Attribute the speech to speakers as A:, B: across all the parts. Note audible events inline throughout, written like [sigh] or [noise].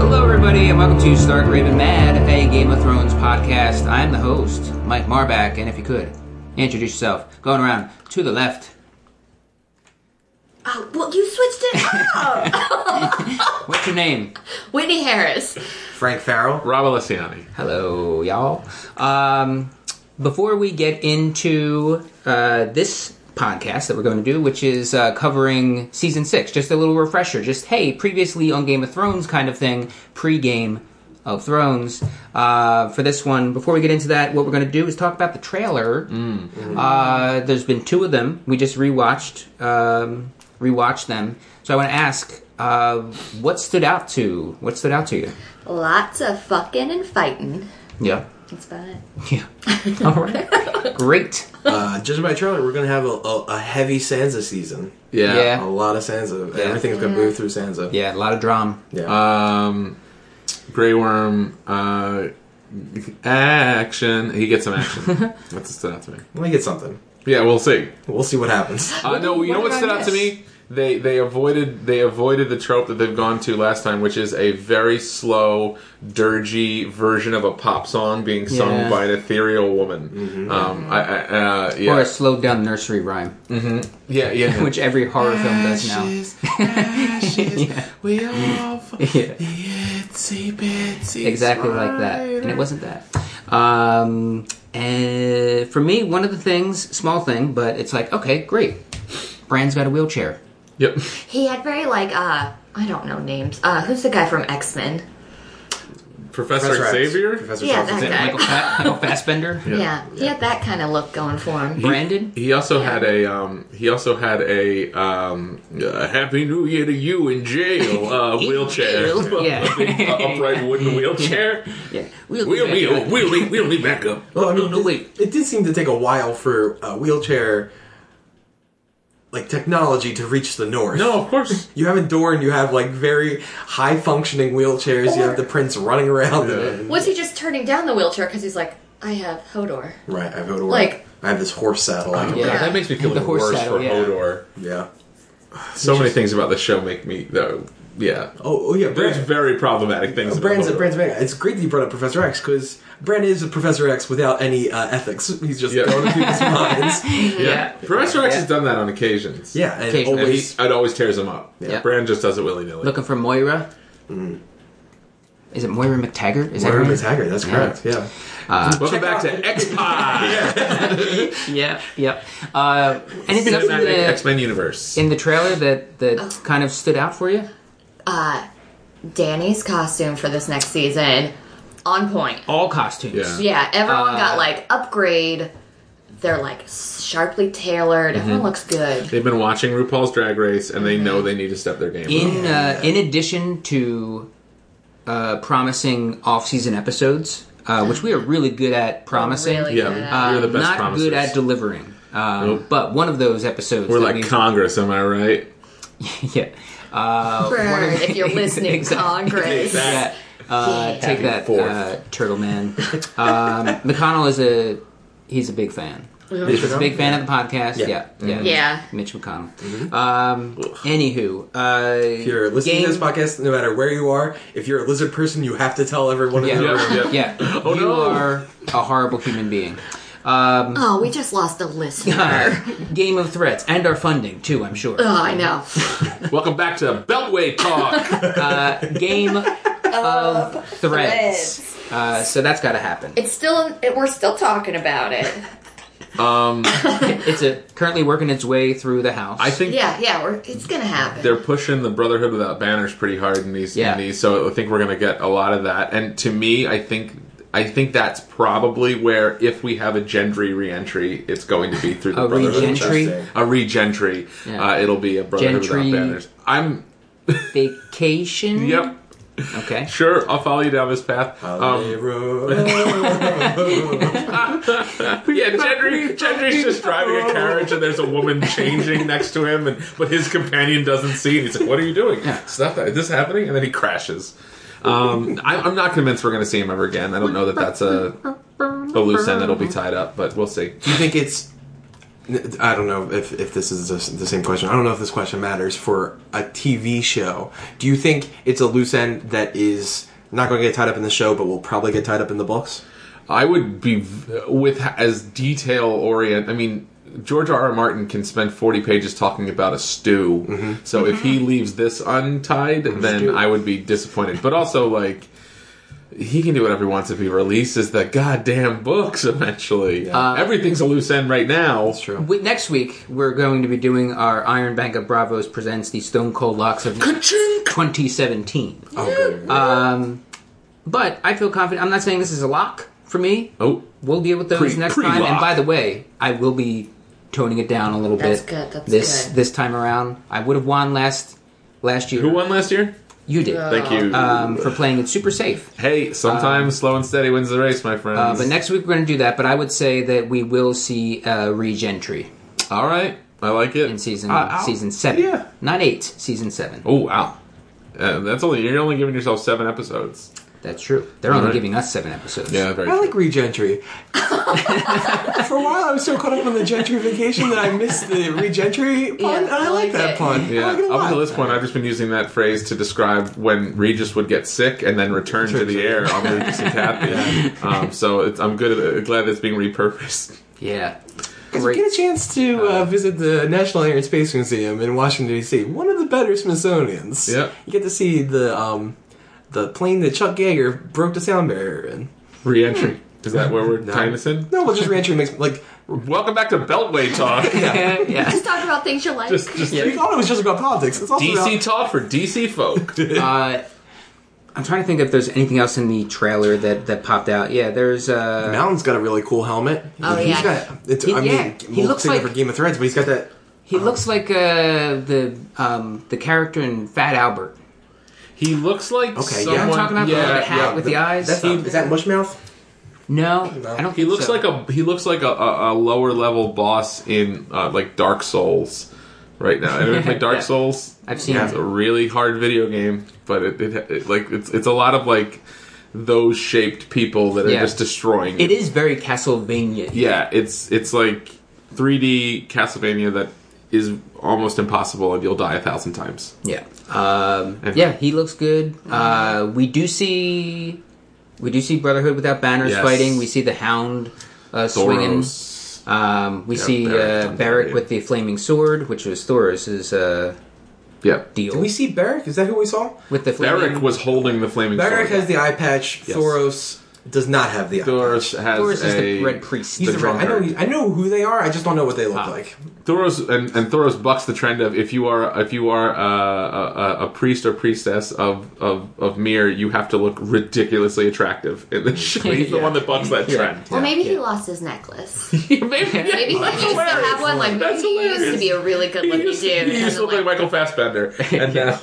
A: everybody, and welcome to Stark Raven Mad, a Game of Thrones podcast. I'm the host, Mike Marback, and if you could, introduce yourself. Going around to the left.
B: Oh, well, you switched it up.
A: What's your name?
B: Whitney Harris.
C: Frank Farrell.
D: Rob Alessiani.
A: Hello, y'all. Um, before we get into uh, this podcast that we're going to do, which is uh, covering season six, just a little refresher, just hey, previously on Game of Thrones kind of thing, pre game of Thrones. Uh, for this one, before we get into that, what we're going to do is talk about the trailer. Uh, there's been two of them. We just rewatched um, rewatched them. So I want to ask, uh, what stood out to what stood out to you?
B: Lots of fucking and fighting.
A: Yeah.
B: That's about it.
A: Yeah. All right. Great.
C: Uh, judging by trailer, we're gonna have a, a, a heavy Sansa season.
A: Yeah.
C: A lot of Sansa. Everything's gonna move through Sansa.
A: Yeah, Uh, a lot of drama.
C: Yeah.
D: Um, Grey Worm. Uh, action. He gets
A: [laughs]
D: some action. That's what stood out to me.
C: Let me get something.
D: Yeah, we'll see.
C: We'll see
D: [laughs]
C: what happens.
D: Uh, no, you know
A: what
D: what
A: did
D: stood
A: I
D: out to
A: miss?
D: me? They they avoided they avoided the trope that they've gone to last time, which is a very slow, dirgy version of a pop song being sung
A: Yeah.
D: by an ethereal woman. Um, I, I, uh, yeah.
A: Or a slowed down nursery rhyme,
D: yeah, yeah,
A: [laughs] which every horror film does now. [laughs]
D: Ashes, ashes, we all
A: Yeah.
D: itsy bitsy
A: Exactly like that. And it wasn't that. Um, and for me, one of the things, small thing, but it's like, okay, great. Bran's got a wheelchair.
D: Yep.
B: He had very, like, uh, I don't know names. Uh, who's the guy from X Men?
D: Professor,
C: X.
D: Xavier.
C: Professor
B: Yeah,
C: Xavier.
A: Is it
B: Okay.
A: Michael, Fa- Michael Fassbender?
B: Yeah. He had that kind of look going for him.
A: Brandon?
D: He also had a um, he also had a um, uh, Happy New Year to you in jail
A: [laughs]
D: uh, wheelchair,
A: jail. Yeah.
D: Uh, [laughs] upright
A: [laughs]
D: wooden wheelchair.
A: Yeah. We'll,
D: We'll be we'll be we'll be back up.
C: Well, I mean,
A: No, no,
C: it-
A: wait.
C: It did seem to take a while for uh, wheelchair like technology to reach the north.
D: No, of course.
C: [laughs] You have a door, and you have like very high functioning wheelchairs. you have the prince running around. in it.
B: Was he just turning down the wheelchair because he's like, I have Hodor?
C: Right. I go to work.
B: Like- oh,
C: I have this horse saddle. I can
A: Yeah.
D: God, that makes me feel
A: The
D: even
A: horse
D: worse
A: saddle,
D: for
A: yeah.
D: Hodor.
C: yeah.
D: So many things about the show make me though. Yeah.
C: Oh, oh yeah.
D: There's
C: Bran-
D: very problematic things. about
C: Brand's
D: Hodor.
C: Brand's Vega. It's great that you brought up Professor X because Brand is a Professor X without any uh, ethics. [laughs] He's just
D: Yeah.
C: going to people's minds.
D: Yeah. Professor X
A: Yeah.
D: has done that on occasions.
C: Yeah, and
A: Occasionally.
D: And he,
C: always
D: it always tears him up.
A: Yeah.
D: Brand just does it willy nilly.
A: Looking for Moira? Is it Moira McTaggart? Is
C: Moira
A: that right?
C: McTaggart. That's correct. Yeah.
D: Welcome back
C: out-
D: to X Pod.
A: Yeah, yep. Uh, anything else in
D: Cinematic X
A: the,
D: Men universe.
A: in the trailer that, that
B: Oh.
A: kind of stood out for you?
B: Uh, Danny's costume for this next season, on point.
A: All costumes.
D: Yeah.
B: Yeah, everyone
A: Uh,
B: got, like, upgrade. They're, like, sharply tailored. Everyone looks good.
D: They've been watching RuPaul's Drag Race and they know they need to step their game up.
A: In uh, in addition to uh, promising off-season episodes, uh, which we are really good at promising,
B: Really
D: Yeah,
B: good at-
D: we're the
A: um,
D: best
A: not
D: promisers.
A: good at delivering. Um,
D: Nope.
A: But one of those episodes,
D: We're
A: that
D: like
A: we-
D: Congress, am I right?
A: [laughs] yeah,
B: Bird, if you're listening,
A: Exactly.
B: Congress.
A: yeah. Uh,
B: Yeah.
A: take
D: Happy
A: that,
D: fourth.
A: uh, Turtle Man. Um, [laughs] McConnell is a he's a big fan.
D: Oh,
A: He's a big fan of the podcast. Yeah, yeah,
B: Yeah.
A: Mitch McConnell.
D: Mm-hmm.
A: Um, anywho, uh,
C: If you're listening
A: game-
C: to this podcast, no matter where you are, if you're a lizard person, you have to tell everyone in the room.
A: Yeah,
D: Yeah.
A: yeah.
D: Oh,
A: you
D: no.
A: are a horrible human being. Uh,
B: Oh, we just lost a
D: [laughs]
B: listener.
A: Game of threats and our funding too. I'm sure.
B: Oh, I know.
D: Welcome back to Beltway Talk.
A: Uh, Game of threats. Uh, so that's got to happen.
B: It's still, it, we're still talking about it.
A: It's a, currently working its way through the house.
D: Um, I
B: [laughs]
D: think
B: Yeah, yeah, we're, it's gonna happen.
D: they're pushing the Brotherhood without banners pretty hard in these,
A: Yeah.
D: in these, so I think we're gonna get a lot of that. And to me, I think I think that's probably where if we have a gentry reentry, it's going to be through the
A: a
D: Brotherhood.
A: regentry
C: Interesting.
D: A regentry.
A: Yeah.
D: Uh, it'll be a Brotherhood
A: Gentry.
D: without banners. I'm
A: vacation.
D: yep.
A: Okay.
D: Sure, I'll follow you down this path. Um, [laughs] Yeah, Gendry, Gendry's just driving a carriage and there's a woman changing next to him, and but his companion doesn't see, and he's like, "What are you doing? It's not that. Is this happening?" And then he crashes. Um, I, I'm not convinced we're going to see him ever again. I don't know that that's a, a loose end that'll be tied up, but we'll see.
C: [laughs] Do you think it's? I don't know if, if this is the the same question. I don't know if this question matters for a TV show. Do you think it's a loose end that is Not going to get tied up in the show, but we'll probably get tied up in the books.
D: I would be v- with h- as detail orient. I mean, George R. R. Martin can spend forty pages talking about a stew. So if
A: Mm-hmm.
D: he leaves this untied, then I would be disappointed. But also, like, he can do whatever he wants if he releases the goddamn books eventually.
A: Uh,
D: Everything's a loose end right now. That's
C: true.
A: We, next week, we're going to be doing our Iron Bank of Bravos presents the Stone Cold Locks of 2017.
C: Oh, good.
D: Uh,
A: But I feel confident. I'm not saying this is a lock for me.
D: Oh,
A: We'll deal with those
D: Pre-
A: next
D: pre-lock.
A: time. And by the way, I will be toning it down a little
B: That's
A: bit.
B: good, that's
A: this
B: good.
A: this time around, I would have won last last year.
D: who won last year?
A: You did.
D: Thank you.
A: Um, for playing it super safe.
D: hey, sometimes slow and steady wins the race, my friends.
A: Uh, but next week we're going to do that. But I would say that we will see uh, re-gentry
D: all right, I like it. Uh,
A: in season
D: I- I'll-
A: season seven,
D: Yeah.
A: not eight, season seven.
D: Oh wow, uh, that's only you're only giving yourself seven episodes.
A: That's true. They're only
D: right.
A: giving us seven episodes.
D: Yeah, very.
C: I
D: true.
C: like regentry. [laughs] For a while, I was so caught up on the gentrification that I missed the regentry pun.
B: Yeah,
C: and I,
B: I
C: like
B: like
C: that
B: it.
C: pun.
D: Yeah,
C: I like it a
D: up
C: lot.
D: until this point, I've just been using that phrase to describe when Regis would get sick and then return to the air on Regis and Kathy. Um, so it's, I'm good. At, glad it's being repurposed.
A: Yeah.
C: If you get a chance to uh, visit the National Air and Space Museum in Washington D.C., one of the better Smithsonian's.
D: Yeah.
C: you get to see the um, the plane that Chuck Yeager broke the sound barrier in.
D: Reentry is that where we're tying this in?
C: No, well, just rancher makes like
D: Welcome back to Beltway Talk.
A: yeah. yeah.
B: Just talk about things you like.
D: Just, just
C: we thought it was just about politics. It's also
D: DC
C: about
D: talk for DC folk.
A: Uh, I'm trying to think if there's anything else in the trailer that, that popped out. Yeah, there's uh,
C: Mountain's got a really cool helmet.
B: Oh,
C: he's
B: yeah.
C: got. It's,
A: He-
C: I mean,
A: yeah,
C: we'll
A: he looks
C: save it
A: like-
C: for Game of Threads, but he's got that.
A: he
D: Uh-huh.
A: looks like uh, the um, the character in Fat Albert.
D: He looks like
C: Okay, yeah.
D: someone.
A: I'm talking about the, the hat
D: yeah.
A: with the, eyes.
C: That's
A: He-
C: not, is that Mushmouth?
A: no, I don't.
D: He
A: think
D: looks
A: so.
D: like a he looks like a, a, a lower level boss in uh, like Dark Souls right now.
A: [laughs]
D: Everyone play Dark
A: Yeah.
D: Souls.
A: I've seen
D: Yeah,
A: it.
D: it's a really hard video game, but it, it, it like it's it's a lot of like those shaped people that are
A: Yeah.
D: just destroying.
A: It is very Castlevania.
D: Yeah, it's it's like 3D Castlevania that is almost impossible, and you'll die a thousand times.
A: Yeah. Um, yeah, he looks good. Uh, we do see we do see Brotherhood without banners
D: Yes.
A: fighting. We see the Hound uh, swinging.
D: Thoros.
A: Um, we see
D: Barrack
A: uh,
D: comes
A: Barrack
D: out,
A: with the flaming sword, which was Thoris's uh,
D: Yeah,
A: deal.
C: Did we see Barrick? Is that who we saw?
A: with the flaming, [laughs]
D: Barrick was holding the flaming
C: Barrick
D: sword.
C: has the eye patch.
D: Yes.
C: Thoros does not have the eye patch.
D: Thoros has
A: Thoris
D: a
A: is the red priest.
C: He's
D: the Ah.
C: a red- I know.
D: drunkard.
C: he- I know who they are. I just don't know what they look like.
D: Thoros and, and Thoros bucks the trend of if you are if you are uh, a, a, a priest or priestess of of of Mir, you have to look ridiculously attractive in
A: [laughs]
D: this show. He's the
A: Yeah.
D: one that bucks that
A: Yeah.
D: trend.
B: well, maybe he lost his
D: [laughs]
B: necklace.
D: maybe [laughs]
B: Maybe he used to have one. Like maybe
D: That's
B: he used to
D: hilarious.
B: be a really
D: He
B: good-looking
D: used,
B: dude. and
D: he used to
B: then,
D: look
B: like,
D: like Michael Fassbender,
A: [laughs]
D: and now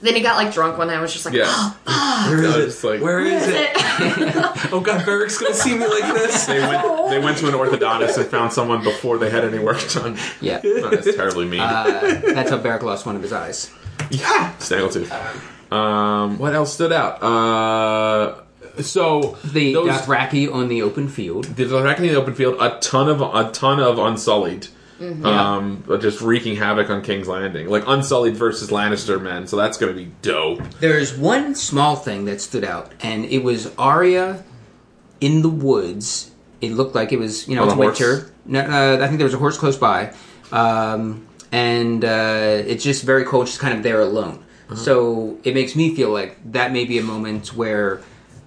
B: then he got like drunk one night. and Was just like,
D: [laughs] yeah,
B: oh,
C: Where
D: No,
C: is
D: it's
C: it?
D: like-
C: Where is it?
B: it? [laughs]
C: Oh God, Beric's gonna see me like
D: [laughs]
C: this.
D: they went they went to an orthodontist and found someone before they had any work done.
A: yeah.
D: Oh, that's terribly mean.
A: Uh, that's how Barrack lost one of his eyes.
C: Yeah.
D: Snaggletooth. Um, what else stood out? Uh, so
A: The
D: those-
A: Dothraki on the open field.
D: the Dothraki in the open field, a ton of a ton of Unsullied,
A: Mm-hmm.
D: um, but just wreaking havoc on King's Landing, like Unsullied versus Lannister men. So that's gonna be dope.
A: There's one small thing that stood out, and it was Arya in the woods. It looked like it was, you know,
D: On
A: it's
D: a horse?
A: winter. No, uh, I think there was a horse close by, um, and uh, it's just very cold. She's kind of there alone,
D: Uh-huh.
A: so it makes me feel like that may be a moment where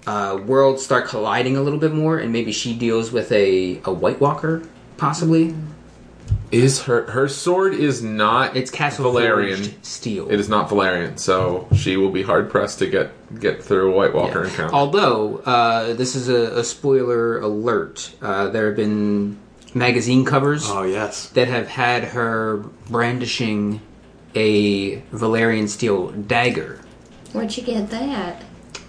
A: uh, worlds start colliding a little bit more, and maybe she deals with a a White Walker, possibly.
D: Mm-hmm. Is her her sword is not
A: It's Castle
D: Valerian.
A: Forged steel.
D: It is not Valerian, so she will be hard pressed to get get through a White Walker encounter.
A: Although uh, this is a, a spoiler alert, uh, there have been magazine covers
D: Uh,
C: Oh yes.
A: that have had her brandishing a Valerian steel dagger.
B: Where'd you get that?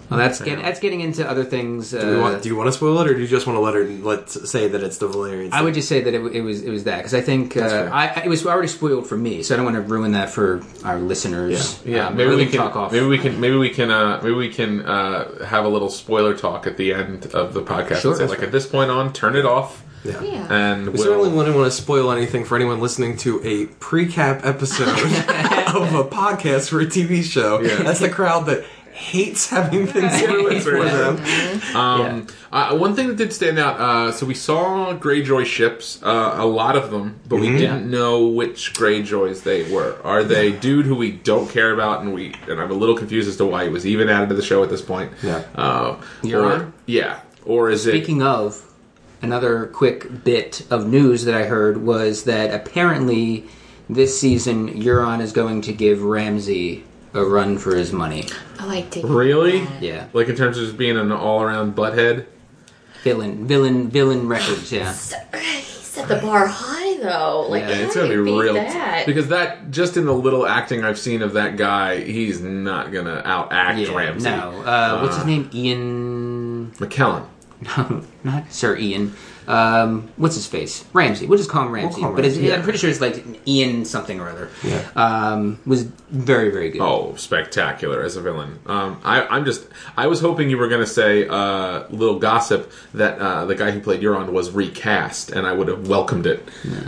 A: Well, that's get, that's getting into other things. Uh,
C: Do, you want, do you want to spoil it, or do you just want to let her let say that it's the Valerian?
A: I would just say that it, w- it was it was that because I think uh,
C: fair.
A: I, I- it was already spoiled for me, so I don't want to ruin that for our listeners.
D: Yeah,
A: Um,
D: maybe
A: or
D: we
A: can
D: can.
A: talk off.
D: Maybe we can. Maybe we can. Uh, maybe we can uh, have a little spoiler talk at the end of the podcast.
A: Sure.
D: and say, like at this point on, turn it off,
C: Yeah.
B: Yeah.
D: and
C: We
D: we'll-
C: certainly wouldn't want to spoil anything for anyone listening to a [laughs] pre-cap episode of a podcast for a TV show.
D: Yeah.
C: That's the crowd that hates having things
D: [laughs]
C: ruined for them.
D: Um, uh, one thing that did stand out. Uh, so we saw Greyjoy ships, uh, a lot of them, but we didn't know which Greyjoys they were. Are they dude who we don't care about, and we and I'm a little confused as to why he was even added to the show at this point.
C: Yeah.
D: Uh,
A: You're
D: or-
A: on.
D: yeah. Or is it?
A: Speaking of, another quick bit of news that I heard was that apparently this season Euron is going to give Ramsey a run for his money.
B: Oh, I did.
D: Really?
A: Yeah.
D: Like in terms of just being an all-around butthead.
A: Villain villain villain records, yeah.
B: He set the bar high though. Like,
A: Yeah,
B: yeah,
D: It's gonna be real
B: That?
D: because that just in the little acting I've seen of that guy, he's not gonna out act
A: Yeah,
D: Ramsey.
A: No. Uh, what's his name? Ian [laughs]
D: McKellen.
A: No, not Sir Ian. Um, what's his face? Ramsey. We'll just call him Ramsey.
C: call him
A: but it's,
C: Ramsay,
A: I'm pretty sure it's like Ian something or other.
C: Yeah.
A: Um, was very, very good.
D: Oh, spectacular as a villain. Um, I, I'm just. I was hoping you were going to say uh, little gossip that uh, the guy who played Euron was recast, and I would have welcomed it.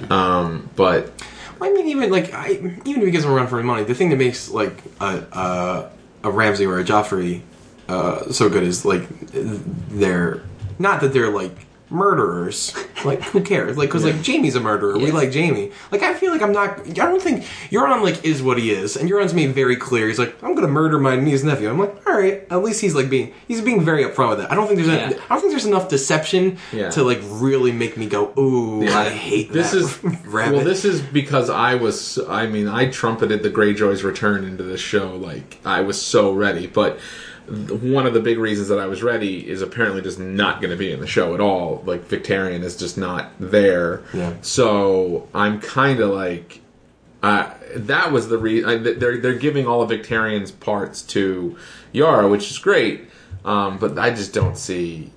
D: Um, but
C: Well, I mean, even like I, even if he gives him a run for his money, the thing that makes like a a, a Ramsey or a Joffrey uh, so good is like they're not that they're like murderers. Like who cares? Like because like Jamie's a murderer. We
A: Yeah.
C: like Jamie. Like I feel like I'm not. I don't think Euron like is what he is, and Euron's made very clear. He's like I'm gonna murder my niece nephew. I'm like all right. At least he's like being he's being very upfront with it. I don't think there's
A: Yeah.
C: a, I don't think there's enough deception
D: Yeah.
C: to like really make me go ooh I hate
D: this
C: that
D: is
C: [laughs] rabbit.
D: well this is because i was i mean i trumpeted the greyjoy's return into this show like i was so ready but th- one of the big reasons that i was ready is apparently just not going to be in the show at all like victorian is just not there
C: Yeah.
D: so i'm kind of like uh, that was the reason they're they're giving all of Victarian's parts to Yara, which is great. Um, but I just don't see.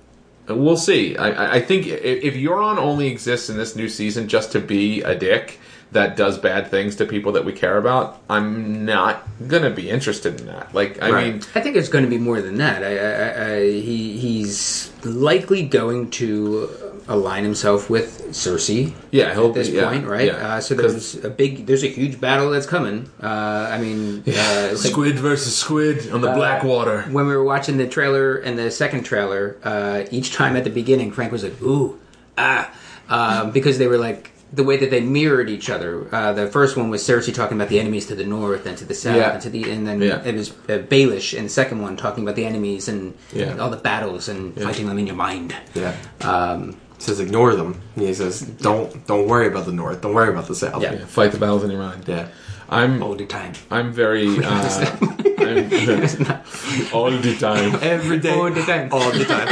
D: We'll see. I, I- I think i- if Euron only exists in this new season just to be a dick that does bad things to people that we care about, I'm not gonna be interested in that. Like, I
C: Right.
D: mean,
A: I think there's going to be more than that. I, I, I, I, he, he's likely going to align himself with Cersei.
D: yeah, he'll
A: At this
D: be, yeah,
A: point, right?
D: yeah.
A: Uh, so
D: 'Cause
A: there's a big, there's a huge battle that's coming. Uh, I mean, uh,
D: [laughs]
A: it's like-
D: squid versus squid on the Blackwater.
A: Uh, when we were watching the trailer and the second trailer, uh, each time at the beginning, Frank was like, "Ooh, ah," um, because they were like the way that they mirrored each other. Uh, the first one was Cersei talking about the enemies to the north and to the south,
D: Yeah.
A: and to the and then
D: Yeah.
A: it was uh, Baelish in the second one talking about the enemies and
D: Yeah.
A: all the battles and fighting them in your mind.
C: Yeah. Um, says ignore them. He says don't don't worry about the north. Don't worry about the south.
A: Yeah.
D: Yeah, [laughs] fight the battles in your mind.
C: Yeah.
D: I'm
A: All the
D: [laughs]
A: time. [laughs]
D: I'm very. Uh, I'm, [laughs] all the
A: [laughs]
D: time.
C: Every day.
A: All the time.
C: All the time.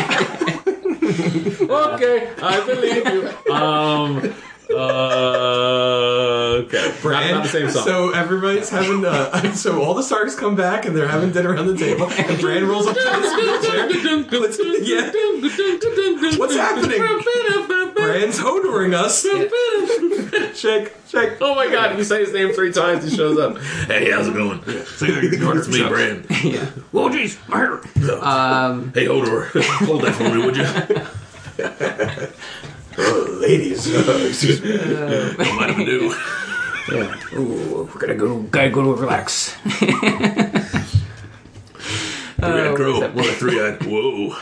D: Okay, I believe you. [laughs] Um. Uh, okay, not, not the same song.
C: So everybody's having uh, [laughs] so all the Starks come back and they're having dinner around the [laughs] table and Bran rolls up to this wheelchair. yeah. What's happening? Bran's honoring us. [laughs] Check, check.
D: Oh my god, if you say his name three times, he shows [laughs] up. Hey, how's it going? See, it's me, Brand.
A: Yeah. Whoa, jeez. Um,
D: Hey, Odor, [laughs] hold that for me, would you? [laughs]
C: Oh, ladies. excuse me.
D: Don't mind if I do. [laughs]
A: ooh, we're gonna go. Gotta go relax.
D: Three-eyed crow, one of three-eyed. [laughs] Whoa.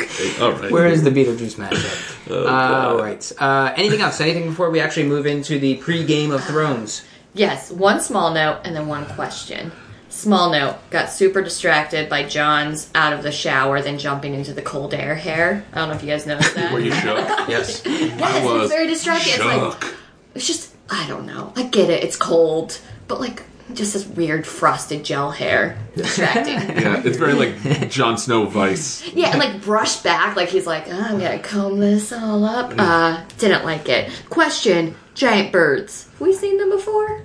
D: okay, all right.
A: Where is the Beetlejuice
D: [laughs]
A: matchup?
D: Oh,
A: All right. Uh, anything else? Anything before we actually move into the pre-Game of Thrones?
B: Yes, one small note and then one question. Small note, got super distracted by John's out of the shower, then jumping into the cold air hair. I don't know if you guys noticed that.
D: Were you shook?
A: Yes.
B: yes, it's
E: uh,
D: was
B: very distracting. It's
D: shook.
B: like it's just I don't know. I get it, it's cold, but like just this weird frosted gel hair.
E: [laughs]
B: Distracting.
D: Yeah, it's very like Jon Snow Vice.
B: yeah, and like brushed back, like he's like, "Oh, I'm gonna comb this all up. Uh didn't like it. Question, giant birds. Have we seen them before?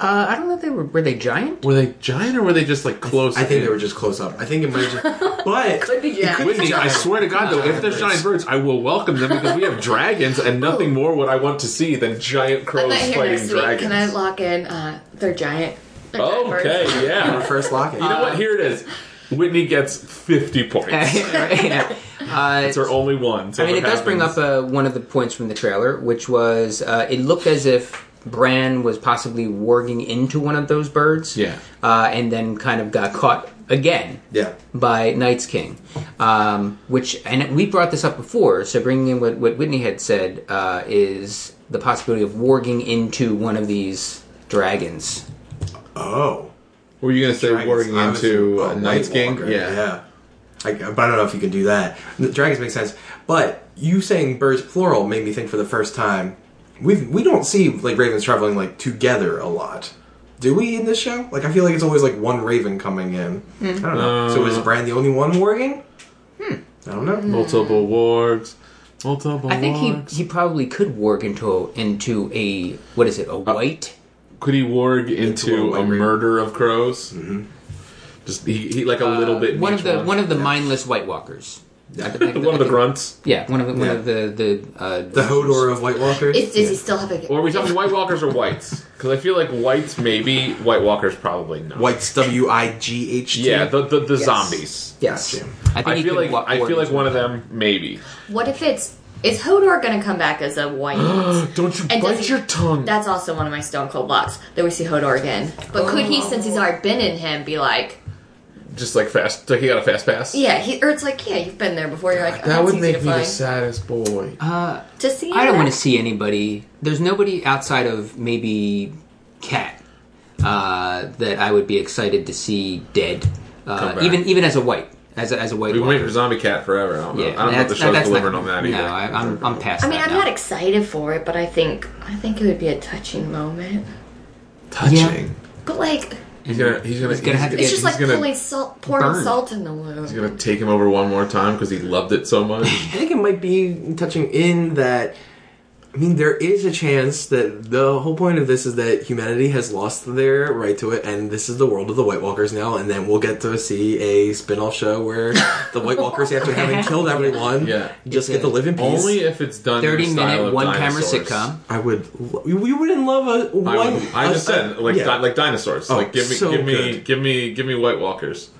A: Uh, I don't know if they were. Were they giant? [laughs]
D: Were they giant or were they just like close?
C: I think
D: in?
C: they were just close up. I think it might have [laughs] just But
B: be giant.
D: Whitney, I swear to God, though, if
C: Giant
D: there's
C: birds.
D: giant birds, I will welcome them because we have dragons, and nothing more would I want to see than giant
B: I'm
D: crows
B: not here
D: fighting
B: next week.
D: dragons.
B: Can I lock in? Uh, they're giant. They're giant birds.
D: okay, yeah.
C: first locket.
D: You know [laughs] what? Here it is. Whitney gets 50
C: [laughs]
D: points.
A: Yeah. Uh,
D: It's her only one. So
A: I mean,
D: if
A: it does bring up
D: happens-
A: uh, one of the points from the trailer, which was uh, it looked as if Bran was possibly warging into one of those birds.
D: Yeah.
A: Uh, and then kind of got caught again
C: Yeah.
A: by Knight's King, um, which and we brought this up before. So bringing in what, what Whitney had said uh, is the possibility of warging into one of these dragons.
C: Oh.
D: Were you going to say
C: Dragons.
D: warring
C: I was-
D: into
C: oh,
D: uh, Night's King?
C: Nightwalker. yeah. I, but I don't know if you can do that. The dragons make sense, but you saying birds plural made me think for the first time. We we don't see like ravens traveling like together a lot, do we in this show? Like I feel like it's always like one raven coming in. I don't know. so
D: Uh.
C: is Bran the only one warging? Hmm. I don't know.
D: Multiple wargs. Multiple.
A: I think
D: wargs.
A: he he probably could warg into a, into a what is it a white.
D: could he warg into
C: a
D: a
C: white raven.
D: murder of crows. Just he, he like a little bit. in
A: Uh, one of
D: each
A: the one of the mindless White Walkers. I
D: [laughs]
A: think-
D: one of the grunts.
A: Yeah, one of the, one
C: Yeah.
A: of the the uh,
C: The Hodor of White Walkers.
B: Is, does he still have a?
D: Or are we talking White Walkers or Whites? Because I feel like Whites maybe, White Walkers probably not.
C: White's W I G H T.
D: Yeah, the the, the
B: Yes.
D: zombies.
A: Yes,
C: Gotcha.
A: I,
D: I
A: he
D: feel
A: could
D: like
A: wa-
D: I
A: warg
D: feel like
A: into
D: one of them maybe.
B: What if it's is Hodor going to come back as a
D: [gasps]
B: white?
D: [gasps] Don't you
B: And does
D: bite
B: he-
D: your tongue?
B: That's also one of my Stone Cold blocks that we see Hodor again. But could he, since he's already been in him, be like,
D: Just like fast, like he got a fast pass.
B: yeah, he, or it's like, yeah, you've been there before. You're like, oh,
D: That would make
B: to
D: me the
B: find.
D: saddest boy.
A: Uh,
B: to see.
A: I don't
B: that.
A: want to see anybody. There's nobody outside of maybe Cat uh, that I would be excited to see dead.
D: Come
A: Uh,
D: back.
A: even even as a white, as a, as a white.
D: We've been
A: walker.
D: waiting for Zombie Cat forever. I don't know.
A: yeah,
D: I don't know if the
A: that's- that-
D: show's
A: that's
D: delivering
A: not-
D: on that either.
A: No, I, I'm I'm past.
B: I mean,
A: that
B: I'm
A: now.
B: not excited for it, but I think I think it would be a touching moment.
D: Touching.
B: But like,
D: He's gonna. He's gonna. He's
A: gonna have to
B: it's
A: Yeah,
B: just like
D: gonna,
B: pulling salt, pouring
A: burn.
B: salt in the wound.
D: He's gonna take him over one more time because he loved it so much.
C: I think it might be touching in that. I mean, there is a chance that the whole point of this is that humanity has lost their right to it, and this is the world of the White Walkers now. And then we'll get to see a spin-off show where the White Walkers, after having killed everyone,
D: Yeah.
C: just get to live in peace.
D: Only if it's done. in the
A: Thirty
D: style
A: minute
D: of
A: one camera
D: dinosaurs.
A: sitcom.
C: I would. Lo- we wouldn't love a one.
D: I, would, I
C: a-
D: just said like
C: yeah.
D: di- like dinosaurs.
C: Oh,
D: like give me
C: so
D: give me
C: good.
D: give me give me White Walkers.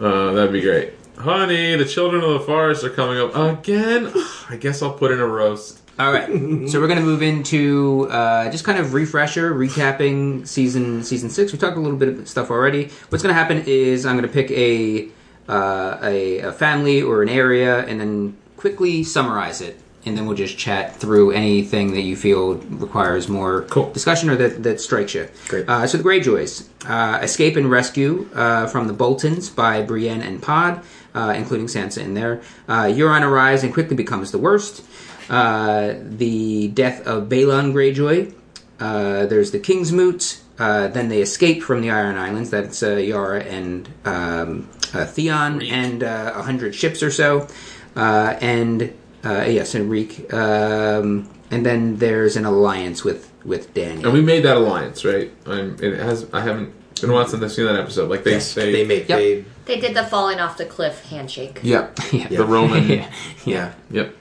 D: Uh, that'd be great, honey. The children of the forest are coming up again. [sighs] I guess I'll put in a roast.
A: All right, so we're going to move into uh, just kind of refresher, recapping season season six. We talked a little bit of stuff already. What's going to happen is I'm going to pick a, uh, a a family or an area, and then quickly summarize it, and then we'll just chat through anything that you feel requires more
D: Cool.
A: discussion or that that strikes you.
C: Great.
A: Uh, so the Greyjoys uh, escape and rescue uh, from the Boltons by Brienne and Pod, uh, including Sansa in there. Uh, Euron arrives and quickly becomes the worst. Uh, the death of Balon Greyjoy. Uh, there's the King's Moot. Uh, then they escape from the Iron Islands. That's uh, Yara and um, uh, Theon and uh, a hundred ships or so. Uh, and uh, yes, and Reek. Um, and then there's an alliance with with Danny.
D: And we made that alliance, right? I'm, it has. I haven't been a while since I've seen that episode. Like they
C: Yes,
D: they,
C: they make
A: Yep.
C: they
B: They did the falling off the cliff handshake.
D: Yeah,
A: [laughs] Yeah.
D: the Roman.
A: yeah.
C: yeah.
D: Yep.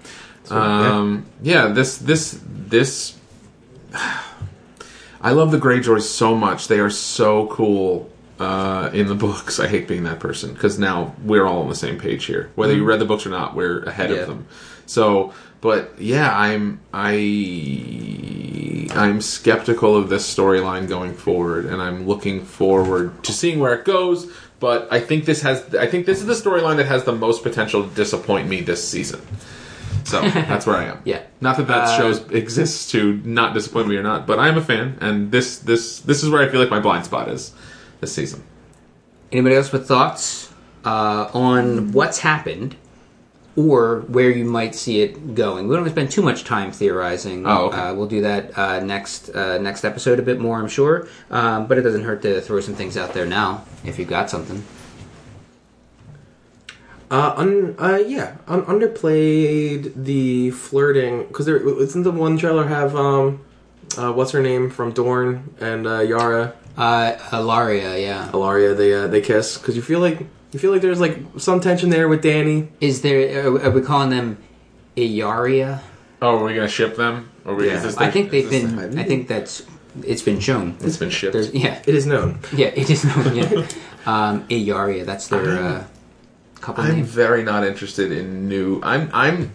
D: Um, yeah. This this this. [sighs] I love the Greyjoys so much. They are so cool uh, in the [laughs] books. I hate being that person because now we're all on the same page here, whether you read the books or not. We're ahead
A: Yeah.
D: of them. So, but yeah, I'm I I'm skeptical of this storyline going forward, and I'm looking forward to seeing where it goes. But I think this has I think this is the storyline that has the most potential to disappoint me this season.
A: [laughs]
D: So that's where I am.
A: Yeah.
D: Not that that
A: Uh,
D: shows exists to not disappoint me or not, but I'm a fan, and this this this is where I feel like my blind spot is this season.
A: Anybody else with thoughts uh, on what's happened or where you might see it going? We don't spend too much time theorizing.
D: Oh, okay.
A: uh, we'll do that uh, next uh, next episode a bit more, I'm sure. Um, but it doesn't hurt to throw some things out there now if you've got something.
C: Uh, un, uh, yeah, un, underplayed the flirting because there isn't the one trailer have um, uh, what's her name from Dorn and uh, Yara
A: Uh, Alaria, yeah.
C: Alaria they uh, they kiss because you feel like you feel like there's like some tension there with Danny.
A: Is there? Are, are we calling them Iaria?
D: Oh, are we gonna ship them? Or we,
C: Yeah.
D: is this
A: I
D: the-
A: think they've
D: is this
A: been.
C: the-
A: I think that's. It's been shown.
D: the- it's been shipped.
A: There's, yeah.
C: It is known.
A: Yeah, it is known.
D: [laughs]
A: Yeah, um, Iaria. That's their uh, couple
D: I'm
A: name.
D: very not interested in new. I'm I'm.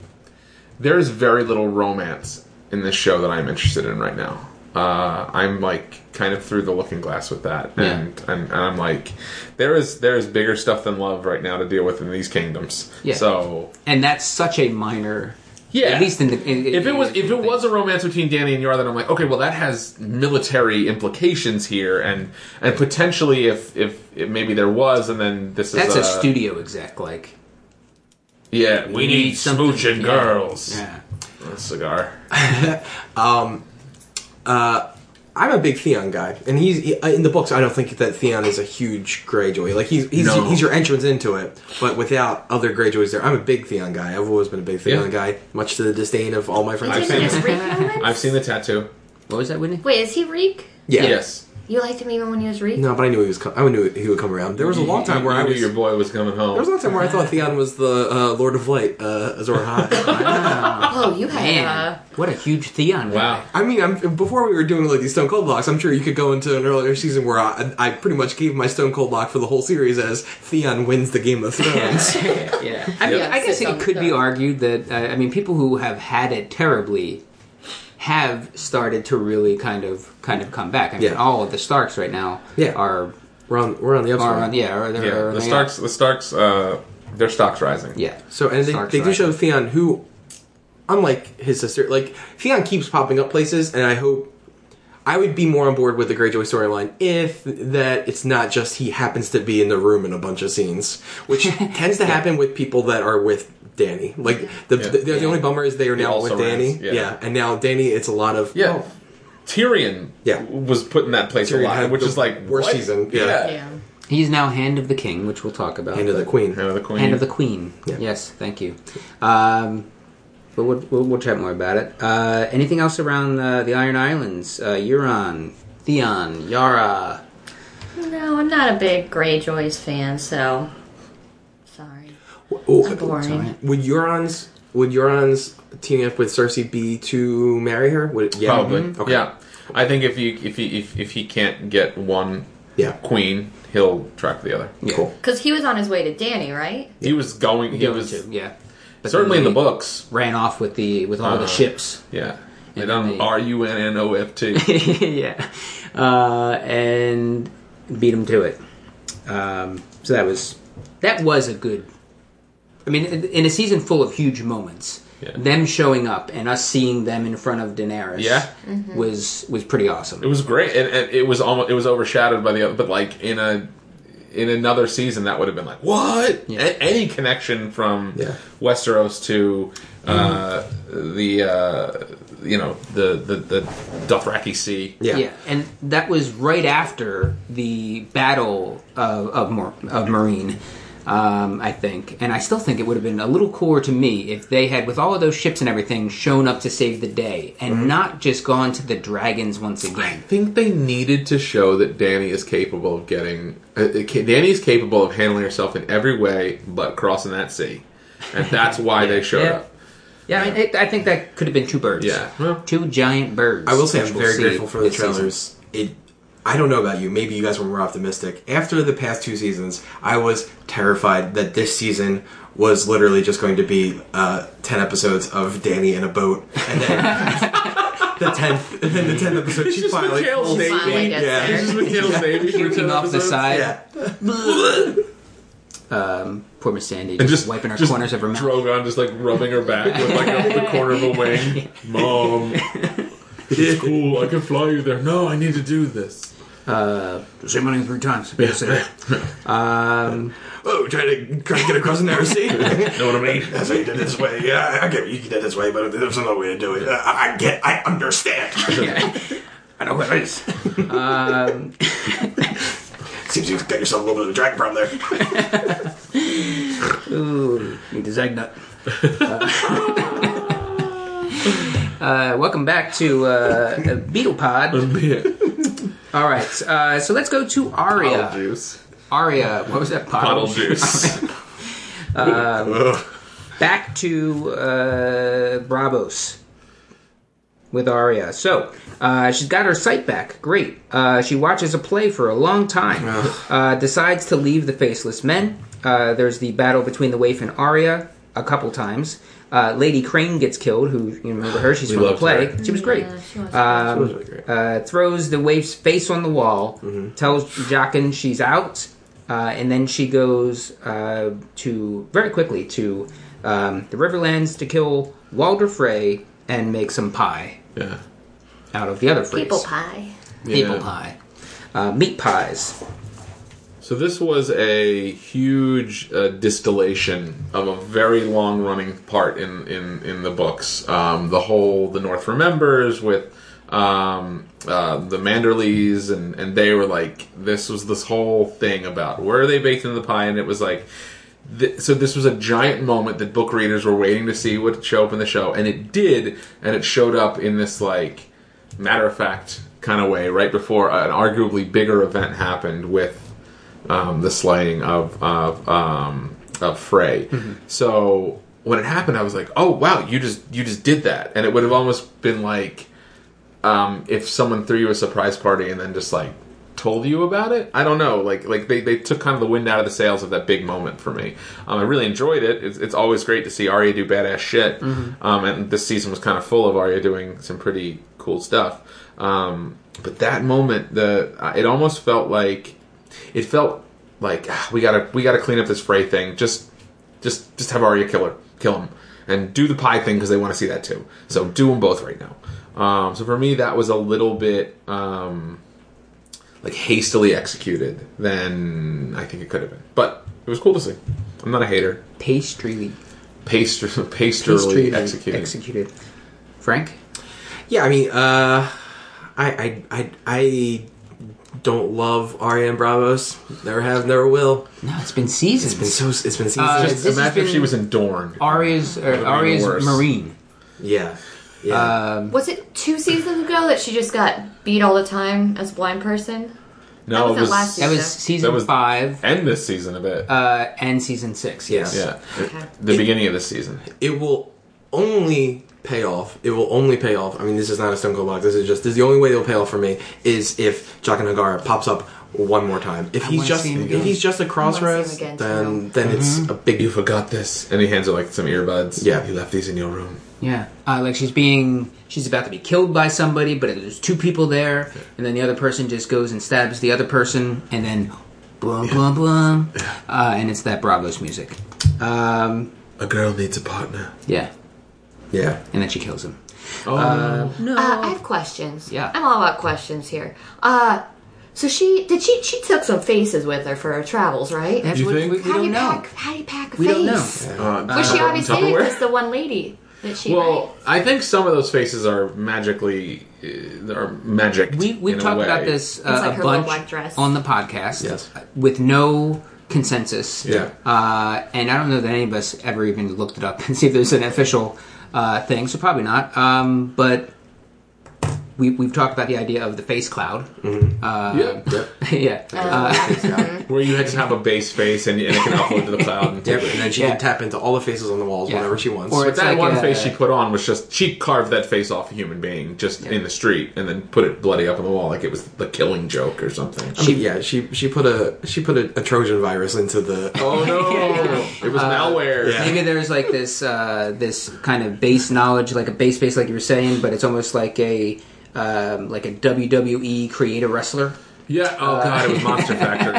D: There is very little romance in this show that I'm interested in right now. uh, I'm like kind of through the looking glass with that, and, and and I'm like, there is there is bigger stuff than love right now to deal with in these kingdoms.
A: Yeah.
D: So
A: and that's such a minor.
D: Yeah.
A: at least in the in,
D: if it was
A: in-
D: if it was a romance between Danny and Yar, then I'm like, okay, well that has military implications here, and and potentially if if, if maybe there was, and then this
A: that's
D: is
A: a studio exec like
D: Yeah, we
A: need
D: need
A: something-
D: smooching
A: yeah.
D: girls.
A: yeah.
D: A cigar.
C: I'm a big Theon guy, and he's he, uh, in the books. I don't think that Theon is a huge Greyjoy. Like he's he's,
D: No.
C: he's your entrance into it, but without other Greyjoys there, I'm a big Theon guy. I've always been a big
D: Yeah.
C: Theon guy, much to the disdain of all my friends.
D: I've
C: and
B: Didn't
D: seen
B: he
C: family.
B: just reek [laughs] moments?
D: I've seen the tattoo.
A: What was that, Whitney?
B: Wait, is he reek?
C: yeah.
D: Yes.
B: You liked him even when he was reek?
C: No, but I knew he was. Com- I knew he would come around. There was a long time where
D: You
C: I
D: knew
C: was.
D: your
C: There
D: boy was coming home.
C: was a long time where I thought Theon was the uh, Lord of Light, uh,
D: [laughs]
C: Azor Ahai.
B: Oh, you had.
A: Man,
B: Uh,
A: what a huge Theon! [laughs]
D: wow.
C: I mean, I'm, before we were doing like these Stone Cold blocks, I'm sure you could go into an earlier season where I, I pretty much gave my Stone Cold block for the whole series as Theon wins
D: [laughs]
C: the Game of Thrones.
A: yeah. I mean,
B: Yeah.
A: I guess
B: Sit
A: it
B: on
A: could be
B: the-
A: argued that uh, I mean, people who have had it terribly have started to really kind of kind of come back. I mean,
C: Yeah.
A: all of the Starks right now
C: Yeah.
A: are
C: we're on we're on the
A: are
C: upswing.
A: on, yeah, are, they're,
D: Yeah.
A: are
D: The
A: they-
D: Starks the Starks uh their stock's rising.
A: yeah.
C: So and they,
A: Stark's
C: they do
A: right.
C: show Theon who, unlike his sister, like Theon keeps popping up places, and I hope I would be more on board with the Greyjoy storyline if that it's not just he happens to be in the room in a bunch of scenes, which tends to happen with people that are with Danny. Like the
D: Yeah.
C: the, the only bummer is they are now
D: also
C: with Danny,
D: runs, yeah.
C: yeah. and now Danny, it's a lot of
D: Yeah.
C: oh,
D: Tyrion
C: Yeah.
D: was put in that place
C: Tyrion
D: a lot,
C: had
D: which
C: the
D: is like
C: worst
D: what?
C: season, yeah.
B: yeah.
A: He is now Hand of the King, which we'll talk about.
C: and of the Queen.
D: Hand of the Queen.
A: Hand of the Queen.
C: Yeah.
A: Yes, thank you. Um, but we'll, we'll, we'll chat more about it. Uh, anything else around uh, the Iron Islands? Uh, Euron, Theon, Yara.
B: No, I'm not a big Greyjoys fan, so. Sorry.
C: Oh,
B: I'm boring.
C: would Euron's would Euron's teaming up with Cersei be to marry her? Would it, yeah, Mm-hmm.
D: Probably.
C: Okay.
D: Yeah. I think if you if he if, if he can't get one
C: yeah.
D: queen, he'll track the other.
C: Cool.
B: Because he was on his way to Danny, right?
D: He was going he
A: Yeah,
D: was
A: yeah. But
D: certainly in
A: then
D: the
A: they
D: books.
A: Ran off with the with all the
D: Uh-huh.
A: ships.
D: Yeah.
A: And then
D: And on
A: they-
D: R U N N O F T.
A: [laughs] yeah, uh, and beat him to it. Um, so that was that was a good. I mean, in in a season full of huge moments,
D: Yeah.
A: them showing up and us seeing them in front of Daenerys,
D: Yeah.
A: was was pretty awesome.
D: It was great, and, and it was almost it was overshadowed by the other. But like in a in another season, that would have been like what
A: Yeah.
D: A- any connection from
C: Yeah.
D: Westeros to uh, the uh, you know the, the the Dothraki Sea.
C: Yeah.
A: yeah, and that was right after the battle of of, Mor- of Marine, um, I think. And I still think it would have been a little cooler to me if they had, with all of those ships and everything, shown up to save the day and
C: Mm-hmm.
A: not just gone to the dragons once
D: I
A: again.
D: think they needed to show that Danny is capable of getting. Uh, uh, ca- Danny is capable of handling herself in every way, but crossing that sea, and that's why they showed
A: Yeah.
D: up.
A: Yeah, I, mean, it, I think that could have been two birds.
D: Yeah. Well-
A: two giant birds.
C: I will say I'm
A: which we'll
C: very
A: see
C: grateful for the
A: this season.
C: trailers. It. I don't know about you. Maybe you guys were more optimistic. After the past two seasons, I was terrified that this season was literally just going to be uh, ten episodes of Danny in a boat, and then [laughs] the tenth, [laughs] and then the tenth episode she finally.
D: Mikhail's
B: Finally
D: Navy.
B: gets
C: Yeah.
B: there.
D: It's just Mikhail's Navy for
A: Puking
D: 10
A: off the
D: episodes.
A: side.
C: Yeah,
A: [laughs] Um, Poor Miss Sandy,
D: And
A: just, wiping her
D: just
A: corners of her mouth.
D: Drogon just like rubbing her back with like a, the corner of a wing. Mom, it's cool. I can fly you there. No, I need to do this.
A: Say my name three times. Say it.
C: oh, trying to trying to get across the narrow
D: [laughs]
C: sea.
D: Know what I mean?
C: [laughs] That's how you did it this way. Yeah, I get you did it this way, but there's another way to do it. Uh, I, I get, I [laughs] understand.
A: I know what it is.
C: Um, [laughs] Seems you've got yourself a little bit of a dragon problem there.
A: Ooh, need to zag [laughs] nut. Uh, welcome back to uh, Beetle [laughs] Pod. All right, uh, so let's go to
D: Bottle
A: Aria.
D: juice.
A: Aria, what was that? Bottle,
E: Oh,
D: Bottle juice.
A: Back to uh, Bravos with Aria. So uh, she's got her sight back. Great. Uh, she watches a play for a long time. Uh, decides to leave the Faceless Men. Uh, there's the battle between the Waif and Arya a couple times. Uh, Lady Crane gets killed, who you remember her? She's
D: We
A: from the
D: loved
A: play.
D: her.
A: She was great.
B: she was-
A: Um,
C: She was really great.
A: Uh, throws the waif's face on the wall,
D: Mm-hmm.
A: tells Jockin she's out, uh, and then she goes uh, to very quickly to um, the Riverlands to kill Walder Frey and make some pie
D: Yeah.
A: out of the other Freys.
B: People pie.
A: People
D: Yeah.
A: pie. Uh, meat pies.
D: So this was a huge uh, distillation of a very long-running part in in, in the books. Um, the whole the North remembers with um, uh, the Manderleys, and and they were like this was this whole thing about where they baked in the pie, and it was like. Th- so this was a giant moment that book readers were waiting to see would show up in the show, and it did, and it showed up in this like matter of fact kind of way right before an arguably bigger event happened with um, the slaying of of um, of Frey. So when it happened, I was like, "Oh wow, you just you just did that," and it would have almost been like um, if someone threw you a surprise party and then just like told you about it. I don't know, like like they, they took kind of the wind out of the sails of that big moment for me. Um, I really enjoyed it. It's, it's always great to see Arya do badass shit, um, and this season was kind of full of Arya doing some pretty cool stuff. Um, but that moment, the uh, it almost felt like it felt like "Ah, we gotta we gotta clean up this Frey thing. Just just just have Arya kill her, kill him, and do the pie thing because they want to see that too. So do them both right now. Um, so for me, that was a little bit um, like hastily executed than I think it could have been, but it was cool to see. I'm not a hater.
A: Pastry.
D: [laughs] Paster, pasterly
A: Pastry
D: executed.
A: executed. Frank?
C: Yeah, I mean, uh, I, I, I, I don't love Arya and Bravos. Never have, never will.
A: No, it's been seasons.
C: It's been so. It's been seasons.
A: Uh,
D: Just
A: This has
D: imagine if
A: been-
D: she was in Dorne.
A: Arya's,
D: Would've
A: or,
D: been
A: Arya's
D: worse.
A: Marine.
C: yeah, yeah.
D: Uh,
A: Um,
B: Was it two seasons ago that she just got beat all the time as a blind person?
D: No,
B: That was
D: it
B: the
D: was
B: last
A: that was
B: so-
A: season
D: That was-
A: five
D: end this season a bit.
A: uh, and season six. Yes.
D: yeah,
B: Okay.
D: the beginning of this season.
C: it will only pay off. It will only pay off. I mean, this is not a Stone Cold Lock. This is just this is the only way it'll pay off for me is if Jock and Hagar pops up one more time. If he's
A: wanna
C: just
A: see him
C: if
A: again.
C: he's just a crossroads,
B: again,
C: then
B: too.
C: then
D: Mm-hmm.
C: it's a big.
D: You forgot this, and he hands her like some earbuds.
C: Yeah.
D: you left these in your room.
A: Yeah, uh, like she's being, she's about to be killed by somebody, but there's two people there, and then the other person just goes and stabs the other person, and then, blum blum blum, uh, and it's that Bravos music. Um,
D: A girl needs a partner.
A: yeah,
C: Yeah.
A: and then she kills him.
D: Oh,
A: No,
B: Uh, I have questions.
A: Yeah.
B: I'm all about questions here. Uh, so she did she she took some faces with her for her travels, right?
A: that's
D: You
A: what
D: think?
A: we, we
B: how do
A: don't
B: you
A: know.
B: pack? How do you pack a
A: We
B: face?
A: don't know.
D: Uh,
B: Well, she
D: Tupperware-
B: obviously did
D: Tupperware?
B: because the one lady that she
D: Well,
B: right?
D: I think some of those faces are magically uh, are magic.
A: We we
D: in a
A: talked
D: way.
A: about this uh,
B: It's like
A: a
B: her little
A: bunch
B: black dress.
A: on the podcast,
C: Yes.
A: with no consensus.
D: Yeah.
A: uh, and I don't know that any of us ever even looked it up [laughs] and see if there's an official uh, thing. So probably not. Um, but we we've talked about the idea of the face cloud.
D: yeah.
A: [laughs]
D: Mm-hmm.
A: yeah,
B: Oh.
A: Uh,
D: where you had to have a base face and, and it can upload to the cloud.
A: [laughs]
D: And
C: Yeah, and then she
A: Yeah.
C: can tap into all the faces on the walls
A: Yeah.
C: whenever she wants.
A: Or-
D: But
A: It's
D: that
A: like
D: one
A: a-
D: face she put on was just she carved that face off a human being just in the street and then put it bloody up on the wall like it was the killing joke or something.
C: I mean, yeah, she she put a she put a, a Trojan virus into the.
D: [laughs] oh no, it
A: Uh,
D: was malware.
C: yeah.
A: Maybe there's like this uh, this kind of base knowledge, like a base base, like you were saying, but it's almost like a um, like a WWE creator wrestler.
D: Yeah, Oh god, it was
A: [laughs]
D: Monster Factory.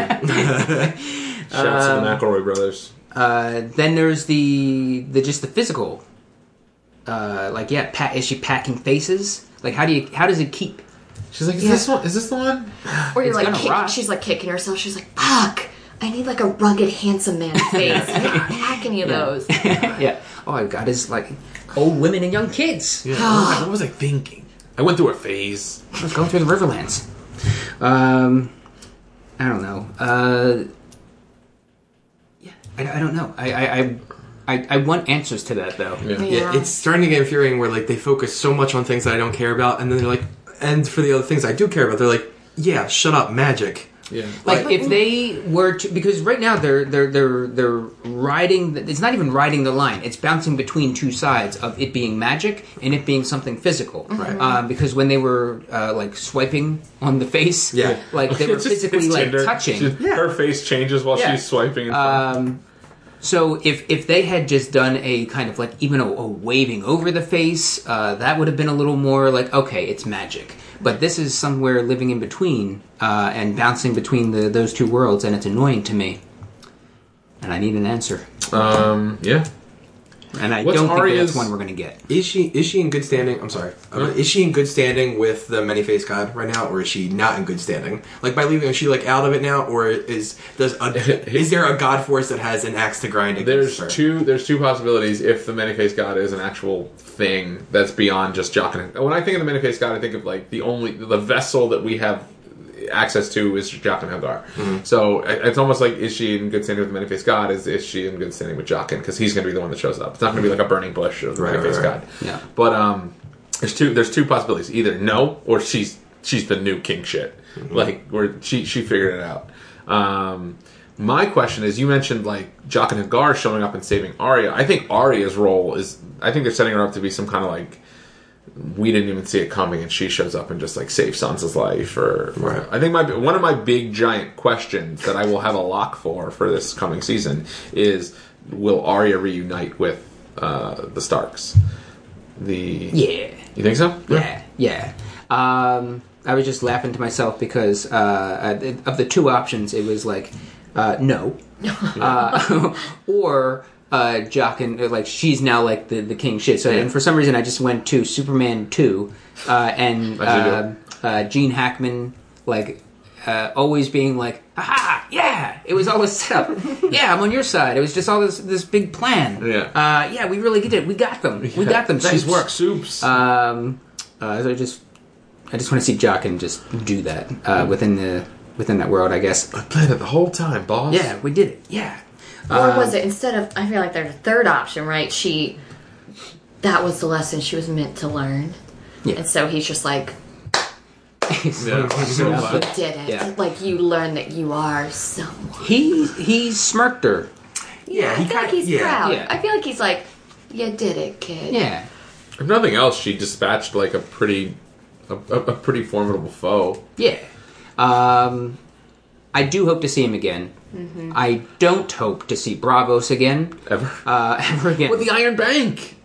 D: Shouts
A: Um,
D: to the McElroy brothers.
A: Uh, then there's the the just the physical, uh, like yeah, pa- is she packing faces? Like how do you how does it keep?
D: She's like, is
B: Yeah.
D: this one? Is this the one?
B: or you're
A: it's
B: like
A: gonna
B: kick,
A: rot.
B: she's like kicking herself. She's like, fuck. I need like a rugged, handsome man face. I didn't pack any of those.
A: yeah, Oh, all I've got is like old women and young kids. [laughs]
D: Yeah, what was I thinking? I went through a phase.
A: Let's go through the Riverlands. Um, I don't know. Uh, yeah, I, I don't know. I I, I I I want answers to that though.
C: Yeah, it's starting to get infuriating where like they focus so much on things that I don't care about, and then they're like, and for the other things I do care about, they're like, yeah, shut up, magic.
D: Yeah.
A: Like if they were to, because right now they're they're they're they're riding. the- It's not even riding the line. It's bouncing between two sides of it being magic and it being something physical. Right. Um, because when they were uh, like swiping on the face,
C: Yeah.
A: like they were
D: [laughs] It's just-
A: physically
D: it's
A: like
D: Tinder.
A: touching.
D: She- Her face changes while
A: Yeah.
D: she's swiping. And stuff.
A: So if if they had just done a kind of like even a, a waving over the face, uh, that would have been a little more like okay, it's magic. But this is somewhere living in between uh, and bouncing between the, those two worlds, and it's annoying to me. And I need an answer,
D: Um, yeah.
A: and I
D: What's
A: don't think
D: Arya's-
A: that's one we're going to get.
C: Is she is she in good standing? I'm sorry. Uh,
D: No.
C: Is she in good standing with the many faced god right now, or is she not in good standing? Like by leaving, is she like out of it now, or is does
D: [laughs]
C: a, is there a god force that has an axe to grind?
D: There's
C: Against [laughs] her?
D: two. There's two possibilities. If the many-faced god is an actual thing that's beyond just Jockin. When I think of the many-faced god, I think of like the only the vessel that we have access to is Jockin Hadar.
C: Mm-hmm.
D: So i- it's almost like is she in good standing with the many-faced god? Is is she in good standing with Jockin? Because he's going to be the one that shows up. It's not going to be like a burning bush of the
C: Right,
D: many-faced
C: right, right.
D: god.
A: Yeah.
D: But um, there's two. There's two possibilities. Either no, or she's she's the new king shit. Like where she she figured it out. Um, my question is, you mentioned like Jock and Hagar showing up and saving Arya. I think Arya's role is. I think they're setting her up to be some kind of like. We didn't even see it coming, and she shows up and just like saves Sansa's life. Or
C: Right.
D: I think my one of my big giant questions that I will have a lock for for this coming season is: Will Arya reunite with uh, the Starks? the
A: Yeah,
D: you think so
A: yeah, yeah. Um, I was just laughing to myself because uh, uh, of the two options, it was like uh,
D: [laughs]
A: no, uh, [laughs] or uh, Jock and uh, like she's now like the the king shit. So and for some reason I just went to Superman two uh, and
D: How'd you
A: uh,
D: do
A: uh, Gene Hackman like uh, always being like aha yeah it was all this setup
D: [laughs]
A: yeah I'm on your side it was just all this this big plan
D: Yeah.
A: uh, yeah we really did it we got them we got them
D: nice
A: Soups.
D: work soups
A: Um, uh, so I just, I just want to see Jock and just do that uh, within the within that world, I guess.
D: I played it the whole time boss
A: Yeah, we did it. [laughs] Yeah,
B: Or was it instead of? I feel like there's a third option, right? She. That was the lesson she was meant to learn.
A: Yeah.
B: And so he's just like,
D: yeah so
B: you
C: uh,
D: glad.
B: did it.
A: Yeah.
B: Like you learned that you are someone.
A: he he smirked her.
C: Yeah, he
B: I feel like
C: kinda-
B: he's
C: yeah.
B: proud.
A: Yeah.
B: I feel like he's like, you did it, kid.
A: Yeah,
D: if nothing else she dispatched like a pretty a, a, a pretty formidable foe
A: yeah. Um, I do hope to see him again. I don't hope to see Bravos again
D: ever
A: uh, [laughs] ever again.
D: with the Iron Bank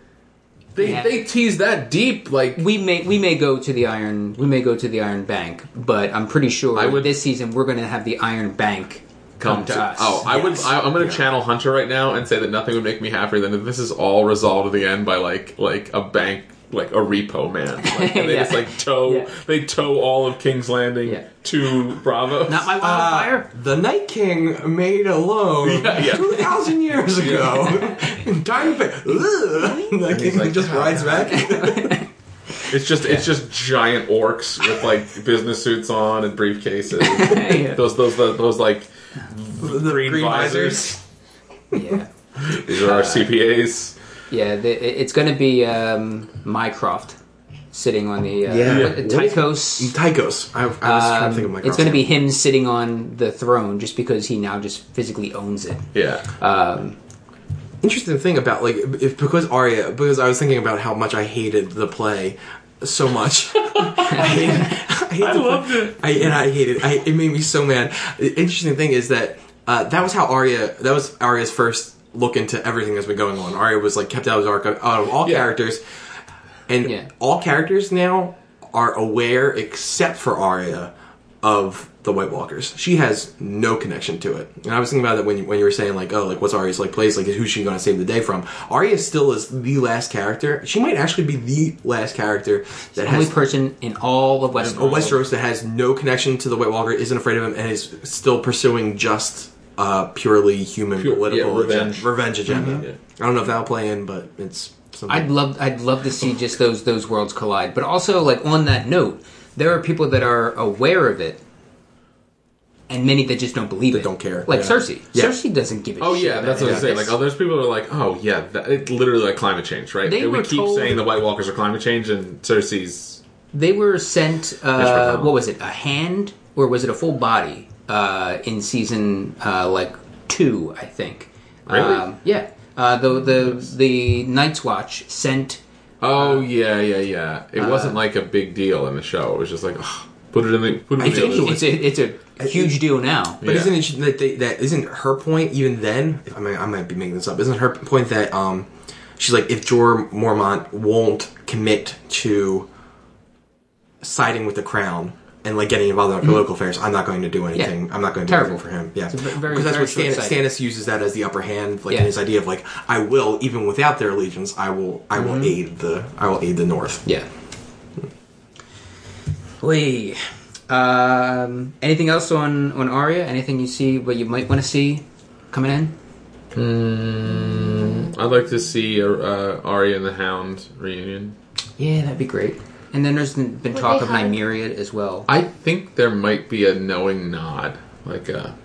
D: they
A: Yeah.
D: they tease that deep like
A: we may we may go to the iron we may go to the Iron Bank, but I'm pretty sure
D: I would-
A: this season we're going to have the Iron Bank come, to, us.
D: Oh, I would. I, I'm going to channel Hunter right now and say that nothing would make me happier than if this is all resolved at the end by like like a bank, like a repo man. Like, and
A: [laughs]
D: they
A: Yeah.
D: just like tow.
A: Yeah.
D: They tow all of King's Landing
A: Yeah.
D: to Bravo.
A: not my
C: Uh,
A: wildfire.
C: the Night King made a loan
D: Yeah, yeah.
C: two thousand years ago. [laughs] Diamond, ugh. Night King
D: like,
C: just
D: [laughs]
C: rides back.
D: It's just it's just giant orcs with [laughs] like business suits on and briefcases.
A: [laughs]
D: [laughs]
A: Yeah.
D: Those those those, those like
C: the
D: green, visors.
C: visors.
A: yeah.
D: These are our CPAs.
A: Yeah, the, it- it's going to be um, Mycroft sitting on the uh,
C: Yeah.
A: what- Tychos.
C: Tychos. I, I was trying to think of
A: Um,
C: my.
A: it's going to be him sitting on the throne just because he now just physically owns it.
D: Yeah.
C: interesting thing about like if because Arya because I was thinking about how much I hated the play so much. [laughs] I, hated, I, hated the play.
D: loved it.
C: I and I hated. I, it made me so mad. The interesting thing is that uh, that was how Arya. That was Arya's first look into everything that's been going on. Arya was like kept out of the dark out of all
D: Yeah.
C: characters, and
A: Yeah.
C: all characters now are aware except for Arya of the White Walkers. She has no connection to it. And I was thinking about that when you, when you were saying like, oh, like what's Arya's like place? Like who's she going to save the day from? Arya still is the last character. She might actually be the last character that
A: Only
C: has Oh,
A: person in all of
C: a
A: Westworld.
C: Westeros that has no connection to the White Walker, isn't afraid of him, and is still pursuing just uh, purely human
D: Pure-
C: political
D: yeah, revenge. Mm-hmm.
C: agen- revenge agenda.
D: Yeah.
C: I don't know if that'll play in, but it's something.
A: I'd love, I'd love to see just those those worlds collide. But also, like on that note, there are people that are aware of it, and many that just don't believe it.
C: don't care.
A: Like
C: Yeah.
A: Cersei.
C: Yeah.
A: Cersei doesn't give a
D: Oh
A: shit.
D: yeah,
A: about
D: that's what I
A: any
D: was
A: of
D: saying.
A: this.
D: Like, oh, there's people who are like, oh yeah, that, it's literally like climate change, right?
A: They
D: And we
A: were
D: keep
A: told-
D: saying the White Walkers are climate change, and Cersei's
A: They were sent. Uh,
D: Palmer.
A: what was it? A hand or was it a full body? Uh, in season uh, like two, I think.
D: Really?
A: Um, yeah. Uh, the the the Night's Watch sent.
D: oh yeah, yeah, Uh, yeah. It wasn't like a big deal in the show. It was just like, oh, put it in the put it in
A: It's
D: the
A: a, it's a, it's a huge deal now.
D: Yeah.
C: But isn't it that they, that isn't her point even then? If, I mean, I might be making this up. Isn't her point that um, she's like if Jor Mormont won't commit to siding with the crown and like getting involved in our political affairs, I'm not going to do anything. I'm not going to do
A: Mm-hmm. Terrible.
C: anything for him. Yeah,
A: ve- very-
C: because that's
A: very
C: what Stan-
A: short-sighted.
C: Stannis uses that as the upper hand, like
A: Yeah.
C: in his idea of like I will even without their allegiance, I will I will aid the I will aid the North.
A: Mm-hmm. Yeah. Lee. Um, anything else on on Arya? Anything you see what you might want to see coming in?
D: I'd like to see a, uh, Arya and the Hound reunion.
A: Yeah, that'd be great. And then there's been been
B: Would
A: talk
B: they
A: of
B: have-
A: Nymeria as well.
D: I think there might be a knowing nod, like a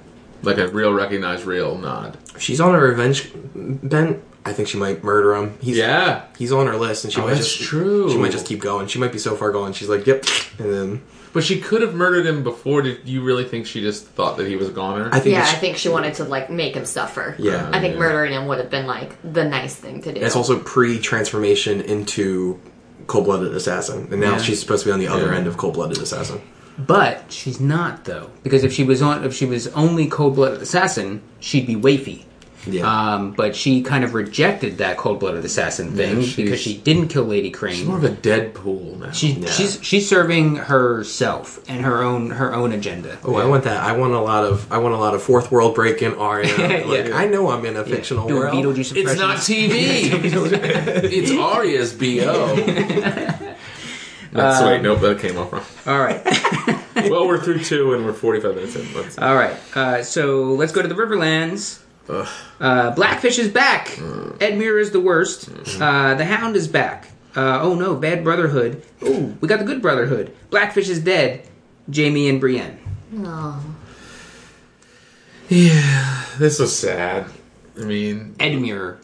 D: like a real recognize real nod.
C: If she's on a revenge bent, I think she might murder him. He's,
D: Yeah,
C: he's on her list, and she
D: Oh,
C: might
D: that's
C: just
D: true.
C: She might just keep going. She might be so far gone. She's like, yep, and then
D: but she could have murdered him before. Did you really think she just thought that he was a goner?
C: I think
B: Yeah,
C: that
B: I
C: she-
B: think she wanted to like make him suffer.
C: Yeah.
B: I think
D: Yeah.
B: murdering him would have been like the nice thing to do.
C: that's also pre-transformation into cold-blooded assassin, and now
A: Yeah.
C: she's supposed to be on the other
D: Yeah.
C: end of cold-blooded assassin.
A: But she's not though, because if she was on, if she was only cold-blooded assassin, she'd be wafy.
C: Yeah,
A: Um, but she kind of rejected that cold-blooded assassin thing
D: she's-
A: because she didn't kill Lady Crane.
D: She's more of a Deadpool now.
A: She,
C: Yeah.
A: She's she's serving herself and her own her own agenda.
C: Oh, I want that. I want a lot of. I want a lot of fourth world break in Arya. Like,
A: Yeah.
C: I know I'm in a fictional
A: Doing
C: world.
A: Beetlejuice
D: [laughs] it's not
A: impressions.
E: [laughs]
D: TV. it's Arya's bo. That's right. Nope, that came off wrong.
A: All right.
D: uh, [laughs] Well, we're through two and we're forty-five minutes in. Let's,
A: All right. Uh, so let's go to the Riverlands. Uh, Blackfish is back. Ed Muir is the worst. Uh, the Hound is back. Uh, oh no, Bad Brotherhood. Ooh, we got the Good Brotherhood. Blackfish is dead. Jamie and Brienne.
B: No.
D: this was sad. I mean,
A: Ed Muir.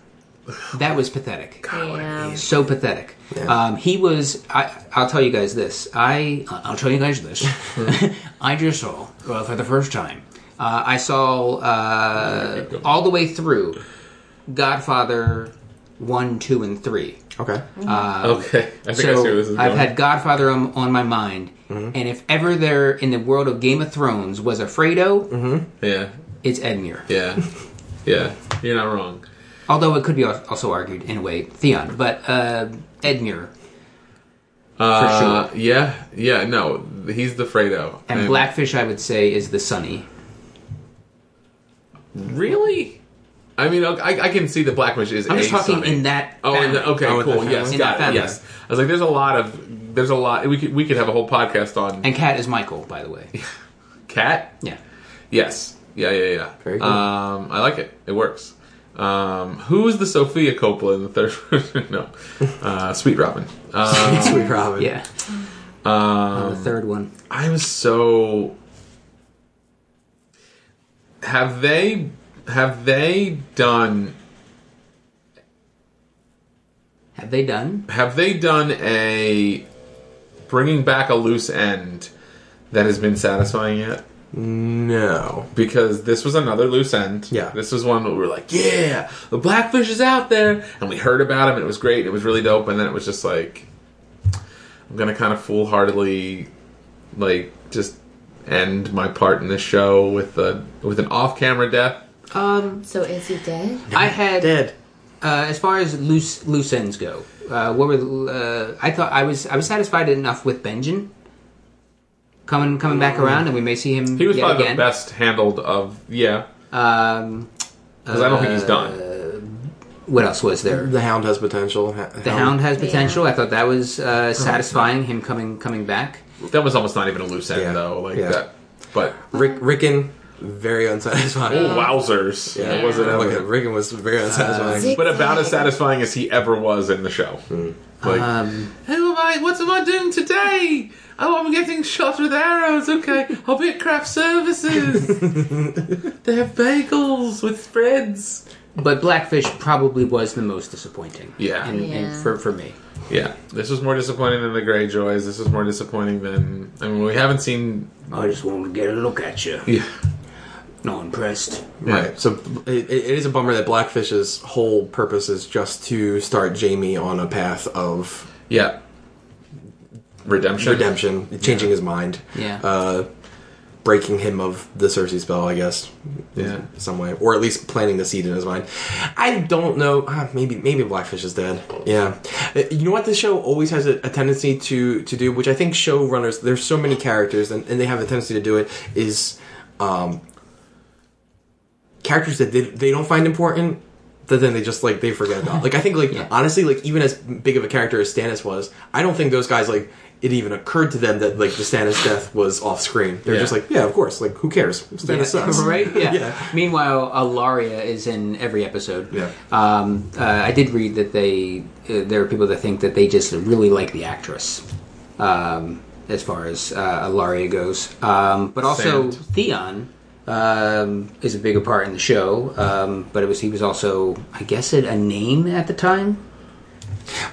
A: That was pathetic.
B: Yeah.
A: So pathetic.
C: Yeah.
A: Um, he was. I, I'll tell you guys this. I I'll tell you guys this. [laughs]
D: Mm-hmm.
A: I just saw well, for the first time. Uh, I saw uh, all the way through Godfather one, two, and three.
C: Okay.
D: okay. I think I see where this is
A: So
D: going. Mm-hmm.
A: I've had Godfather on, on my mind, and if ever there in the world of Game of Thrones was a Fredo,
D: Mm-hmm. yeah,
A: it's Edmure.
D: yeah, [laughs] yeah. You're not wrong.
A: Although it could be al- also argued in a way Theon, but uh, Edmure
D: Uh,
A: for sure.
D: Yeah, yeah. No, he's the Fredo.
A: And Blackfish, I would say, is the Sunny.
D: Really? I mean, I, I can see the Blackfish is.
A: I'm
D: a
A: just talking
D: Sunny.
A: in that.
D: Oh, in
A: family.
D: the, okay,
C: Oh, in the
D: cool.
C: family.
D: Yes,
A: In the
D: got it.
A: family.
D: Yes, I was like, there's a lot of, there's a lot. We could we could have a whole podcast on
A: And Cat is Michael, by the way.
D: cat.
A: Yeah.
D: Yes. Yeah, yeah, yeah.
C: Very good.
D: Um, I like it. It works. Um, who is the Sophia Coppola in the third? [laughs] version? no, uh, Sweet Robin. Uh,
C: Sweet Robin.
A: Yeah. Oh, the third one.
D: I was so. Have they have they done
A: Have they done?
D: have they done a bringing back a loose end that has been satisfying yet?
C: No.
D: because this was another loose end.
C: Yeah.
D: This was one where we were like, yeah, the Blackfish is out there. And we heard about him and it was great. It was really dope. And then it was just like, I'm going to kind of foolhardily, like, just end my part in this show with a with an off camera death.
A: Um,
B: So is he dead?
A: I had uh,
C: Dead.
A: as far as loose loose ends go. Uh, what were the, uh, I thought I was I was satisfied enough with Benjen coming coming back around, and we may see him.
D: He was
A: yet
D: probably
A: again.
D: the best handled of, yeah,
A: Um,
D: because I don't think he's
C: Uh,
D: done.
A: what else was there?
C: The Hound has potential. Ha-
A: The Hound has potential. I thought that was uh, satisfying. Him coming coming back.
D: That was almost not even a loose end,
C: Yeah.
D: though. Like
C: Yeah.
D: that. But,
C: Rick Rickon, very unsatisfying.
D: oh, wowzers.
C: Yeah.
D: It wasn't
C: Look
D: ever-
C: at- Rickon was very unsatisfying.
B: Zig-
D: but about as satisfying as he ever was in the show.
C: Hmm.
D: Like, Uh,
A: Um,
D: who am I? What am I doing today? Oh, I'm getting shot with arrows. Okay, I'll be at craft
C: [laughs]
D: services. they have bagels with spreads.
A: But Blackfish probably was the most disappointing.
D: Yeah.
A: in, in,
B: Yeah.
A: for for me.
D: Yeah, this was more disappointing than the Greyjoys. This was more disappointing than I mean, we haven't seen.
A: I just wanted to get a look at you.
D: Yeah,
A: Not impressed.
C: Right. So it, it is a bummer that Blackfish's whole purpose is just to start Jamie on a path of
D: yeah. Redemption.
C: redemption, changing his mind.
A: Yeah.
C: Uh, breaking him of the Cersei spell, I guess. in
D: Yeah.
C: some way, or at least planting the seed in his mind. I don't know. ah, Maybe maybe Blackfish is dead. Yeah. Uh, You know what? This show always has a, a tendency to to do, which I think showrunners. There's so many characters, and, and they have a tendency to do it. Is um, characters that they, they don't find important that then they just like they forget about. Like I think like honestly like even as big of a character as Stannis was, I don't think those guys like it even occurred to them that like the Stannis death was off screen. They're
D: Yeah.
C: just like, yeah, of course. Like who cares? Stannis
A: [laughs]
C: sucks.
A: right? Yeah.
C: Yeah.
A: Meanwhile, Alaria is in every episode.
C: Yeah.
A: Um, uh, I did read that they uh, there are people that think that they just really like the actress, um, as far as uh, Alaria goes. Um, but also
D: Sand.
A: Theon um, is a bigger part in the show. Um, but it was he was also I guess it a name at the time.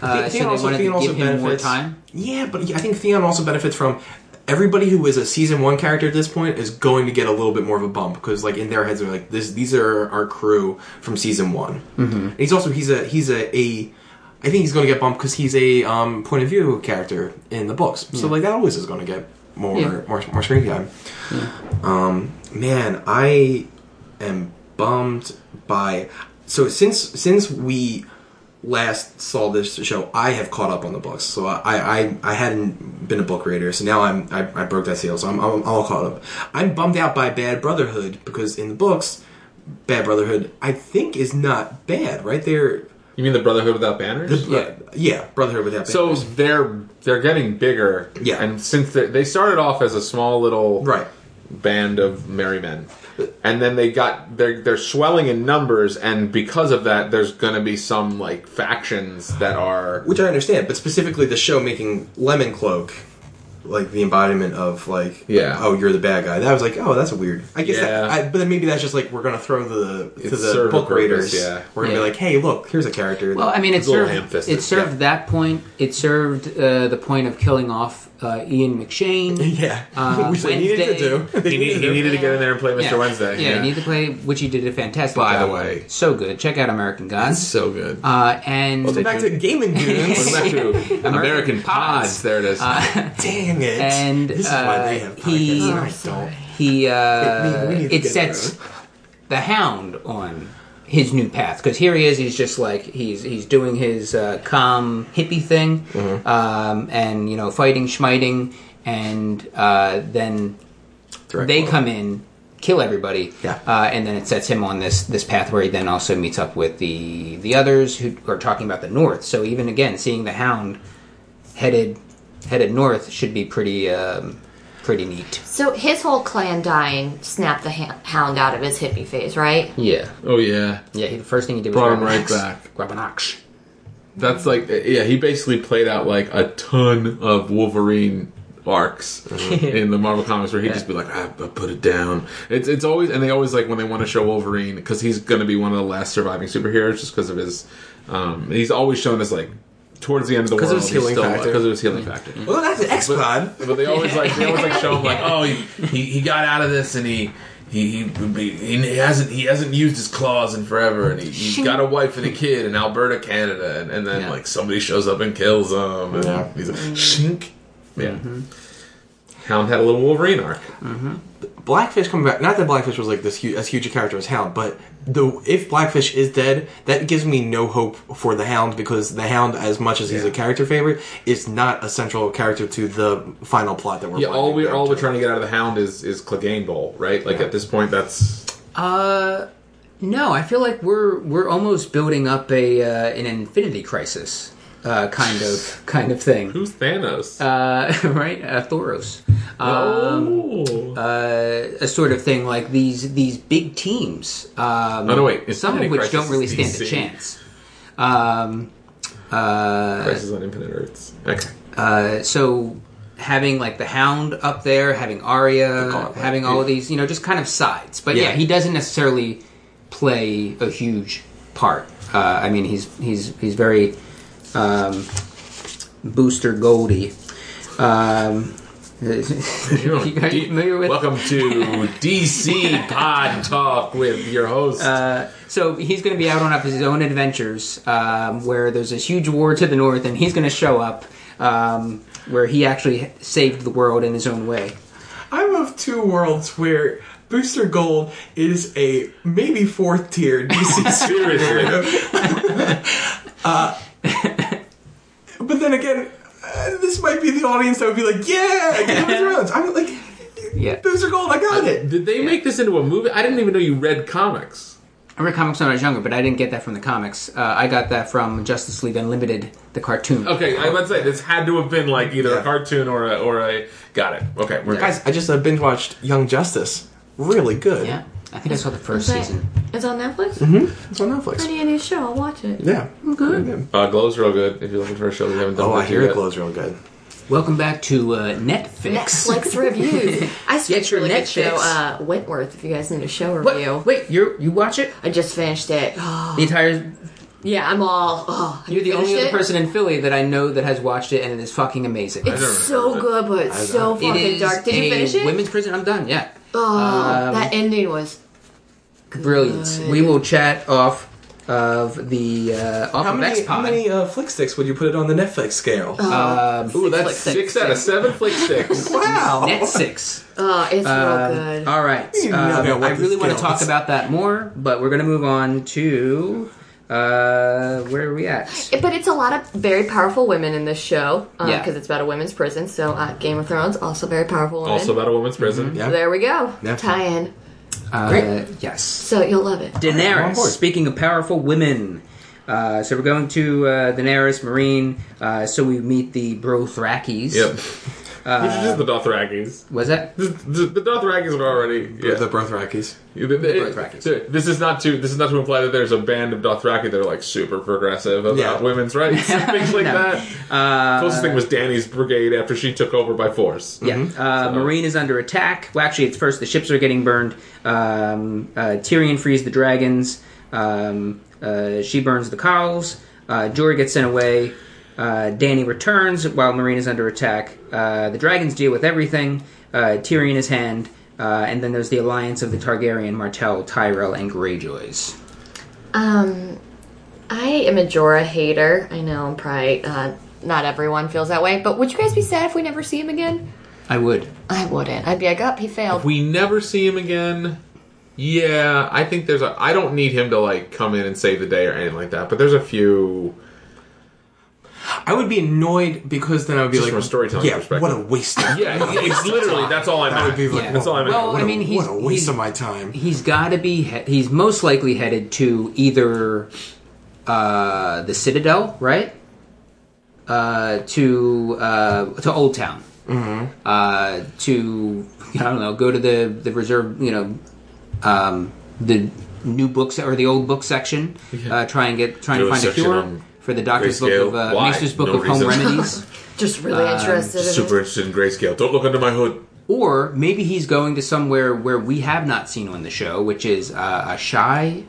A: Uh, so they wanted to give him more time.
C: Yeah, but I think Theon also benefits from everybody who is a season one character at this point is going to get a little bit more of a bump because like in their heads they're like this these are our crew from season one. Mm-hmm. And he's also he's a he's a, a I think he's going to get bumped because he's a um, point of view character in the books. So like that always is going to get more
A: Yeah.
C: more more screen time. Um, man, I am bummed by so since since we last saw this show, I have caught up on the books. So I I, I hadn't been a book reader, so now I'm I, I broke that seal, so I'm, I'm all caught up. I'm bummed out by Bad Brotherhood because in the books, Bad Brotherhood I think is not bad, right? They're
D: You mean the Brotherhood without banners?
C: yeah, yeah Brotherhood without
D: So
C: banners.
D: they're they're getting bigger.
C: Yeah.
D: And since they they started off as a small little
C: right.
D: band of merry men. And then they got they're they're swelling in numbers, and because of that, there's going to be some like factions that are
C: which I understand, but specifically the show making Lemon Cloak like the embodiment of like
D: Yeah.
C: oh you're the bad guy that was like oh that's weird I guess that,
D: Yeah.
C: I, but then maybe that's just like we're gonna throw the to
D: It's
C: the
D: served a
C: book
D: purpose,
C: readers
D: yeah.
C: we're gonna
A: Yeah.
C: be like hey look here's a character
A: Well, I mean, it
D: It's a little
A: served,
D: ham-fisted,
A: it served that point. It served uh, the point of killing off uh, Ian
D: [laughs]
A: McShane.
C: [laughs] yeah
A: [laughs]
C: [laughs]
A: uh,
C: which they needed to
A: Wednesday- [laughs]
C: do They
D: He, need,
C: needed
D: he
C: to.
D: needed to get in there and play Mr. Wednesday.
A: Yeah, you need to play, which he did a fantastic
D: By the
A: job.
D: way.
A: So good. Check out American Gods.
D: so good.
A: uh, and
C: Welcome [laughs] back to gaming dudes
D: Back to American
A: American
D: Pods.
A: Pods.
D: There it is.
C: [laughs] dang it
A: and,
C: this is why they
A: uh,
C: have podcasts
A: he-
C: and I
A: he, uh,
C: don't We- we need to
A: it
C: get
A: sets
C: there.
A: the hound on his new path because here he is he's just like he's he's doing his uh, calm hippie thing um, and you know fighting schmiting and uh, then
C: Direct
A: they
C: quote.
A: come in kill everybody
C: Yeah.
A: uh, and then it sets him on this this path where he then also meets up with the the others who are talking about the north so even again seeing the hound headed headed north should be pretty um, pretty neat
B: So his whole clan dying snapped the ha- hound out of his hippie phase, right?
A: yeah
D: oh yeah.
A: yeah he, the first thing he did was
D: Brought
A: grab
D: him
A: an
D: right
A: axe.
D: back.
A: grab an axe
D: That's like yeah, he basically played out like a ton of Wolverine
C: [laughs]
D: arcs in the Marvel comics where he'd just be like, I, I put it down. It's it's always and they always like when they want to show Wolverine because he's going to be one of the last surviving superheroes just because of his. Um, he's always shown as like towards the end of the world
C: of his healing factor. Mm-hmm.
D: because of his healing factor.
C: well that's an X-Pod
D: But they always like they always like show him like [laughs] oh he, he, he got out of this and he he, he he hasn't he hasn't used his claws in forever and he, he's got a wife and a kid in Alberta Canada and, and then
A: Yeah.
D: like somebody shows up and kills him and
C: Yeah.
D: he's like
A: Mm-hmm.
D: shink yeah Hound had a little Wolverine arc
C: Blackfish coming back. Not that Blackfish was like this huge, as huge a character as Hound, but the if Blackfish is dead, that gives me no hope for the Hound because the Hound, as much as he's a character favorite, is not a central character to the final plot that we're.
D: yeah all
C: winding
D: we
C: down
D: all
C: to.
D: we're trying to get out of the Hound is is Clegane Bowl right like at this point that's
A: Uh, no, I feel like we're we're almost building up a uh, an Infinity Crisis uh, kind of kind of thing,
D: who's Thanos
A: uh, [laughs] right? Uh, Thoros, Um,
D: oh
A: uh, a sort of thing like these these big teams. Um,
D: Oh, no, wait.
A: some of
D: Infinity
A: which
D: Crisis
A: don't really
D: is
A: stand
D: DC.
A: a chance. Um, uh,
D: Crisis on Infinite Earths okay
A: uh, so having like the Hound up there, having Arya,
C: Gauntlet,
A: having all of
C: yeah.
A: these, you know, just kind of sides. But
C: Yeah.
A: yeah, he doesn't necessarily play a huge part. Uh, I mean, he's he's he's very um, Booster Goldie. Um, [laughs] you
D: You're on
C: [laughs]
A: guys
D: D-
A: familiar with?
D: Welcome to DC Pod Talk with your host.
C: Uh,
A: So he's going to be out on up his own adventures, um, where there's this huge war to the north, and he's going to show up um, where he actually saved the world in his own way.
C: I'm of two worlds where Booster Gold is a maybe fourth tier DC [laughs]
D: Seriously.
C: Uh, But then again, uh, this might be the audience that would be like, "Yeah,
D: [laughs]
C: Game of Thrones." I'm like,
A: Yeah.
C: "Those are gold. I got it."
D: Did they make this into a movie? I didn't even know you read comics.
A: I read comics when I was younger, but I didn't get that from the comics. Uh, I got that from Justice League Unlimited, the cartoon.
D: Okay, I'm about to say this had to have been like either
C: Yeah.
D: a cartoon or a or a. Got it. Okay, we're
C: Guys, I just uh, binge watched Young Justice. Really good.
A: Yeah, I think I saw the first season.
B: It's on Netflix?
C: It's on Netflix.
B: Any, any show, I'll watch it.
C: Yeah, good.
D: Uh, Glow's real good. If you're looking for a show we haven't done,
C: Oh, I
D: with
C: hear
D: yet.
C: it glows real good.
A: Welcome back to uh, Netflix.
B: Netflix reviews. I switched
A: your
B: really good
A: Netflix.
B: show, uh, Wentworth, if you guys need a show
A: [laughs]
B: review.
A: What? Wait, you you watch it?
B: I just finished
A: [gasps]
B: it.
A: The entire
B: yeah, I'm all. Oh,
A: you're the only
B: finished
A: other
B: it?
A: person in Philly that I know that has watched it, and it is fucking amazing.
D: I don't
B: It's so
D: remember
B: good, but it's so
A: it
B: fucking
A: is
B: dark. Did
A: a Um,
B: you finish it?
A: women's prison. I'm done. Yeah,
B: oh, that ending was.
A: brilliant. We will chat off of the uh, off
C: How
A: of
C: many,
A: X
C: how
A: Pod.
C: many uh, flick sticks would you put it on the Netflix scale?
A: Uh,
D: Ooh, that's
B: Flick
D: six,
B: sticks,
D: out of
B: six.
D: [laughs] seven flick sticks.
C: wow.
A: Um, Net six.
B: Oh, it's
A: Um,
B: real good.
A: All right.
C: You know
A: Um, I
C: what this
A: really want to
C: scale
A: talk
C: is.
A: about that more, but we're going to move on to uh, where are we at?
B: It- but it's a lot of very powerful women in this show because
A: Yeah.
B: it's about a women's prison. So uh, Game of Thrones also very powerful women.
D: also about a woman's prison.
C: Yeah.
B: there we go.
C: Yeah.
B: Tie in.
A: Uh,
B: Great.
A: Yes.
B: So you'll love it.
A: Daenerys.
C: on board.
A: Speaking of powerful women. Uh, so we're going to uh, Daenerys Marine. Uh, so we meet the
C: Mm-hmm.
A: Brothrachis.
D: Yep.
C: Uh,
D: Which is just the Dothrakis.
A: Was that?
D: The, the, the Dothrakis are already yeah.
C: The Brothrachis.
D: You- the- the-
A: Dothrakis.
D: so This is not to this is not to imply that there's a band of Dothraki that are like super progressive about
C: Yeah.
D: women's rights and things like
A: No.
D: that. Closest thing was Danny's brigade after she took over by force. Mm-hmm.
A: Yeah, uh, Marine is under attack. Well, actually, it's first the ships are getting burned. Um, uh, Tyrion frees the dragons. Um, uh, she burns the cowls. Uh, Jory gets sent away. Uh, Danny returns while Marine is under attack. Uh, the dragons deal with everything. Uh, Tyrion is hand. Uh, and then there's the alliance of the Targaryen, Martell, Tyrell, and Greyjoys.
B: Um, I am a Jorah hater. I know I'm probably uh, not everyone feels that way, but would you guys be sad if we never see him again?
A: I would.
B: I wouldn't. I'd be like, up, he failed.
D: we never see him again yeah i think there's a i don't need him to like come in and save the day or anything like that but there's a few
C: I would be annoyed because then I would be
D: Just
C: like,
D: from a storytelling
C: yeah,
D: perspective.
C: what a waste.
D: [laughs]
C: Of
D: yeah it's literally that's all i
C: I
D: meant
C: would be like,
A: Yeah.
D: that's all i meant
A: Well,
C: what
A: I
C: a-
A: mean, he's-
C: what a waste
A: he's-
C: of my time.
A: He's got to be. He- he's most likely headed to either uh, the Citadel, right? Uh, to uh, to Old Town. Uh, to I don't know. Go to the the reserve. You know, um, the new books or the old book section. Uh, try and get trying
D: Do
A: to
D: a
A: find a
D: section
A: cure
D: on
A: for the doctor's book of
D: grayscale.
A: uh,
D: Why?
A: master's book
D: No
A: of home
D: reason. [laughs]
A: remedies.
B: Just really interested in
D: super
B: it.
D: interested in grayscale don't look under my hood
A: Or maybe he's going to somewhere where we have not seen on the show, which is uh, a shy,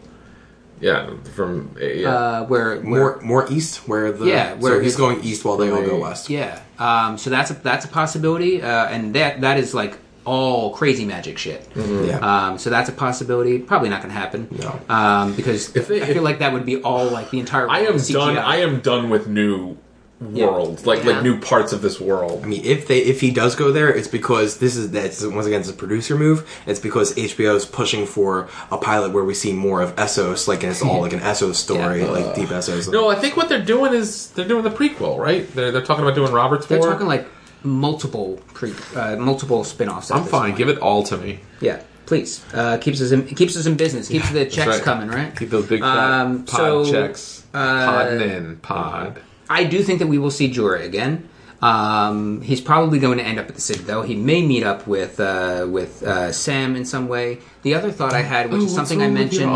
D: yeah from yeah
A: uh, where, where
C: More, more east where the
A: Yeah, where
C: so he's
A: his-
C: going east while they all go
D: Right.
C: west.
A: Yeah. Um, so that's a, that's a possibility, uh, and that that is like all crazy magic shit.
D: Mm-hmm.
C: Yeah.
A: Um, so that's a possibility. Probably not going to happen.
C: No.
A: Um, because
D: If they-
A: I feel like that would be all like the entire.
D: i am
A: CGI.
D: done i am done with new worlds like
B: Yeah.
D: like new parts of this world
C: I mean, if they if he does go there, it's because this is that's once again it's a producer move. It's because HBO is pushing for a pilot where we see more of Essos, like and it's all
D: [laughs]
C: like an Essos story,
A: Yeah.
C: like deep Essos.
D: no i think what they're doing is they're doing the prequel right they're, they're talking about doing robert's
A: They're
D: War.
A: talking like multiple pre uh, multiple spin-offs. at
D: i'm
A: this
D: fine
A: point.
D: give it all to me
A: Yeah. Please uh, keeps us in, keeps us in business. Keeps the checks
D: right.
A: coming. Right.
D: Keep those big fat
A: Um,
D: pod
A: so, uh,
D: checks. Podding in, pod.
A: I do think that we will see Jorah again. Um, he's probably going to end up at the Citadel. He may meet up with uh, with uh, Sam in some way. The other thought I had, which is something I mentioned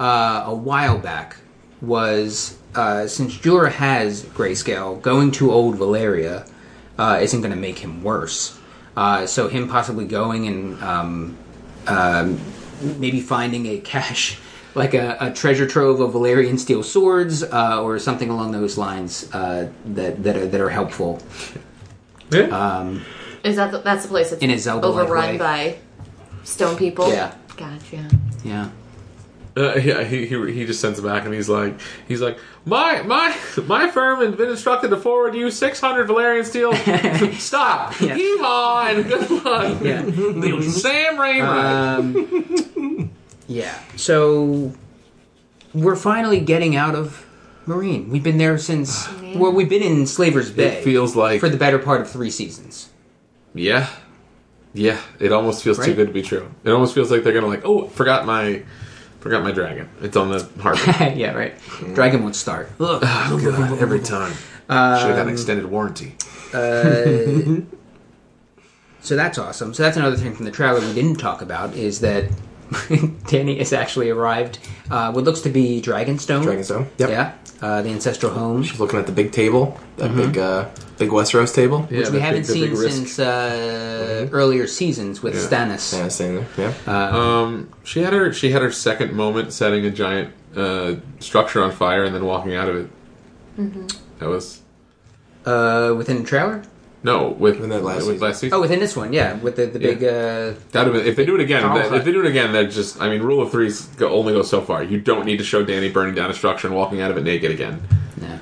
A: uh, a while back, was uh, since Jorah has grayscale, going to old Valeria uh, isn't going to make him worse. Uh, so him possibly going and um, maybe finding a cache, like a, a treasure trove of Valerian steel swords uh, or something along those lines uh, that that are, that are helpful.
D: Yeah.
B: Is that the, that's the place that's
A: In a Zelda-like
B: overrun
A: way.
B: by stone people?
A: Yeah.
B: Gotcha.
A: Yeah.
D: Uh, yeah, he, he he just sends it back, and he's like, he's like, my my my firm has been instructed to forward you six hundred
A: [laughs]
D: Valerian steel. Stop,
A: Yeah.
D: yeehaw, and good luck.
A: Yeah.
D: Sam
A: [laughs]
D: Raimi.
A: um, yeah. So we're finally getting out of Marine. We've been there since. Well, we've been in Slaver's Bay
D: it feels like
A: for the better part of three seasons. [laughs]
D: yeah, yeah. It almost feels too
A: Right?
D: good to be true. It almost feels like they're gonna like, oh, forgot my forgot my dragon. It's on the
A: [laughs]
D: harbor.
A: yeah, right.
D: Hmm.
A: Dragon won't start. Ugh.
D: God, every time. Should have got an extended warranty.
A: So that's awesome. So that's another thing from the trailer we didn't talk about is that [laughs] Danny has actually arrived. Uh, what looks to be Dragonstone.
C: Dragonstone. Yep.
A: Yeah. Uh, the ancestral home.
C: She's looking at the big table, that big uh, big Westeros table.
D: Mm-hmm. Yeah,
A: which
D: the
A: we haven't
D: big- the
A: seen
D: big risk.
A: since uh, earlier seasons with Stannis.
C: Yeah, standing there. Yeah.
D: Um, she had her she had her second moment setting a giant uh, structure on fire and then walking out of it.
A: Mm-hmm.
D: That was
A: Uh, within the trailer?
D: no with
C: In that last
D: with
C: season.
D: last season.
A: Oh, within this one, yeah, with the, the big. Uh,
D: That would have been, if they do it again,
A: Oh,
D: that,
A: okay.
D: if they do it again, that just I mean, rule of threes go, only goes so far. You don't need to show Danny burning down a structure and walking out of it naked again.
A: yeah.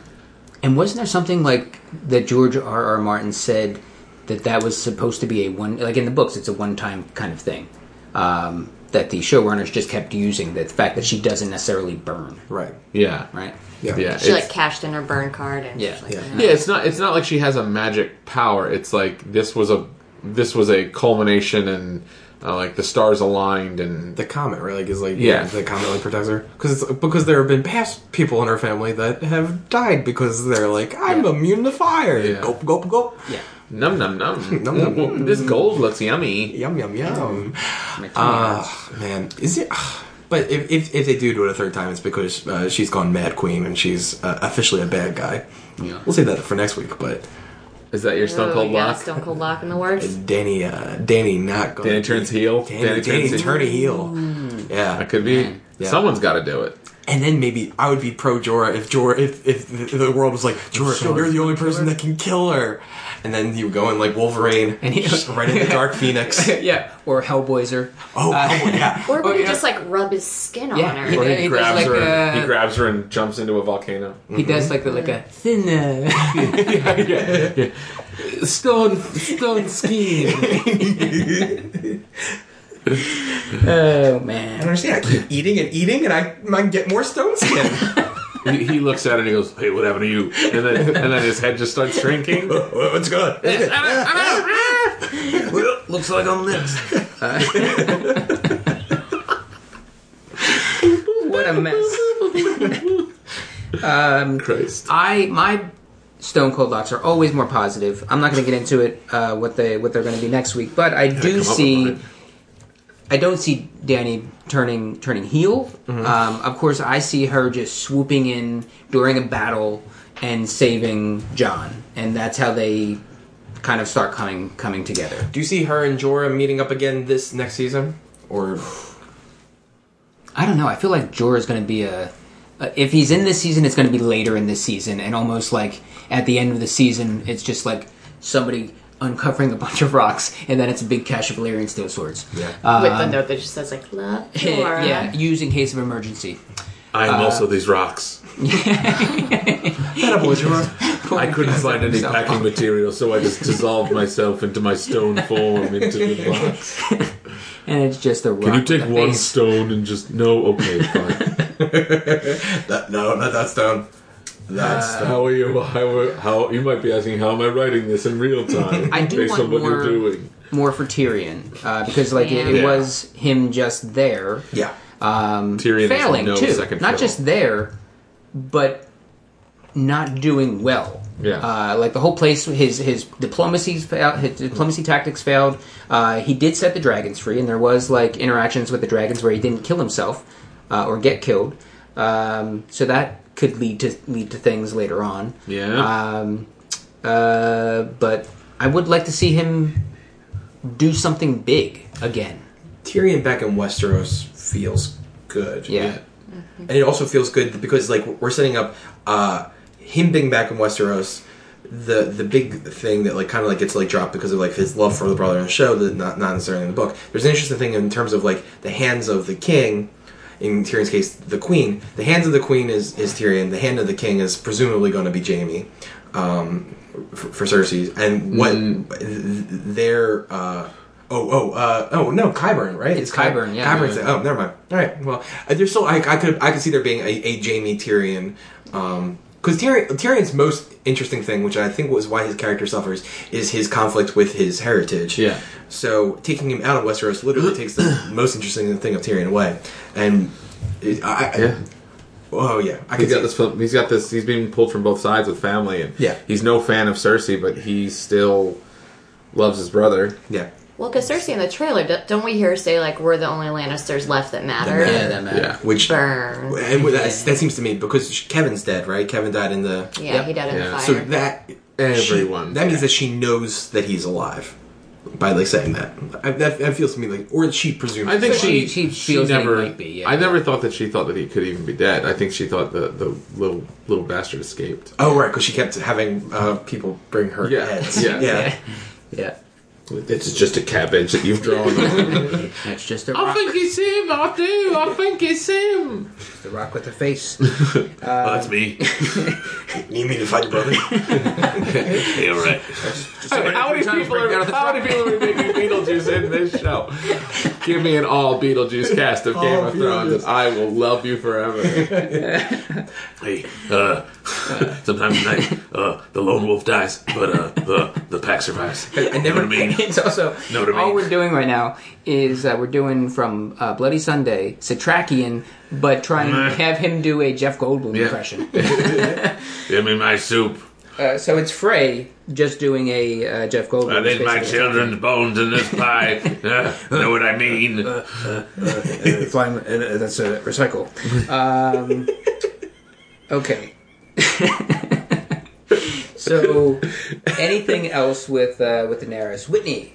A: And wasn't there something like that? George R. R. Martin said that that was supposed to be a one, like in the books, it's a one-time kind of thing. Um, that the showrunners just kept using the fact that she doesn't necessarily burn,
C: Right.
D: Yeah,
A: right?
C: Yeah.
D: Yeah,
B: She like
D: it's-
B: cashed in her burn card and
A: Yeah.
B: she's like,
C: Yeah.
B: "Eh."
D: yeah. It's not it's not like she has a magic power. It's like this was a this was a culmination and uh, like the stars aligned and
C: The comet, right? Like is like
D: Yeah.
C: the comet like protects her because because there have been past people in her family that have died because they're like I'm immune to fire.
D: Yeah.
C: Gulp gulp gulp.
A: Yeah. [laughs]
D: num num [laughs] num.
C: Num, num, num.
D: This gold looks yummy.
C: Yum yum yum.
A: My tummy hurts.
C: Ah man, is it? ah, But if, if if they do do it a third time, it's because uh, she's gone mad queen and she's uh, officially a bad guy.
A: Yeah.
C: We'll save that for next week. But
D: Is that your Stone
B: Ooh,
D: Cold
B: you got a
D: Lock?
B: Oh, Stone Cold Lock in the works.
C: Danny, uh, Danny, not going.
D: Danny turns heel.
C: Danny, Danny,
D: turns
C: turn a heel. Mm. Yeah,
D: That could be.
C: Yeah.
D: Someone's got to do it.
C: And then maybe I would be pro Jorah if Jorah if, if the world was like Jorah, you're the only person that can kill her, and then you go in like Wolverine and
A: he-
C: just right in the [laughs] Dark Phoenix.
A: yeah, or Hellboiser.
C: Oh, oh, [laughs] yeah.
B: Or would
A: Oh,
B: he
A: yeah.
B: just like rub his skin
A: Yeah.
B: on her?
A: Or
D: Or
A: he
D: he
A: does
D: grabs
A: like
D: her. and
A: a-
D: he grabs her and jumps into a volcano.
A: He does like the like a uh, [laughs] thinner.
D: Stone, stone skiing.
A: oh
C: I
A: man.
C: don't understand. I keep eating and eating, and I might get more stone [laughs] skin.
D: he, he looks at it and he goes, "Hey, what happened to you?" And then, and then his head just starts [laughs] shrinking.
C: Well, it's good.
A: Looks like I'm next. what a mess. Um,
D: Christ.
A: I my Stone Cold locks are always more positive. I'm not going to get into it uh, what they what they're going to be next week, but I
D: come
A: do
D: up with
A: see.
D: mine.
A: I don't see Danny turning turning heel.
D: Mm-hmm.
A: Um, of course, I see her just swooping in during a battle and saving John, and that's how they kind of start coming coming together.
C: Do you see her and Jorah meeting up again this next season, or
A: I don't know. I feel like Jorah's going to be a. Uh, if he's in this season, it's going to be later in this season, and almost like at the end of the season, it's just like somebody uncovering a bunch of rocks, and then it's a big cache of Valyrian steel swords. Eh,
C: Yeah.
B: With the note that just says like love Jorah.
A: yeah, used in case of emergency.
D: I am also these rocks.
C: that boy
A: [laughs]
C: Jorah?
D: I couldn't find any packing material, so I just dissolved myself into
A: [laughs]
D: my stone form into the box.
A: And it's just a rock.
D: Can you
A: with
D: take
A: a
D: one
A: face.
D: stone and just no?
A: [laughs]
D: Okay, fine.
C: That, no, not that stone. That's
D: how are you? How, are- how you might be asking? How am I writing this in real time?
A: I do
D: based
A: want
D: on what
A: more-
D: you're doing.
A: More for Tyrion, uh, because like it, it
D: Yeah.
A: was him just there.
C: yeah.
A: um,
D: Tyrion has
A: failing
D: no
A: too.
D: second
A: not
D: fiddle.
A: just there, but not doing well.
D: Yeah.
A: uh, like the whole place. His his diplomacy's failed. His diplomacy tactics failed. Uh, he did set the dragons free, and there was like interactions with the dragons where he didn't kill himself uh, or get killed. Um, so that could lead to lead to things later on.
D: Yeah.
A: Um, uh, but I would like to see him do something big again.
C: Tyrion back in Westeros feels good.
A: Yeah.
C: and it also feels good because like we're setting up uh, him being back in Westeros. The the big thing that like kind of like gets like dropped because of like his love for the brother in the show, that not not necessarily in the book. There's an interesting thing in terms of like the hands of the king in Tyrion's case, the queen. The hands of the queen is, is Tyrion. The hand of the king is presumably going to be Jamie um, for, for Cersei's. And what th- their uh, oh oh uh, oh no, Kyburn right?
A: It's
C: Ky-
A: Qyburn, yeah.
C: Qyburn's- Oh, never mind. All right. Well, uh, there's still I, I could I could see there being a, a Jamie Tyrion. Um, because Tyrion, Tyrion's most interesting thing, which I think was why his character suffers, is his conflict with his heritage.
E: Yeah.
C: So taking him out of Westeros literally takes the most interesting thing of Tyrion away, and it, I, I-
D: Yeah.
C: Oh yeah, I could
D: He's
C: see
D: got this. He's got this. He's being pulled from both sides with family, and
C: Yeah.
D: he's no fan of Cersei, but he still loves his brother.
C: Yeah.
B: Well, because Cersei in the trailer, do- don't we hear her say like we're the only Lannisters left that matter?
C: That
A: Yeah, that matter.
D: Yeah.
C: Which
B: Burn.
C: and with that, that seems to me because Kevin's dead, right? Kevin died in the
B: Yeah,
A: Yep.
B: he died in
D: Yeah.
B: the fire.
C: so that
D: Everyone.
C: she- that means that she knows that he's alive by like saying that. I, that. That feels to me like, or she presumes.
D: I think
C: that.
D: she,
A: She- she feels that he
D: never.
A: might be, yeah.
D: I never thought that she thought that he could even be dead. I think she thought the the little little bastard escaped.
C: Oh right, because she kept having uh, people bring her
D: Yeah.
C: heads.
D: Yeah.
A: Yeah. Yeah.
D: It's just a cabbage that you've [laughs] drawn.
A: That's just a rock,
D: it's him. I do. I think it's him.
A: the rock with the face.
E: oh, that's me.
C: [laughs] You mean to fight your brother?
E: hey, all right.
D: how many
A: Trying to
D: people
A: break out
D: are
A: of the
D: how many people are making Beetlejuice in this show? Give me an all Beetlejuice cast of Game
C: All
D: of Thrones, and
C: Beetlejuice.
D: I will love you forever.
E: Hey, uh, [laughs] sometimes at night, uh, the lone wolf dies, but uh, the the pack survives.
A: I never.
E: You know what I mean?
D: [laughs]
A: It's also
E: Know what I
A: all
E: mean?
A: we're doing right now is uh, we're doing from uh, Bloody Sunday Satrakian, but trying to have him do a Jeff Goldblum impression.
E: Give me my soup.
A: Uh, so it's Frey just doing a uh, Jeff Goldblum.
E: I need my
A: basically.
E: children's bones in
D: [laughs]
E: this pie. Uh, know what I mean?
A: Uh, flying- uh, uh, that's a recycle. Um, okay. [laughs] so, anything else with uh, with Daenerys? Whitney.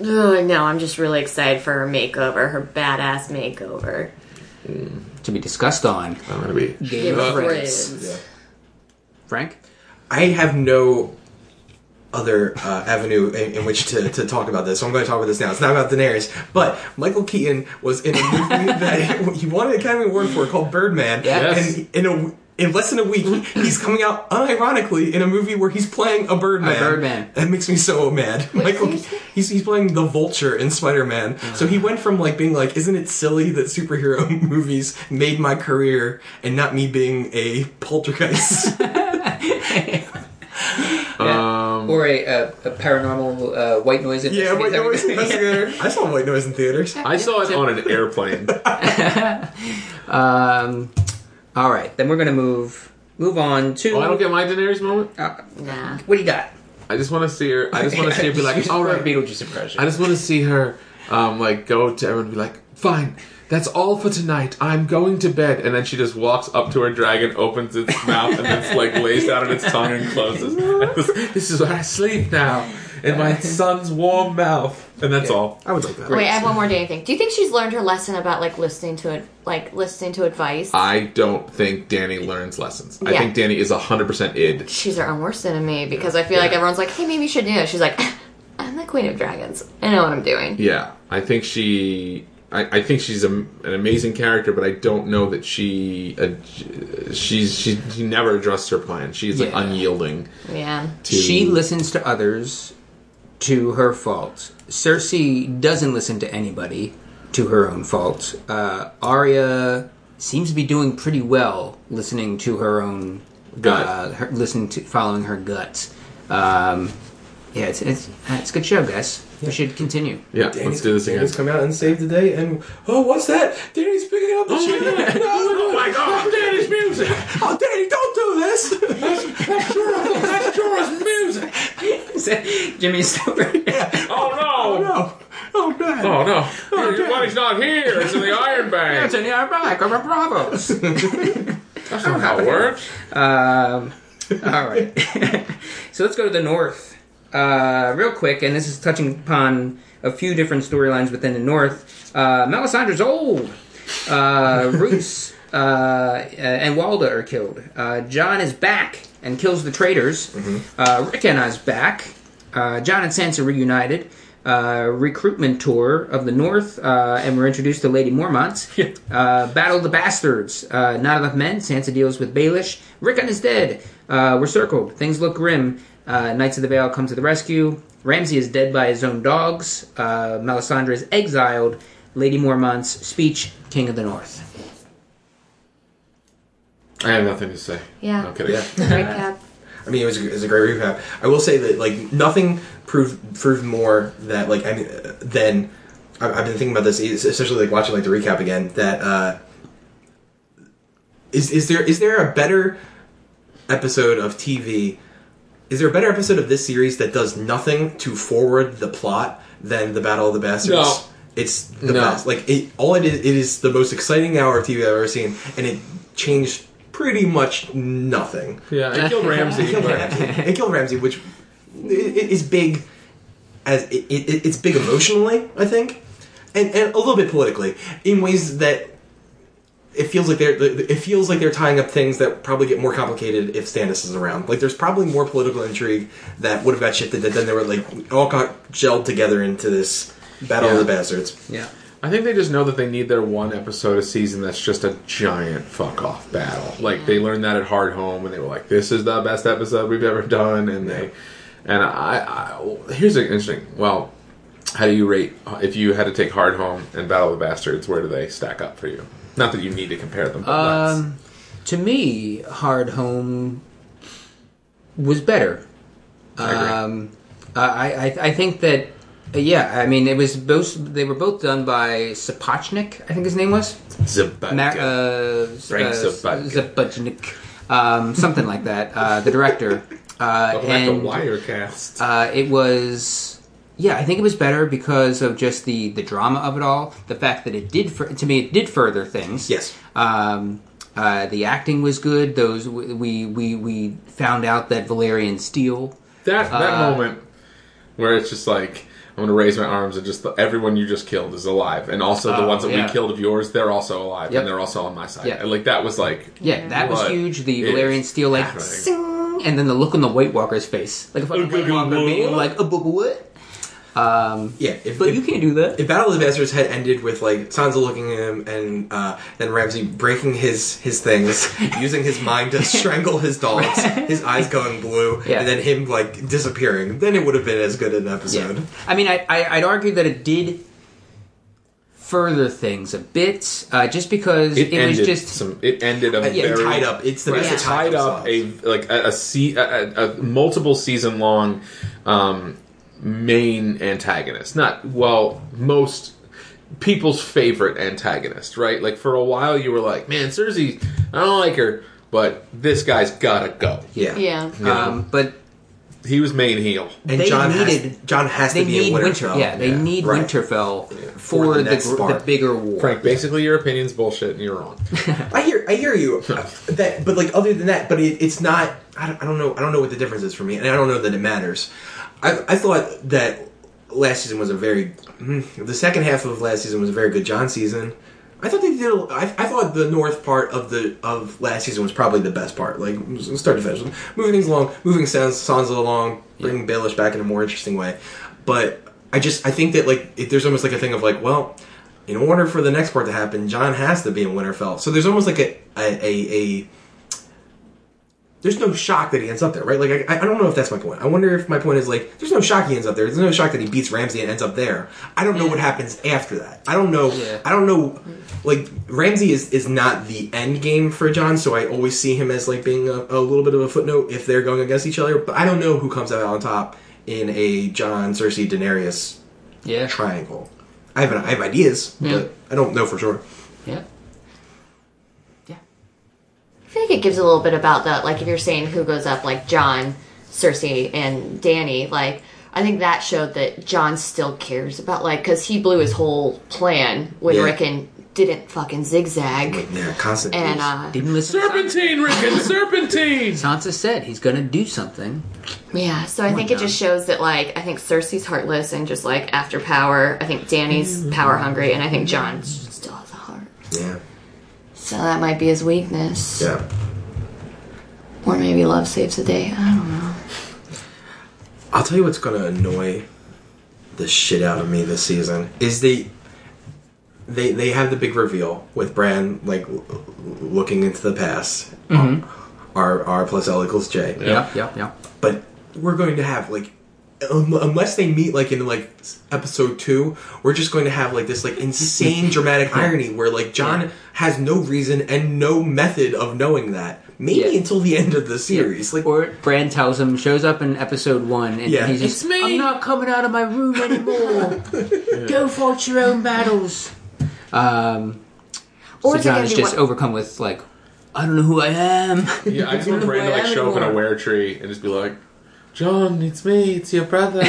B: Ugh, no, I'm just really excited for her makeover, her badass makeover.
A: to be discussed on
D: I'm gonna be.
A: Game of
B: Give
A: Thrones.
B: friends.
A: Frank,
C: I have no other uh, avenue in, in which to, to talk about this, so I'm going to talk about this now. It's not about Daenerys, but Michael Keaton was in a movie [laughs] that he won an Academy Award for called Birdman,
A: Yes.
C: and in a in less than a week, he's coming out unironically in a movie where he's playing a Birdman.
A: Birdman.
C: That makes me so mad. Michael,
B: who's he?
C: he's, he's playing the Vulture in Spider Man. So
A: Uh-huh.
C: he went from like being like, "Isn't it silly that superhero [laughs] movies made my career and not me being a poltergeist?"
A: or a, a, a paranormal uh, white noise.
C: Um, Yeah,
A: investigator.
C: White
A: [laughs]
C: Noise Investigator. I saw White Noise in theaters.
D: I saw it on an [laughs] airplane.
A: Um, all right, then we're gonna move move on to. uh,
D: Oh, I don't get my Daenerys moment.
B: Nah.
A: what do you got?
D: I just want to see her. I just want to see her
A: [laughs]
D: be [laughs] like, all right,
A: Beetlejuice impression.
D: I just want to see her, um, like, go to everyone and be like, fine, that's all for tonight. I'm going to bed. And then she just walks up to her dragon, opens its [laughs] mouth, and it's like lays down on its tongue and closes. [laughs] this is where I sleep now, in my son's warm mouth. And that's all.
C: I would like that.
B: Wait, I have one more damn thing. Do you think she's learned her lesson about like listening to it, like listening to advice?
D: I don't think Danny learns lessons. I
B: Yeah.
D: think Danny is 100% id.
B: she's her own worst enemy because I feel like everyone's like, "Hey, maybe you should do it." She's like, [laughs] "I'm the queen of dragons. I know what I'm doing."
D: Yeah, I think she. I, I think she's a, an amazing character, but I don't know that she. Uh, she's she, she never addressed her plan. She's like
A: Yeah.
D: unyielding.
B: Yeah,
D: To,
A: she listens to others to her faults. Cersei doesn't listen to anybody to her own faults. Uh, Arya seems to be doing pretty well listening to her own
D: Gut.
A: Uh, her, listening to following her guts. Um, yeah, it's it's it's a good show, guys. We should [laughs] continue.
D: Yeah, let's do this again.
C: Danny's come out and saved the day, and oh, what's that? Danny's picking up the shit. [laughs]
E: Oh my god, Danny's music!
C: Oh, Danny, don't
D: [laughs]
C: do this.
E: That's
C: [laughs]
E: Jorah's music!
A: Jimmy [laughs] Stewart.
E: Oh no!
C: no, oh god.
D: Oh no! Your money's not here. It's in [laughs] the Iron Bank.
A: Anthony, I'm back. I'm a Bravos.
D: That's not how it works.
A: Um, [laughs] all right. [laughs] so let's go to the north uh, real quick, and this is touching upon a few different storylines within the north. Uh, Melisandre's old. Uh, Roos uh, and Walda are killed. Uh, John is back and kills the traitors. Uh, Rickon is back. Uh, John and Sansa reunited. uh, recruitment tour of the North, uh, and we're introduced to Lady Mormont. Uh, Battle of the Bastards. Uh, not enough men. Sansa deals with Baelish. Rickon is dead. Uh, we're circled. Things look grim. Uh, Knights of the Vale come to the rescue. Ramsay is dead by his own dogs. Uh, Melisandre is exiled. Lady Mormont's speech, King of the North.
D: I have nothing to say.
B: Yeah.
D: No kidding.
C: Yeah.
B: Great cap.
C: I mean, it was, it was a great recap. I will say that like nothing proved proved more that like I mean uh, than I- I've been thinking about this, e-, especially like watching like the recap again. That uh, is is there is there a better episode of TV? Is there a better episode of this series that does nothing to forward the plot than the Battle of the Bastards?
D: No.
C: It's the
D: No.
C: best. Like it, all it is, it is the most exciting hour of TV I've ever seen, and it changed pretty much nothing
D: Yeah,
A: [laughs]
D: it killed Ramsey.
C: killed
D: but-
C: Ramsey. It killed Ramsey, which i- i- is big as it, it, it's big emotionally, I think, and, and a little bit politically in ways that it feels like they're it feels like they're tying up things that probably get more complicated if Stannis is around. Like there's probably more political intrigue that would have got shifted that then they were like all got gelled together into this battle
D: Yeah.
C: of the bastards.
A: Yeah.
D: I think they just know that they need their one episode a season that's just a giant fuck off battle. Like they learned that at Hard Home, and they were like, "This is the best episode we've ever done." And they, and I, I here's an interesting. Well, how do you rate if you had to take Hard Home and Battle of the Bastards? Where do they stack up for you? Not that you need to compare them. But let's.
A: Um, to me, Hard Home was better.
D: agree.
A: Um, I, I, I think that, uh, yeah, I mean, it was both, they were both done by Sapochnik, I think his name was.
D: Zabaka.
A: Ma- uh,
D: Frank
A: uh,
D: Zapotnik.
A: Zapotnik. Um, something like that. Uh, the
D: [laughs]
A: director. Uh,
D: Welcome back to
A: and
D: Wirecast.
A: uh, it was yeah i think it was better because of just the the drama of it all the fact that it did fur- to me it did further things
C: Yes.
A: um uh, the acting was good those we we we found out that valerian steel
D: That that
A: Uh,
D: moment where it's just like I'm gonna raise my arms and just th- everyone you just killed is alive, and also the
A: Oh,
D: ones that
A: yeah.
D: we killed of yours, they're also alive,
A: Yep.
D: and they're also on my side.
A: Yeah.
D: And, like that was like
A: yeah that was
D: What
A: huge the
D: is
A: valerian steel like
D: happening?
A: sing, and then the look on the white walker's face like a fucking white walker being like a what um
C: Yeah, if,
A: but
C: if-
A: you can't do that
C: if Battle of the Bastards had ended with like Sansa looking at him and uh, then Ramsay breaking his his things,
A: [laughs]
C: using his mind to strangle his dogs, his eyes going blue,
A: Yeah.
C: and then him like disappearing, then it would have been as good an episode.
A: I mean, I, I, I'd argue that it did further things a bit, uh, just because
D: it,
A: it,
D: ended
A: was just Uh,
D: some. It ended a
C: But yeah,
D: very
C: tied up. It's the
D: Right,
C: best
B: Yeah.
C: of
D: tied
C: times
D: up a
C: songs.
D: like a, a, se- a, a, a multiple season long um, main antagonist. Not well, most people's favorite antagonist, right? Like for a while, you were like, "Man, Cersei, I don't like her," but this guy's gotta go.
C: yeah.
B: Yeah.
A: Um, but
D: He was main heel.
C: And
A: They
C: John has
A: needed-
C: John has
A: they
C: to be
A: need
C: in
A: Winter.
C: Winterfell.
A: Yeah, they need
C: right.
A: Winterfell for,
C: For the
A: the
C: next
A: gr- the,
C: part.
A: bigger war.
D: Frank, basically, your opinion's bullshit, and you're wrong.
C: I hear, I hear you. that, but like, other than that, but it, it's not. I don't, I don't know. I don't know what the difference is for me, and I don't know that it matters. I, I thought that last season was a very, mm, the second half of last season was a very good John season. I thought they did. a- I, I thought the north part of the of last season was probably the best part. Like start to finish, moving things along, moving Sans, Sansa along, bringing Baelish back in a more interesting way. But I just I think that like it, there's almost like a thing of like, well, in order for the next part to happen, John has to be in Winterfell. So there's almost like a a, a, a there's no shock that he ends up there, right? Like, I, I don't know if that's my point. I wonder if my point is like, there's no shock he ends up there. There's no shock that he beats Ramsey and ends up there. I don't know what happens after that. I don't know.
A: Yeah.
C: I don't know. Like, Ramsey is is not the end game for John, so I always see him as like being a, a little bit of a footnote if they're going against each other. But I don't know who comes out on top in a John Cersei Daenerys
A: Yeah,
C: triangle. I have I have ideas,
A: Yeah.
C: but I don't know for sure.
A: yeah, yeah.
B: I feel like it gives a little bit about that, like if you're saying who goes up, like John, Cersei, and Danny, like I think that showed that John still cares about, like, because he blew his whole plan when
C: Yeah.
B: Rickon didn't fucking zigzag.
C: Yeah, constant.
B: And, uh,
A: Didn't listen. to Sansa. [laughs]
D: serpentine, Rickon, serpentine.
A: Sansa said he's gonna do something.
B: uh, yeah, so I think it just shows that, like, I think Cersei's heartless and just, like, after power. I think Danny's power hungry, and I think John still has a heart.
C: yeah,
B: So that might be his weakness.
C: yeah.
B: Or maybe love saves the day. I don't know.
C: I'll tell you what's gonna annoy the shit out of me this season is the they they have the big reveal with Bran like l- l- looking into the past.
B: Mm-hmm.
C: R R plus L equals J.
A: Yeah, yeah, yeah.
C: But we're going to have like un- unless they meet like in like s- episode two, we're just going to have like this
A: [laughs]
C: like insane dramatic irony where like John has no reason and no method of knowing that. Maybe
A: Yeah.
C: until the end of the series. Like
A: Or Bran tells him, shows up in episode one, and
C: Yeah.
A: he's just,
B: It's me.
A: I'm not coming out of my room
D: [laughs]
A: anymore. Go fight your own battles. Um,
B: Or
A: so
B: is it
A: John
B: gonna
A: is
B: be
A: just
B: one-
A: overcome with, like, I don't know who I am.
D: Yeah, I just want Brand to like show up in a wear tree and just be like, John, it's me, it's
A: [laughs]
D: your brother.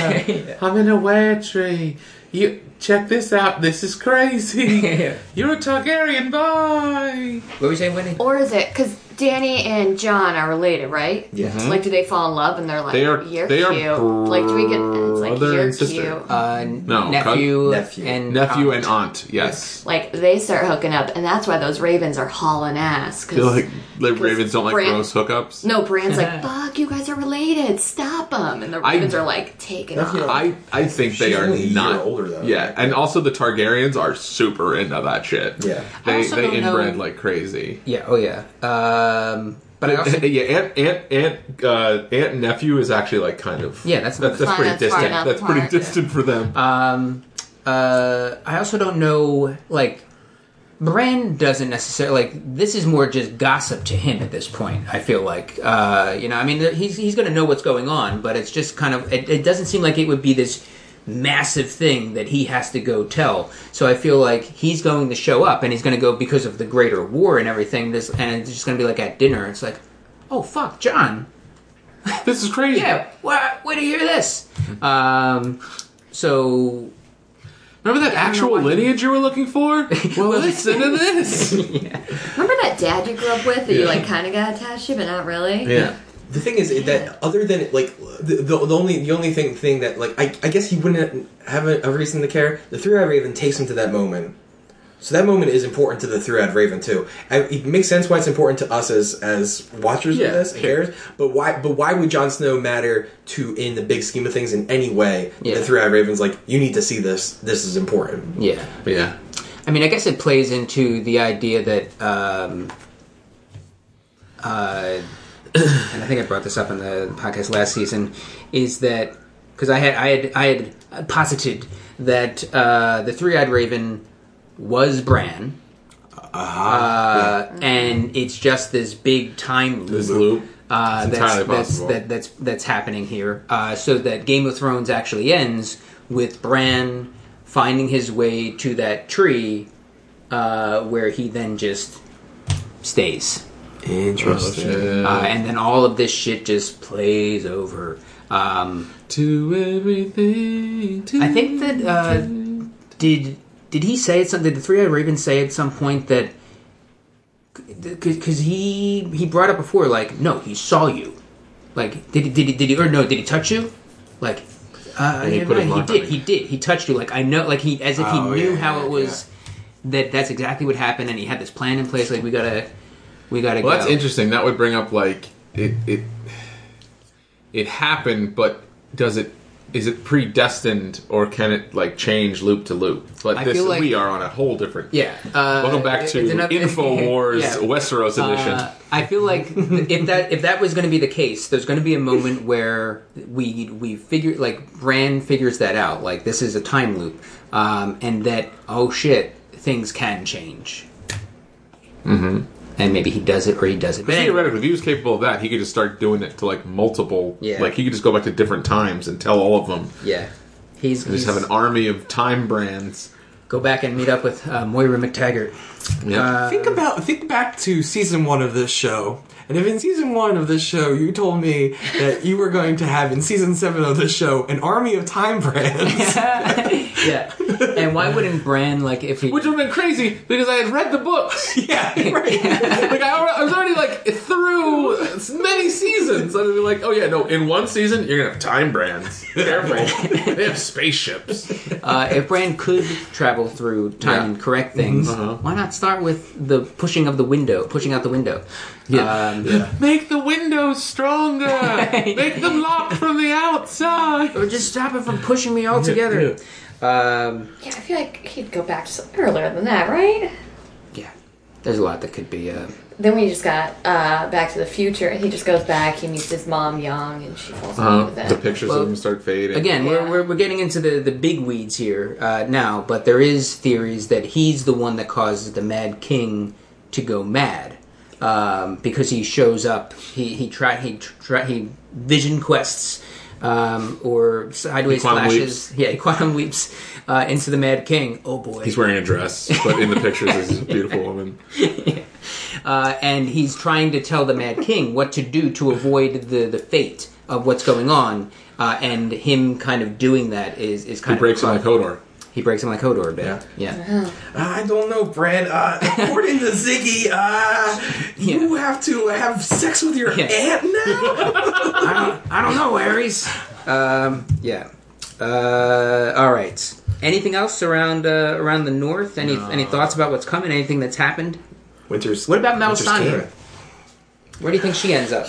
D: I'm in a wear tree. You check this out. This
A: [laughs]
D: is crazy. You're a Targaryen. Bye.
A: what were you saying, Winnie?
B: Or is it because Danny and John are related, right?
C: Yeah. Mhm.
B: Like, do they fall in love and they're like,
D: Mm-hmm. They
B: you're
D: are- they are
B: cute. like, do we get? It's like
D: brother
B: you're
D: and sister.
B: cute.
A: Uh,
D: No,
A: nephew,
C: nephew.
A: and
D: Nephew
A: aunt.
D: and aunt. Yes.
B: like they start hooking up, and that's why those ravens are hauling ass. Cause,
D: They're like, like ravens don't like
B: Bran-
D: gross hookups.
B: no, Bran's
D: [laughs]
B: like, "Fuck, you guys are related. Stop them!" And the
D: I-
B: ravens are like, "Take it off."
D: I, I think they
C: She's
D: are
C: only a year
D: not
C: older, though.
D: Yeah, and also the Targaryens are super into that shit.
C: Yeah.
A: I
D: they
A: also
D: they
A: don't know-
D: inbred like crazy.
A: Yeah, oh yeah. Um, but I
D: [laughs]
A: also.
D: yeah, aunt aunt aunt uh, aunt and nephew is actually like kind of
A: Yeah, that's-
D: that's, that's
B: Fine,
D: pretty
B: that's far
D: distant.
B: enough
D: That's pretty
B: apart.
D: distant for them.
A: Um, uh, I also don't know, like, Bran doesn't necessarily like. This is more just gossip to him at this point. I feel like, uh, you know, I mean, he's he's going to know what's going on, but it's just kind of. It, it doesn't seem like it would be this massive thing that he has to go tell. So I feel like he's going to show up, and he's going to go because of the greater war and everything. This and it's just going to be like at dinner. It's like, oh fuck, John,
D: this is crazy.
A: yeah, where, where do you hear this? Um, so
D: Remember that actual
A: know why-
D: lineage you were
A: [laughs]
D: looking for? Well, listen to this.
B: Remember that dad you grew up with that you like kind of got attached to, but not really.
D: Yeah.
C: The thing is that other than like the, the, the only the only thing thing that like I, I guess he wouldn't have a, a reason to care. The three eyed raven takes him to that moment, so that moment is important to the three eyed raven too. And it makes sense why it's important to us as as watchers
D: Yeah,
C: of this and
D: sure.
C: cares. But why but why would Jon Snow matter to in the big scheme of things in any way?
A: Yeah.
C: The three eyed raven's like you need to see this. This is important.
A: yeah.
D: Yeah.
A: I mean, I guess it plays into the idea that, um, uh, and I think I brought this up in the podcast last season, is that because I had I had I had posited that uh, the three eyed raven was Bran, uh, and it's just this big time
D: This loop.
A: uh,
D: It's
A: that's,
D: entirely
A: that's,
D: possible.
A: that, that's that's happening here. Uh, so that Game of Thrones actually ends with Bran finding his way to that tree, uh, where he then just stays,
C: Interesting.
A: uh, and then all of this shit just plays over. Um,
D: to everything. To
A: I think that uh, did did he say it? Something did the Three Eyed Raven say at some point that because he he brought up before like no he saw you like did he did he did he or no did he touch you like uh,
D: he
A: yeah,
D: put his
A: no, he
D: lock on
A: did
D: me.
A: he did he touched you like I know like he as if
C: Oh,
A: he knew
C: yeah,
A: how
C: yeah,
A: it was that that's exactly what happened and he had this plan in place like we gotta we gotta
D: Well,
A: go
D: that's interesting. That would bring up like it it it happened, but does it is it predestined or can it like change loop to loop? But
A: I
D: this
A: feel like-
D: we are on a whole different.
A: yeah uh,
D: Welcome back
A: it-
D: to
A: it's another- [laughs]
D: InfoWars
A: yeah.
D: Westeros edition.
A: Uh, I feel like if that if that was going to be the case, there's going to be a moment where we we figure like Bran figures that out. Like this is a time loop, um, and that oh shit, things can change. Mm-hmm. And maybe he does it or he doesn't. But anyway,
D: Theoretically, if he was capable of that, he could just start doing it to like multiple.
A: Yeah.
D: Like he could just go back to different times and tell all of them.
A: yeah, he's,
D: And just
A: he's-
D: have an army of time brands.
A: go back and meet up with uh, Moira McTaggart.
D: Yeah.
C: Think about think back to season one of this show. And if in season one of this show you told me that you were going to have in season seven of this show an army of time [laughs] brands,
A: Yeah, and why wouldn't Bran like if he?
D: Which would have been crazy because I [laughs] had read the books.
C: yeah, right.
D: like I, alre- I was already like through many seasons. And they're like, oh yeah, no, in one season you're gonna have time brands. [laughs]
A: [laughs]
D: Careful, they have spaceships.
A: Uh, if Bran could travel through time
D: Yeah.
A: and correct things, why not start with the pushing of the window, pushing out the window? Yeah. Um,
D: Make the windows stronger. Make them locked from the outside.
A: [laughs] Or just stop it from pushing me altogether. Um,
B: Yeah, I feel like he'd go back to earlier than that, right?
A: yeah. There's a lot that could be. Uh,
B: Then we just got uh, Back to the Future, and he just goes back. He meets his mom young, and she falls in love with him.
D: Uh-huh. Uh, The pictures
A: Well,
D: of them start fading.
A: again,
B: Yeah.
A: we're, we're, we're getting into the, the big weeds here uh, now, but there is theories that he's the one that causes the Mad King to go mad um, because he shows up. He he try he try he vision quests. Um, or sideways
D: He quantum
A: flashes, yeah, he quantum leaps uh, into the Mad King. Oh boy!
D: He's wearing a dress, but in the pictures is a beautiful woman.
A: uh, and he's trying to tell the Mad King what to do to avoid the, the fate of what's going on. Uh, and him kind of doing that is, is kind
D: He breaks
A: of
D: him like Hodor.
A: he breaks him like Hodor a bit.
D: Yeah.
A: Yeah,
C: Ah, I don't know, Brad. Uh, according to Ziggy, uh, you have to have sex with your
A: Yeah.
C: aunt [laughs] now.
A: I don't I don't know, Aries. Um, yeah. Uh, all right. Anything else around uh, around the north? Any any thoughts about what's coming? Anything that's happened?
C: Winter's.
A: What about
C: Winter's
A: Melisandre?
C: Karen.
A: Where do you think she ends up?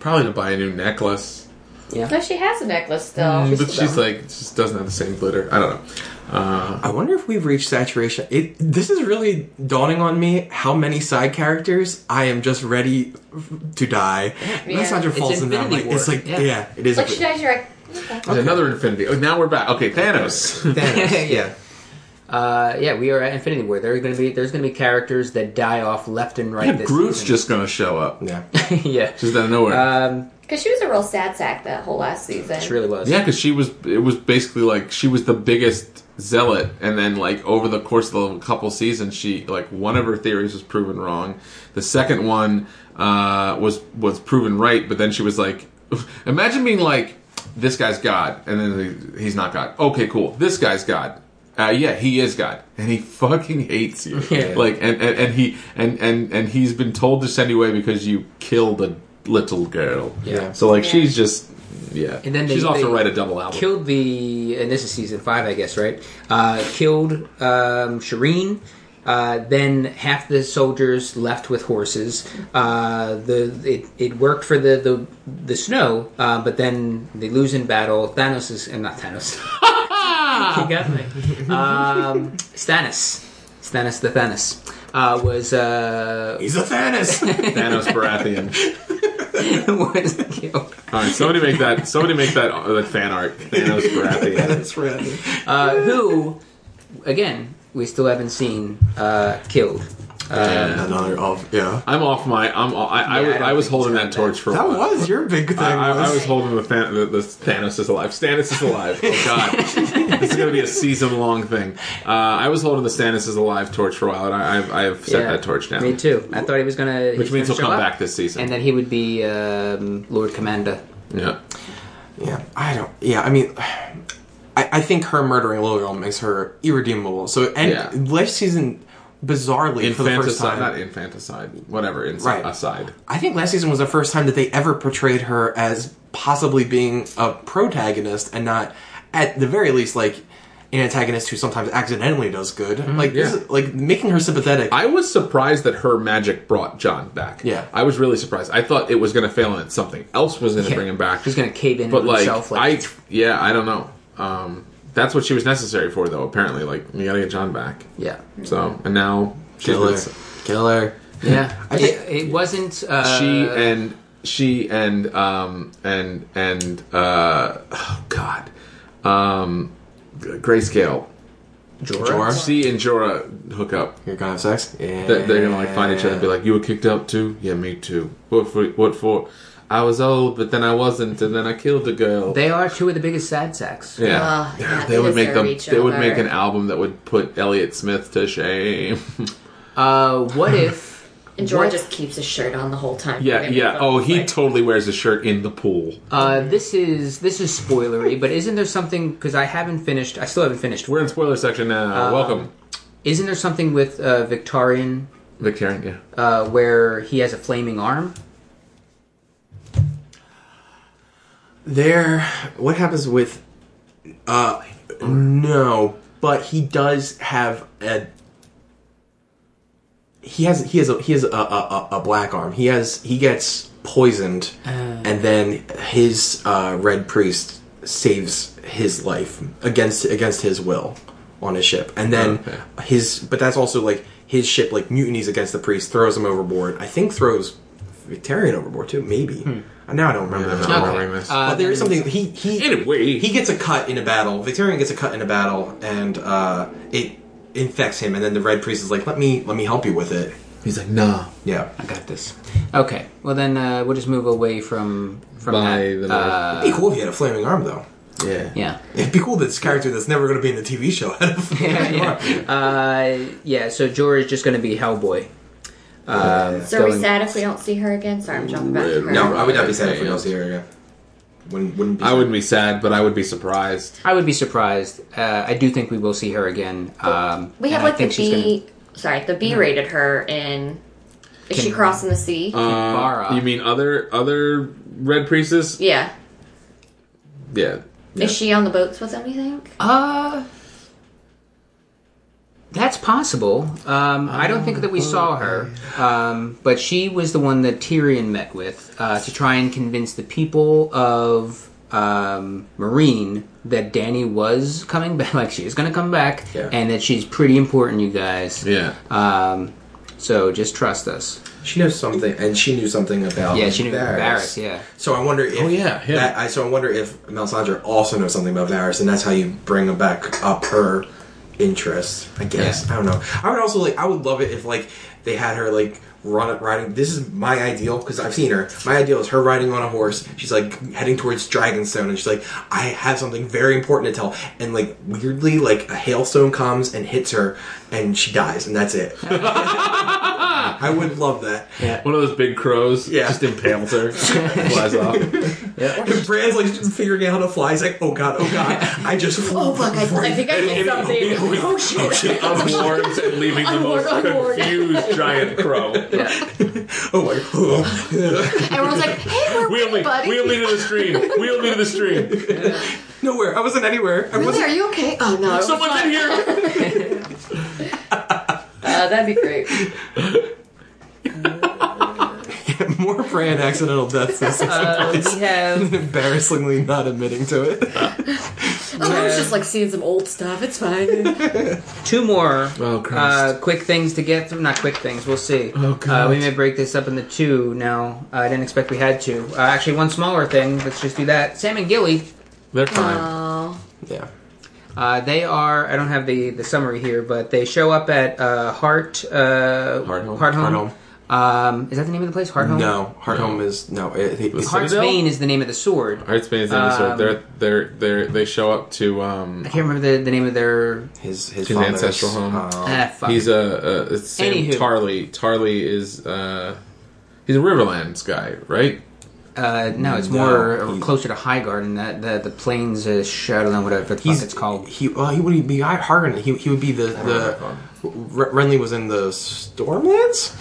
D: Probably to buy a new necklace.
B: No, she has a necklace still.
D: Mm, But she's like, just doesn't have the same glitter. I don't know. Uh,
C: I wonder if we've reached saturation. It this is really dawning on me how many side characters I am just ready to die.
B: Yeah.
C: Melisandre
B: It's
C: falls in that
A: Infinity
C: like it's
A: War.
C: like
A: Yeah.
C: yeah, it is.
B: like
C: a-
B: she dies, you're like, okay.
D: there's Another Infinity. Oh, now we're back. Okay, Thanos.
A: [laughs]
C: Thanos, yeah.
A: Uh, yeah, we are at Infinity War. There are going to be there's going to be characters that die off left and right. this
D: Groot's
A: season.
D: just gonna show up.
C: Yeah. [laughs]
A: [laughs] yeah.
D: Just out of nowhere.
A: Um,
B: Because she was a real sad sack that whole last season.
A: She really was.
D: Yeah, because she was. It was basically like she was the biggest zealot, and then like over the course of the couple seasons, she like one of her theories was proven wrong. The second one uh, was was proven right, but then she was like, [laughs] imagine being like, this guy's God, and then he's not God. Okay, cool. This guy's God. Uh, yeah, he is God, and he [laughs] fucking hates you.
A: Yeah.
D: Like, and, and, and he and, and and he's been told to send you away because you killed a little girl.
A: Yeah.
D: So like,
B: Yeah.
D: she's just yeah.
A: And then they-
D: she's off
A: they
D: to write a double album.
A: Killed the, and this is season five, I guess, right? Uh, killed um, Shireen. Uh, then half the soldiers left with horses. Uh, the it, it worked for the the, the snow, uh, but then they lose in battle. Thanos is and not Thanos. [laughs] he got me. Um, Stannis, Stannis the Thanos uh, was uh, [laughs]
C: He's a Thanos.
D: Thanos Baratheon.
A: was killed.
D: All right, somebody make that. Somebody make that uh, that fan art. Thanos Baratheon.
C: That's right.
A: uh, who, again, we still haven't seen uh, killed.
D: Uh,
C: Another of yeah.
D: I'm off my. I'm. o- I, I,
A: Yeah,
D: was-
A: I don't
D: I was
A: think
D: holding
A: it's
D: that
A: that
D: torch for. a
C: That
D: while.
C: was your big thing.
D: I, I, I
A: [laughs]
C: was-
D: was holding the, fan, the, the Thanos is alive. Stannis is alive. Oh God, this is going to be a season long thing. Uh, I was holding the Stannis is alive torch for a while, and I, I've, I've set
A: Yeah,
D: that torch down,
A: Me too. I thought he was gonna, he
D: which
A: was
D: means he'll
A: gonna show
D: come
A: up,
D: back this season.
A: and then he would be um, Lord Commander.
D: yeah.
C: Yeah, I don't. Yeah, I mean, I, I think her murdering Lil Girl makes her irredeemable. So, and
D: Yeah.
C: last season, bizarrely for the first
D: Infanticide,
C: time,
D: not infanticide, whatever. Inside,
C: Right.
D: Aside.
C: I think last season was the first time that they ever portrayed her as possibly being a protagonist and not, at the very least, like an antagonist who sometimes accidentally does good. like, this
D: yeah.
C: is, like making her sympathetic.
D: I was surprised that her magic brought John back.
C: Yeah.
D: I was really surprised. I thought it was going to fail and something else was going to bring him back.
A: He's gonna cave in
D: but
A: on
D: like,
A: himself. Like,
D: I yeah, I don't know. Um, that's what she was necessary for, though. Apparently, like we got to get John back.
A: yeah,
D: So and now she's
C: Kill her.
D: with-
C: Kill her.
D: [laughs]
A: yeah.
C: I think-
A: it, it wasn't. Uh,
D: she and she and um and and uh oh god um grayscale
C: Jorah?
D: she and Jorah hook up.
C: You're gonna have sex? Yeah.
D: They're, they're gonna like find each other and be like, "You were kicked out too? Yeah, me too. What for? What for? I was old, but then I wasn't, and then I killed a girl."
A: they are two of the biggest sad sacks.
D: yeah,
B: Ugh, yeah,
D: they would make
B: deserve
D: them.
B: each
D: They would make
B: other.
D: an album that would put Elliott Smith to shame.
A: Uh, what if?
B: And George
A: What?
B: just keeps his shirt on the whole time.
D: [laughs] yeah, yeah. Oh, he
B: Like,
D: totally wears a shirt in the pool.
A: Uh, this is this is spoilery, but isn't there something? Because I haven't finished. I still haven't finished.
D: We're in spoiler section now. Welcome.
A: Isn't there something with uh, Victorian
D: Victorian, yeah.
A: uh, where he has a flaming arm.
C: There, what happens with? Uh, no, but he does have a. He has he has a he has a, a, a, a black arm. He has he gets poisoned, and then his uh, red priest saves his life against against his will on his ship, and then his but that's also like his ship like mutinies against the priest, throws him overboard. I think throws Victorian overboard too, maybe. Now I don't remember that.
D: I don't
A: Okay.
D: remember this.
A: Uh,
C: But there is something he he
D: Anyway.
C: he gets a cut in a battle. Victorian gets a cut in a battle, and uh, it infects him. And then the Red Priest is like, "Let me let me help you with it."
D: He's like, nah.
C: Yeah,
A: I got this. Okay, well then uh, we'll just move away from from
D: By
A: that.
D: the
A: uh,
C: it'd be cool if he had a flaming arm, though.
D: Yeah.
A: yeah.
C: It'd be cool that this character that's never going to be in the TV show had a flaming arm.
A: Uh, yeah, so Jor is just going to be Hellboy. Um,
B: So are we
A: going-
B: sad if we don't see her again? Sorry, I'm jumping back to her.
C: [laughs] No, I would not be sad if
D: Yeah,
C: we
D: yeah.
C: don't see her again. Wouldn't wouldn't be.
D: I wouldn't be sad, but I would be surprised.
A: I would be surprised. Uh, I do think we will see her again. Um,
B: We have
A: and I
B: like the
A: think she's gonna-
B: B. Sorry, the B rated her in. Is she
A: Can-
B: crossing the sea?
D: Uh,
A: Bara.
D: You mean other other red priestess?
B: yeah.
D: Yeah.
B: Is she on the boats with them? You think?
A: Uh, that's possible. Um, I don't think that we saw her, um, but she was the one that Tyrion met with uh, to try and convince the people of um, Marine that Danny was coming [laughs] back, like she is going to come back,
C: Yeah.
A: and that she's pretty important, you guys.
D: Yeah.
A: Um, so just trust us.
C: She knows something, and she knew something about.
A: Yeah, she knew
C: Varys.
A: Varys. Yeah.
C: So I wonder if
D: Oh, yeah, yeah.
C: That, I, so I wonder if Melisandre also knows something about Varys, and that's how you bring back up her interest. I guess I don't know. I would also like. I would love it if like they had her like run up riding. This is my ideal because I've seen her. My ideal is her riding on a horse. She's like heading towards Dragonstone, and she's like, I have something very important to tell. And like weirdly, like a hailstone comes and hits her, and she dies, and
D: [laughs]
C: that's it. I would love that.
D: One of those big crows
C: Yeah.
D: just impales
A: [laughs]
D: her, flies off.
C: And Brand's like figuring out how to fly. He's like, oh god, oh god, I just
B: [laughs] Oh fuck! I, I think I did something. oh [laughs] shit!
D: Unwards and leaving
A: [laughs]
D: the
B: Unwarned,
D: most
B: unwarned.
D: confused giant crow.
C: [laughs] Oh my oh. god.
B: Everyone's like, "Hey, where
D: Wheel
B: were
D: me,
B: you, buddy?
D: wheel me to the stream. Wheel me to the stream.
C: [laughs] Nowhere. I wasn't anywhere. I
B: Really,
C: wasn't.
B: are you okay? Oh no, it was
D: Someone's
B: fun.
D: in here. [laughs]
B: Uh, that'd be great.
C: More Brand accidental
B: [laughs]
C: deaths this season.
A: we
D: [laughs]
A: have
C: Embarrassingly not admitting to it.
B: Oh, [laughs] I was just like seeing some old stuff. It's fine.
A: two more
D: Oh, Christ.
A: uh, quick things to get through. Not quick things. We'll see.
D: Oh, God.
A: Uh, we may break this up into two now. I didn't expect we had to. Uh, actually, one smaller thing. Let's just do that. Sam and Gilly.
D: They're fine.
B: Oh,
C: Uh, Yeah.
A: Uh, they are. I don't have the, the summary here, but they show up at uh, Hart uh,
D: Hart Home.
A: Home. Um, is that the name of the place? Hart Home.
C: No, Heart Home is no. It, it, it's
A: Hart's
D: Citadel?
A: Bane is the name of the sword. I
D: Hearts Bane's in the
A: Um,
D: sword. They're they're they're they show up to um
A: can't remember the, the name of their.
C: his
D: his
C: his, father's,
D: ancestral home.
C: uh,
A: Ah, fuck.
D: Oh. He's a, a it's Sam
A: Anywho.
D: Tarley. Tarley is uh he's a Riverlands guy, right?
A: uh, no, it's
C: No,
A: more
C: he's-
A: closer to Highgarden. That the the plains uh, Shadowland, whatever the fuck
C: he's
A: it's called.
C: He well, he would be Hargan. He he would be the the. Re- Renly was in the Stormlands.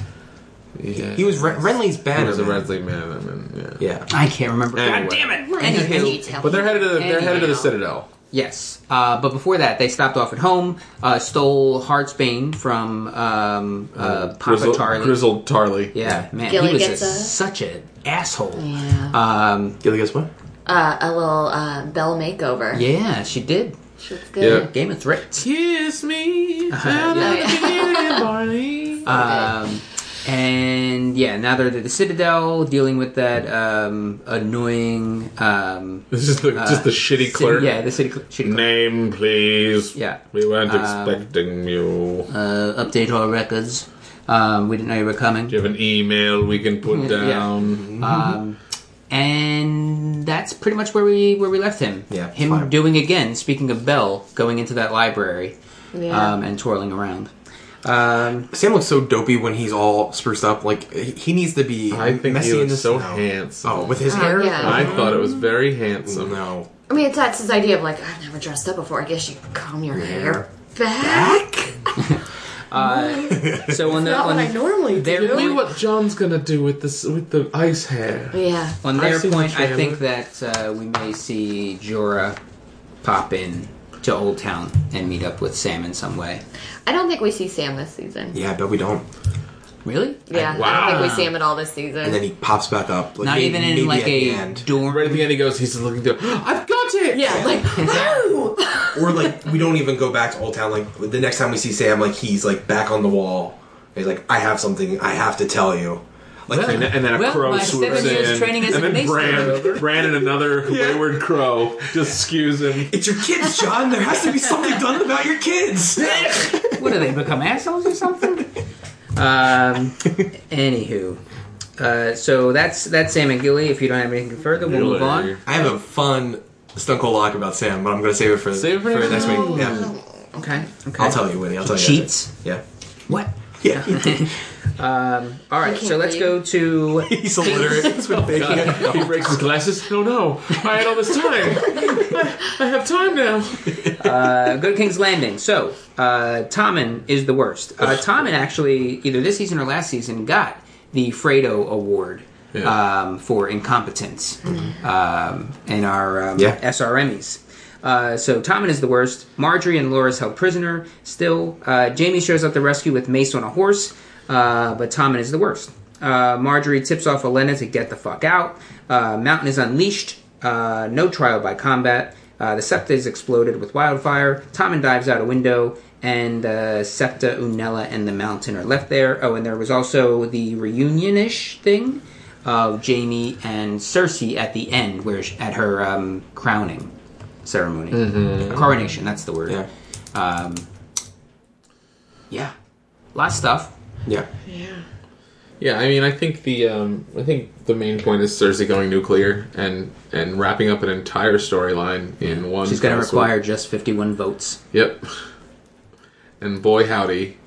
D: Yeah.
C: He was Re- Renly's
D: uh, He
C: banner.
D: was a Redley man of them, and yeah.
C: Yeah.
A: I can't remember. God
D: Anyway.
A: damn it!
B: Anywho,
A: Anywho,
B: detail.
D: But they're headed to the, they're headed to the
B: Anyhow.
D: Citadel.
A: yes. Uh, but before that, they stopped off at home, uh, stole Heartsbane from um, uh, Papa
D: Grizzled,
A: Tarly.
D: Grizzled Tarley.
A: Yeah, man,
B: Gilly
A: he was
B: gets
A: a-
B: a-
A: such an asshole.
B: Yeah.
D: Uh,
A: Um,
C: Gilly, guess what?
B: uh, a little uh, bell makeover.
A: yeah, she did.
B: She looks good.
A: Game of Threats. [laughs]
D: Kiss me.
B: Oh, yeah.
A: Um, and yeah, now they're at the Citadel dealing with that um, annoying. Um,
D: This is the, just the shitty clerk.
A: City, yeah, the city clerk. Shitty clerk.
D: Name, please.
A: Yeah.
D: We weren't
A: Um,
D: expecting you.
A: Uh, update our records. Um, we didn't know you were coming.
D: Do you have an email we can put
A: Yeah.
D: down?
A: Um, and that's pretty much where we where we left him.
C: Yeah,
A: him
C: fine.
A: doing again. Speaking of Bell, going into that library
D: Uh,
B: Yeah.
A: um, and twirling
C: [laughs]
A: around. Um,
C: Sam looks so dopey when he's all spruced up. Like he he needs to be.
D: I think
C: messy
D: he
C: in the
D: was so
C: snow.
D: handsome.
C: Oh, with his
B: Oh,
C: hair.
B: yeah.
D: I thought it was very handsome.
C: No.
B: I mean, it's that's his idea of like I've never dressed up before. I guess you comb your hair back.
A: Uh, so on the
B: Not
A: on,
B: what I normally
A: their
B: do.
A: point-
D: what John's gonna do with this with the ice hair.
B: Yeah.
A: on
D: I've
A: their
D: seen the
A: point, I
D: trailer.
A: think that uh, we may see Jorah pop in to Old Town and meet up with Sam in some way.
B: I don't think we see Sam this season.
C: Yeah, I bet we don't.
A: Really?
B: Yeah,
D: Wow.
B: I don't think we see him at all this season.
C: And then he pops back up. Like,
A: Not
C: may-
A: even in
C: maybe
A: like
C: at the
A: a [laughs]
C: end.
A: dorm.
D: Right at the end, he goes. He's looking to. I've got it.
B: yeah, like woo!
C: [laughs] or like we don't even go back to Old Town. Like the next time we see Sam, like he's like back on the wall. He's like, I have something I have to tell you. Like
D: And, and then a
A: Well,
D: crow
A: my
D: swoops
A: seven years
D: in,
A: training as
D: and
A: a
D: then
A: mason
D: Bran, Bran and
A: [laughs]
D: another wayward crow just skews him.
C: it's your kids, John. There has to be something done about your kids.
A: What do they become assholes or something? um, anywho, uh, so that's that's Sam and Gilly. If you don't have anything further, we'll move on.
C: I have a fun stunt cold lock about Sam, but I'm gonna save it for
D: Save it for next
C: next week. Yeah,
A: Okay. Okay.
C: I'll tell you, Winnie. I'll tell you.
A: Cheats.
C: Yeah.
A: What?
C: Yeah. [laughs]
A: Um, all right.
B: can't
A: So let's
B: read.
A: go to
C: He's illiterate. [laughs] He's been faking it.
D: He breaks his glasses. No, no. I had all this
A: [laughs]
D: time. I, I have time now.
A: uh, go to King's Landing. So uh, Tommen is the worst. Uh, Tommen actually, either this season or last season, got the Fredo Award
D: Yeah.
A: um, for incompetence um, in our um,
C: Yeah.
A: SRMEs. Uh, so Tommen is the worst. Marjorie and Laura's held prisoner. Still, uh, Jamie shows up to rescue with Mace on a horse, uh, but Tommen is the worst. Uh, Marjorie tips off Elena to get the fuck out. Uh, Mountain is unleashed. Uh, no trial by combat. Uh, the septa is exploded with wildfire. Tommen dives out a window, and uh, Septa, Unella, and the Mountain are left there. Oh, and there was also the reunion ish thing of Jamie and Cersei at the end, where she, at her um, crowning ceremony, Mm-hmm. coronation. That's the word.
C: Yeah.
A: Um, yeah, lots of stuff.
C: Yeah.
D: Yeah, I mean, I think the um, I think the main point is Cersei going nuclear and and wrapping up an entire storyline in one.
A: She's going to
D: fell swoop.
A: require just fifty-one votes.
D: Yep. [laughs] And boy howdy.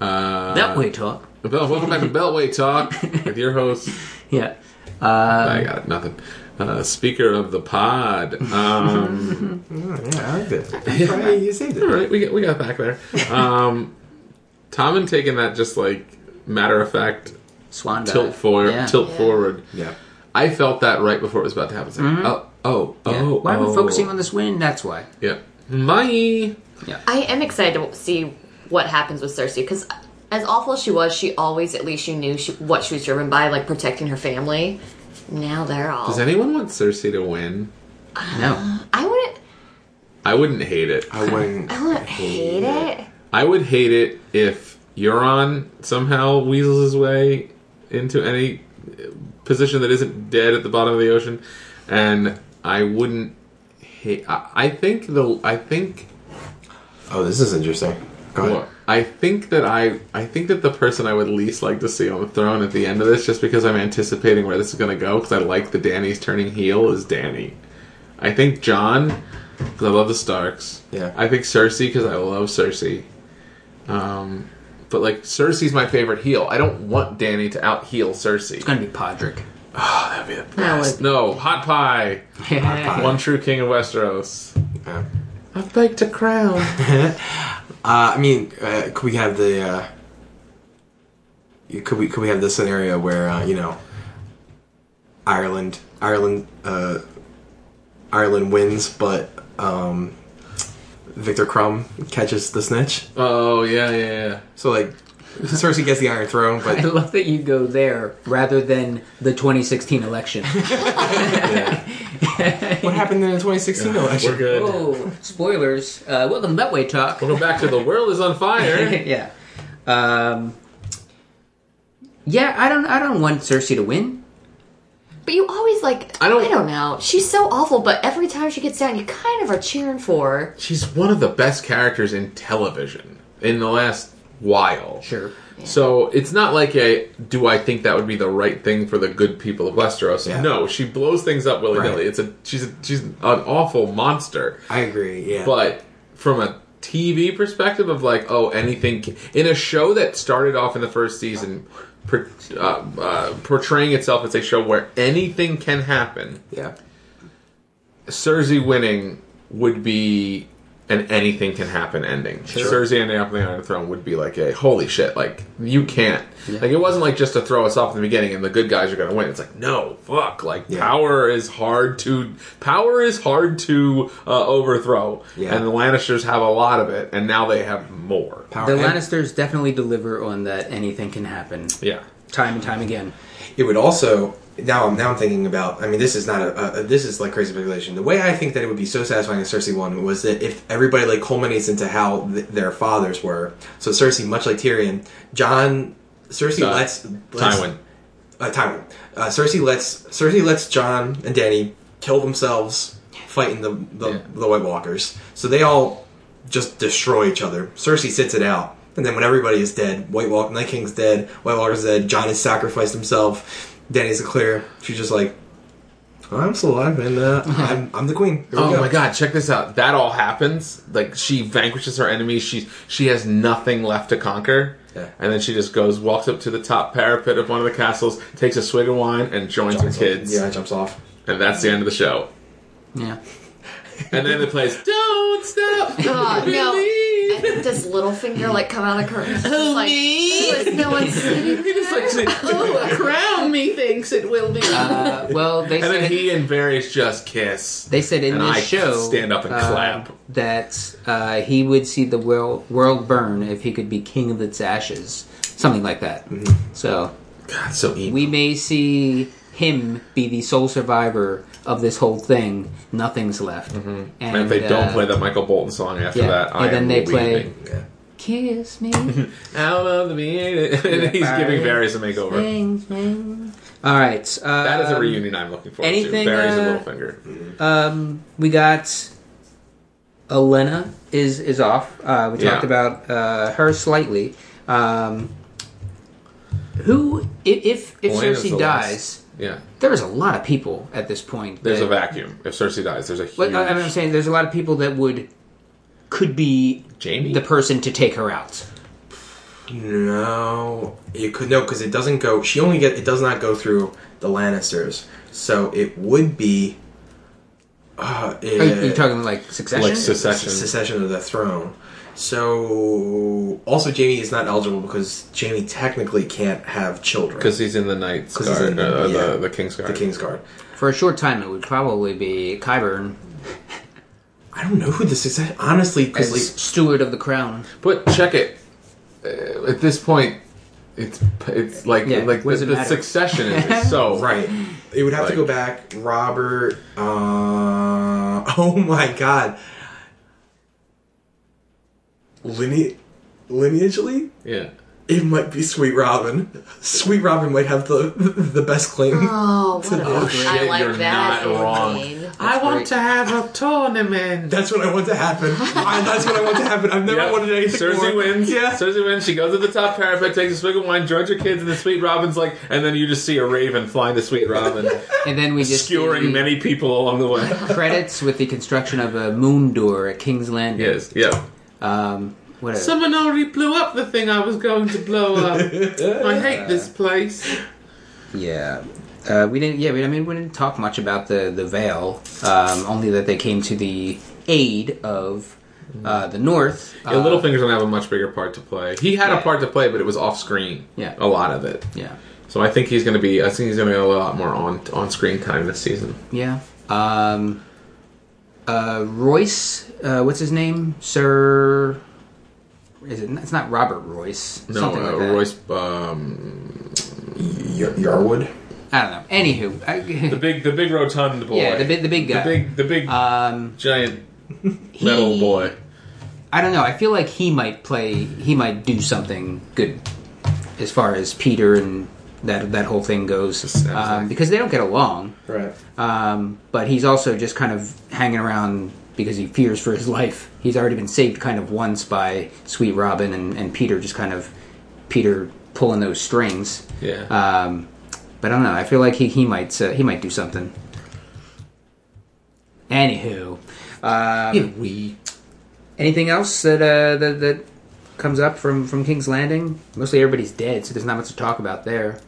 D: Uh,
A: That way, talk.
D: Bel- welcome back to Beltway Talk with
A: [laughs]
D: your host.
A: Yeah. Um,
D: I got nothing. Uh, speaker of the pod.
A: [laughs]
D: Um,
C: Oh, [laughs] Yeah, I like it. Right, you saved
D: all
C: it.
D: right, we got, we got back there. Um, Tom and taking that just like matter of fact
A: Swan dive.
D: tilt forward,
A: Yeah.
D: tilt
B: Yeah.
D: forward.
C: Yeah.
D: I felt that right before it was about to happen. It's like, Oh, oh,
A: Mm-hmm. Yeah.
D: oh.
A: why are
D: oh.
A: we focusing on this win? That's why.
D: Yeah. My.
B: I am excited to see what happens with Cersei because, as awful as she was, she always at least she knew she, what she was driven by, like protecting her family. Now they're all.
D: Does anyone want Cersei to win?
A: No.
B: I wouldn't.
D: I wouldn't hate it.
C: I wouldn't.
B: I wouldn't hate it.
D: I would hate it if Euron somehow weasels his way into any uh, position that isn't dead at the bottom of the ocean, and I wouldn't hate. I, I think the I think
C: Oh, this is interesting. Go ahead.
D: I think that I I think that the person I would least like to see on the throne at the end of this, just because I'm anticipating where this is going to go, because I like the Danny's turning heel is Danny. I think John because I love the Starks.
C: Yeah.
D: I think Cersei because I love Cersei. Um, but like Cersei's my favorite heel. I don't want Danny to out heel Cersei.
A: It's going to be [laughs] Podrick.
D: Oh, that'd be the
B: That
D: best. No, hot pie.
A: Yeah.
D: One true king of Westeros.
C: Yeah.
D: I've baked a crown.
C: Uh, I mean, uh, could we have the? Uh, could we could we have this scenario where uh, you know Ireland Ireland uh, Ireland wins, but um, Victor Crumb catches the snitch.
D: oh yeah, yeah, yeah.
C: So like, Cersei gets the Iron Throne,
A: I
C: but
A: love that you go there rather than the 2016 election.
C: what happened in the 2016
D: We're
C: election?
D: good.
A: [laughs] oh, spoilers. Uh, welcome to Betway Talk.
D: Welcome back to the world is on [laughs] fire.
A: [laughs] yeah. Um, yeah, I don't I don't want Cersei to win.
B: But you always like.
D: I
B: I
D: don't-
B: don't. I don't know. She's so awful, but every time she gets down, you kind of are cheering for. her.
D: She's one of the best characters in television in the last while.
A: Sure.
D: So it's not like a do I think that would be the right thing for the good people of Westeros?
C: Yeah.
D: No, she blows things up willy nilly.
C: Right.
D: It's a she's a, she's an awful monster.
C: I agree. Yeah,
D: But from a TV perspective of like oh anything ca- in a show that started off in the first season. per- Uh, uh, portraying itself as a show where anything can happen,
C: yeah,
D: Cersei winning would be an anything can happen ending. Cersei ending up on the Iron Throne would be like a holy shit, like you can't. Like it wasn't like just to throw us off in the beginning and the good guys are gonna win. It's like no, fuck. Like
C: Yeah.
D: power is hard to power is hard to uh, overthrow,
C: Yeah.
D: and the Lannisters have a lot of it, and now they have more.
C: Power.
A: The
C: And
A: Lannisters definitely deliver on that anything can happen.
D: Yeah,
A: Time and time again.
C: it would also now I'm now I'm thinking about. I mean, this is not a, a this is like crazy speculation. The way I think that it would be so satisfying in Cersei one was that if everybody like culminates into how th- their fathers were. So Cersei, much like Tyrion, John, Cersei
D: Uh,
C: lets, lets
D: Tywin.
C: uh, Tywin. Uh, Cersei lets Cersei lets John and Danny kill themselves fighting the the,
D: Yeah.
C: the White Walkers. So they all just destroy each other. Cersei sits it out, and then when everybody is dead, White Walk Night King's dead, White Walker's dead. John has sacrificed himself. Danny's a clear. She's just like, "Oh, I'm still alive,
D: [laughs]
C: and uh, I'm, I'm the queen. Here we
D: Oh
C: go."
D: my god, check this out. That all happens. Like she vanquishes her enemies. She she has nothing left to conquer.
C: Yeah.
D: And then she just goes, walks up to the top parapet of one of the castles, takes a swig of wine, and joins her kids.
C: Yeah, jumps off.
D: And that's the end of the show.
A: Yeah.
D: And then it plays, "Don't
A: [laughs]
D: stop,
B: Oh, no.
D: believe."
B: And [laughs] then does Littlefinger like come out of curtain? It's just like,
D: me?
B: "Who is- no one's
D: [laughs]
B: sitting
D: He just like, say, "Oh, a crown me thinks it will be."
A: Uh, well, they
D: and
A: said
D: then he and Varys just kiss.
A: they said in
D: and
A: this
D: I
A: show
D: stand up and
A: uh,
D: clap.
A: that uh, he would see the world world burn if he could be king of its ashes, something like that.
D: Mm-hmm.
A: So
D: God, so evil.
A: we may see him be the sole survivor of this whole thing. Nothing's left, and,
D: Mm-hmm. and if they don't
A: uh,
D: play that Michael Bolton song after
A: yeah.
D: that, I
A: And then
D: am
A: they play-
D: weeping.
C: Yeah.
A: "Kiss
D: [laughs]
A: me."
D: I love the meaning. [laughs] And he's giving Varys a makeover.
A: All right, uh,
D: That is a reunion I'm looking forward
A: anything,
D: to. Varys
A: uh,
D: and Littlefinger.
A: Um, we got Elena is is off. Uh, we
D: Yeah.
A: talked about uh, her slightly. Um, who if if, if
D: Elena's
A: Cersei
D: the last.
A: dies,
D: Yeah.
A: there's a lot of people at this point.
D: There's
A: that-
D: a vacuum. If Cersei dies, there's a huge...
A: But uh, I, I'm saying there's a lot of people that would could be
D: Jamie?
A: the person to take her out.
C: No, you could no because it doesn't go. She only get it does not go through the Lannisters, so it would be. Uh,
A: Are you,
C: eh,
A: are you talking like succession?
D: Like secession.
C: secession of the throne. So also, Jamie is not eligible because Jamie technically can't have children
D: Because he's in the Knight's
C: 'Cause he's
D: Guard.
C: in
D: uh,
C: the- yeah.
D: the, the King's Guard.
C: the King's Guard.
A: For a short time, it would probably be Kyburn
C: I don't know who the succession. Honestly,
A: as
C: because like
A: steward of the crown.
D: But check it. Uh, at this point, it's it's like
A: Yeah, what
D: like the,
A: does it
D: the
A: matter?
D: succession is
C: [laughs]
D: so
C: right, it would have
D: Like-
C: to go back. Robert. Uh, [laughs] oh my God. Lineage, lineagely,
D: Yeah.
C: it might be Sweet Robin. Sweet Robin might have the the best claim.
B: Oh, what a,
C: Oh,
D: shit,
B: I like
D: you're
B: that.
D: not wrong.
B: Elaine.
D: I
A: want great. to
D: have a tournament.
C: That's what I want to happen. I, that's what I want to happen. I've never
D: Yep.
C: wanted anything
D: Cersei
C: more.
D: wins.
C: Yeah.
D: Cersei wins. She goes to the top parapet, takes a swig of wine, joins her kids, and the sweet robin's like, and then you just see a raven flying the sweet robin,
A: And then we just
D: skewering
A: see-
D: many people along the way.
A: credits with the construction of a moon door at King's Landing.
D: yes, yeah.
A: Um, whatever.
D: Someone already blew up the thing I was going to blow [laughs] up. I hate this place.
A: yeah. Uh, we didn't. Yeah, we, I mean, we didn't talk much about the the Vale. Um, only that they came to the aid of uh, the North.
D: Yeah,
A: Uh,
D: Littlefinger's gonna have a much bigger part to play. He had
A: Yeah.
D: a part to play, but it was off screen.
A: Yeah.
D: a lot of it.
A: yeah.
D: So I think he's gonna be. I think he's gonna get a lot more on on screen time this season.
A: Yeah. Um, uh, Royce. Uh, what's his name? Sir. Is it? It's not Robert Royce.
D: No,
A: Something
D: uh,
A: like that.
D: Royce. Um,
C: Y- Yarwood.
A: I don't know. Anywho.
D: the
A: I, [laughs]
D: big, the big rotund boy.
A: yeah, the big, the big
D: the
A: guy.
D: big, the big
A: um,
D: giant metal
A: [laughs] he-
D: boy.
A: I don't know. I feel like he might play. He might do something good as far as Peter and that that whole thing goes,
D: sounds
A: um,
D: like-
A: because they don't get along.
C: Right.
A: Um, but he's also just kind of hanging around because he fears for his [laughs] life. He's already been saved kind of once by Sweet Robin and, and Peter, just kind of Peter pulling those strings.
D: Yeah.
A: Um, but I don't know. I feel like he he might uh, he might do something. Anywho, um,
D: we.
A: Anything else that uh, that, that comes up from from King's Landing? Mostly everybody's dead, so there's not much to talk about there.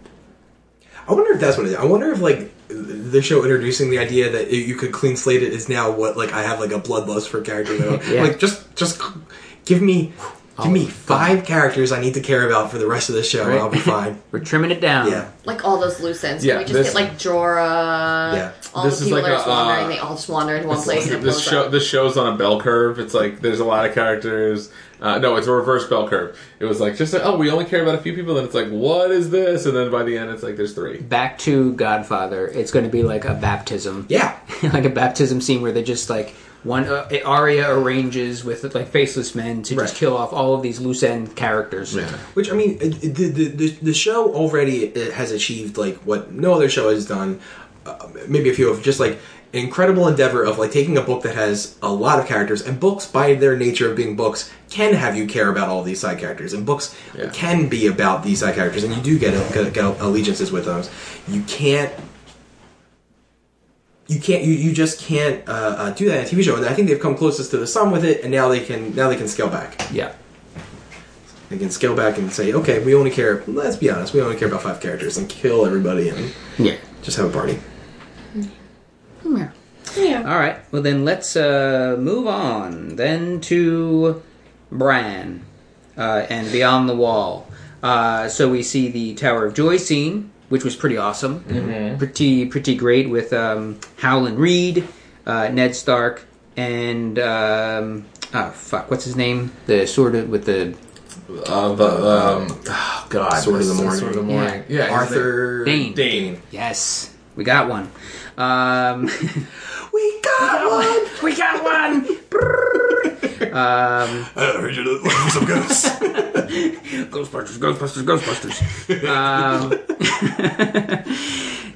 C: I wonder if that's what it is. I wonder if like the show introducing the idea that it, you could clean slate it is now what like I have like a bloodlust for character. Now.
A: [laughs] Yeah.
C: Like just just give me give me
A: God.
C: five characters I need to care about for the rest of the show
A: Right.
C: and I'll
A: [laughs]
C: be fine.
A: We're trimming it down.
C: yeah.
B: Like all those loose ends. Can
D: Yeah,
B: we just
D: this-
B: get like Jorah?
C: Yeah.
B: All
D: This
B: the
D: is
B: people
D: like
B: that
D: a,
B: are just wandering,
D: uh,
B: they all just wander into one place and it
D: this
B: blows
D: show
B: up.
D: this show's on a bell curve. It's like there's a lot of characters. Uh, no, it's a reverse bell curve. It was like just like, oh, we only care about a few people, and it's like what is this? And then by the end, it's like there's three.
A: Back to Godfather. It's going to be like a baptism.
C: Yeah.
A: [laughs] like a baptism scene where they just like one uh, Arya arranges with like faceless men to just
C: Right.
A: kill off all of these loose end characters.
C: Which I mean, it- it- the the the, the show already uh, has achieved like what no other show has done. Uh, maybe a few of just like incredible endeavor of like taking a book that has a lot of characters and books by their nature of being books can have you care about all these side characters and books
D: Yeah.
C: can be about these side characters and you do get, get, get allegiances with those you can't you can't you, you just can't uh, uh, do that in a tv show and i think they've come closest to the sun with it and now they can now they can scale back
A: Yeah.
C: they can scale back and say, okay, we only care. Let's be honest, we only care about five characters and kill everybody and
A: Yeah.
C: just have a party.
B: Yeah.
A: All right. Well, then let's uh, move on then to Bran uh, and Beyond the Wall. Uh, so we see the Tower of Joy scene, which was pretty awesome, Mm-hmm. pretty pretty great with um, Howland Reed, uh, Ned Stark, and um, oh fuck, what's his name? The sword of, with the
D: Uh, the um, oh, God,
C: Sword of the
D: This is
C: Morning.
D: Sword of the morning. Yeah, his
C: Arthur
A: Dane.
D: name- Dane.
A: Yes, we got one. Um, [laughs]
C: We got one.
A: we got one.
E: I heard you looking for [laughs] some ghosts.
A: Ghostbusters, Ghostbusters, Ghostbusters. um,